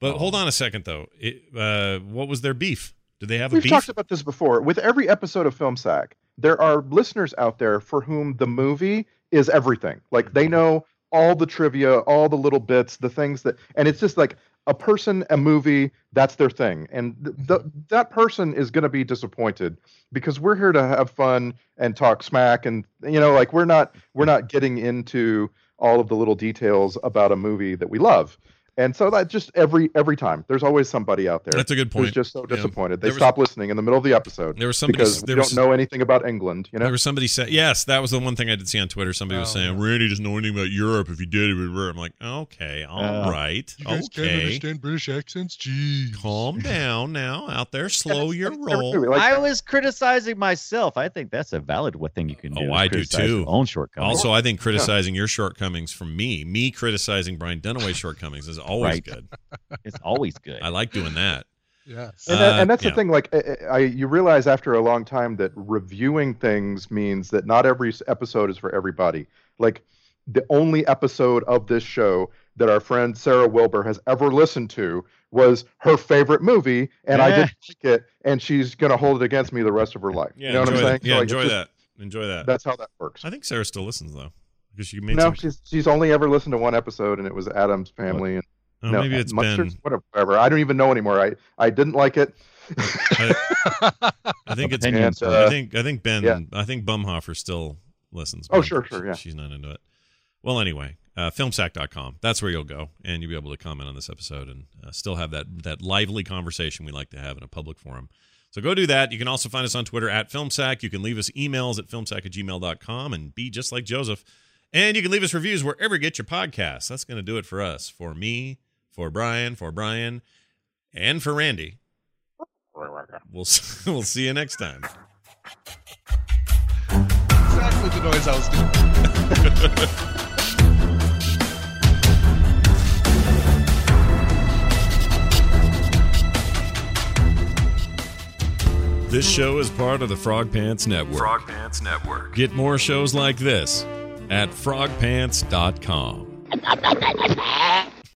but
Oh.
hold on a second though. It, uh, what was their beef? Did they have a
We've
beef?
talked about this before. With every episode of Film Sack, there are listeners out there for whom the movie is everything. Like
Mm-hmm.
they know all the trivia, all the little bits, the things that, and it's just like a person, a movie, that's their thing. And th-
Mm-hmm.
th- that person is going to be disappointed because we're here to have fun and talk smack, and you know, like we're not we're not getting into all of the little details about a movie that we love. And so that just every every time, there's always somebody out there.
That's a good
Who's
point.
just so
Yeah.
disappointed. They
There was-
stop listening in the middle of the episode.
There was somebody-
because
there
we
was-
don't know anything about England. You know,
There was somebody said yes. That was the one thing I did see on Twitter. Somebody was
Oh,
saying Randy doesn't know anything about Europe. If you did, it would work. I'm like, okay, all
Uh,
right,
You guys can't
okay.
understand British accents? Jeez.
Calm down now, out there. Slow your roll.
I was criticizing myself. I think that's a valid wa- thing you can do.
Oh,
is
I do
criticize
too.
your Own shortcomings.
Also, I think criticizing your shortcomings from me, me criticizing Brian Dunaway's shortcomings is always
Right.
good.
It's always good.
I like doing that.
Yes.
and, that-
Uh,
and that's
yeah.
the thing. Like, I, I, you realize after a long time that reviewing things means that not every s- episode is for everybody. Like, the only episode of this show that our friend Sarah Wilbur has ever listened to was her favorite movie, and I
Yeah.
didn't like it, and she's gonna hold it against me the rest of her life.
Yeah,
you know what
enjoy
I'm saying?
that. Yeah,
Like, it's
enjoy
just-
that. Enjoy that.
That's how that works.
I think Sarah still listens though, because she made
No,
some.
she's she's only ever listened to one episode, and it was Adam's family. And,
Oh,
no, uh,
maybe it's
Munsters,
Ben.
whatever, whatever. I don't even know anymore. I I didn't like it.
I think it's.
Opinions are-
I think I think Ben.
Yeah.
I think Bumhofer still listens.
Oh,
but
sure, sure, yeah.
She's not into it. Well, anyway, uh, filmsack.com. That's where you'll go, and you'll be able to comment on this episode and uh, still have that that lively conversation we like to have in a public forum. So go do that. You can also find us on Twitter at Filmsack. You can leave us emails at filmsack at gmail.com and be just like Joseph. And you can leave us reviews wherever you get your podcasts. That's going to do it for us, for me, for Brian, for Brian, and for Randy. We'll, s- we'll see you next time.
Uh,
Exactly the noise I was doing.
This show is part of the Frog Pants Network.
Frog Pants Network.
Get more shows like this at frogpants.com.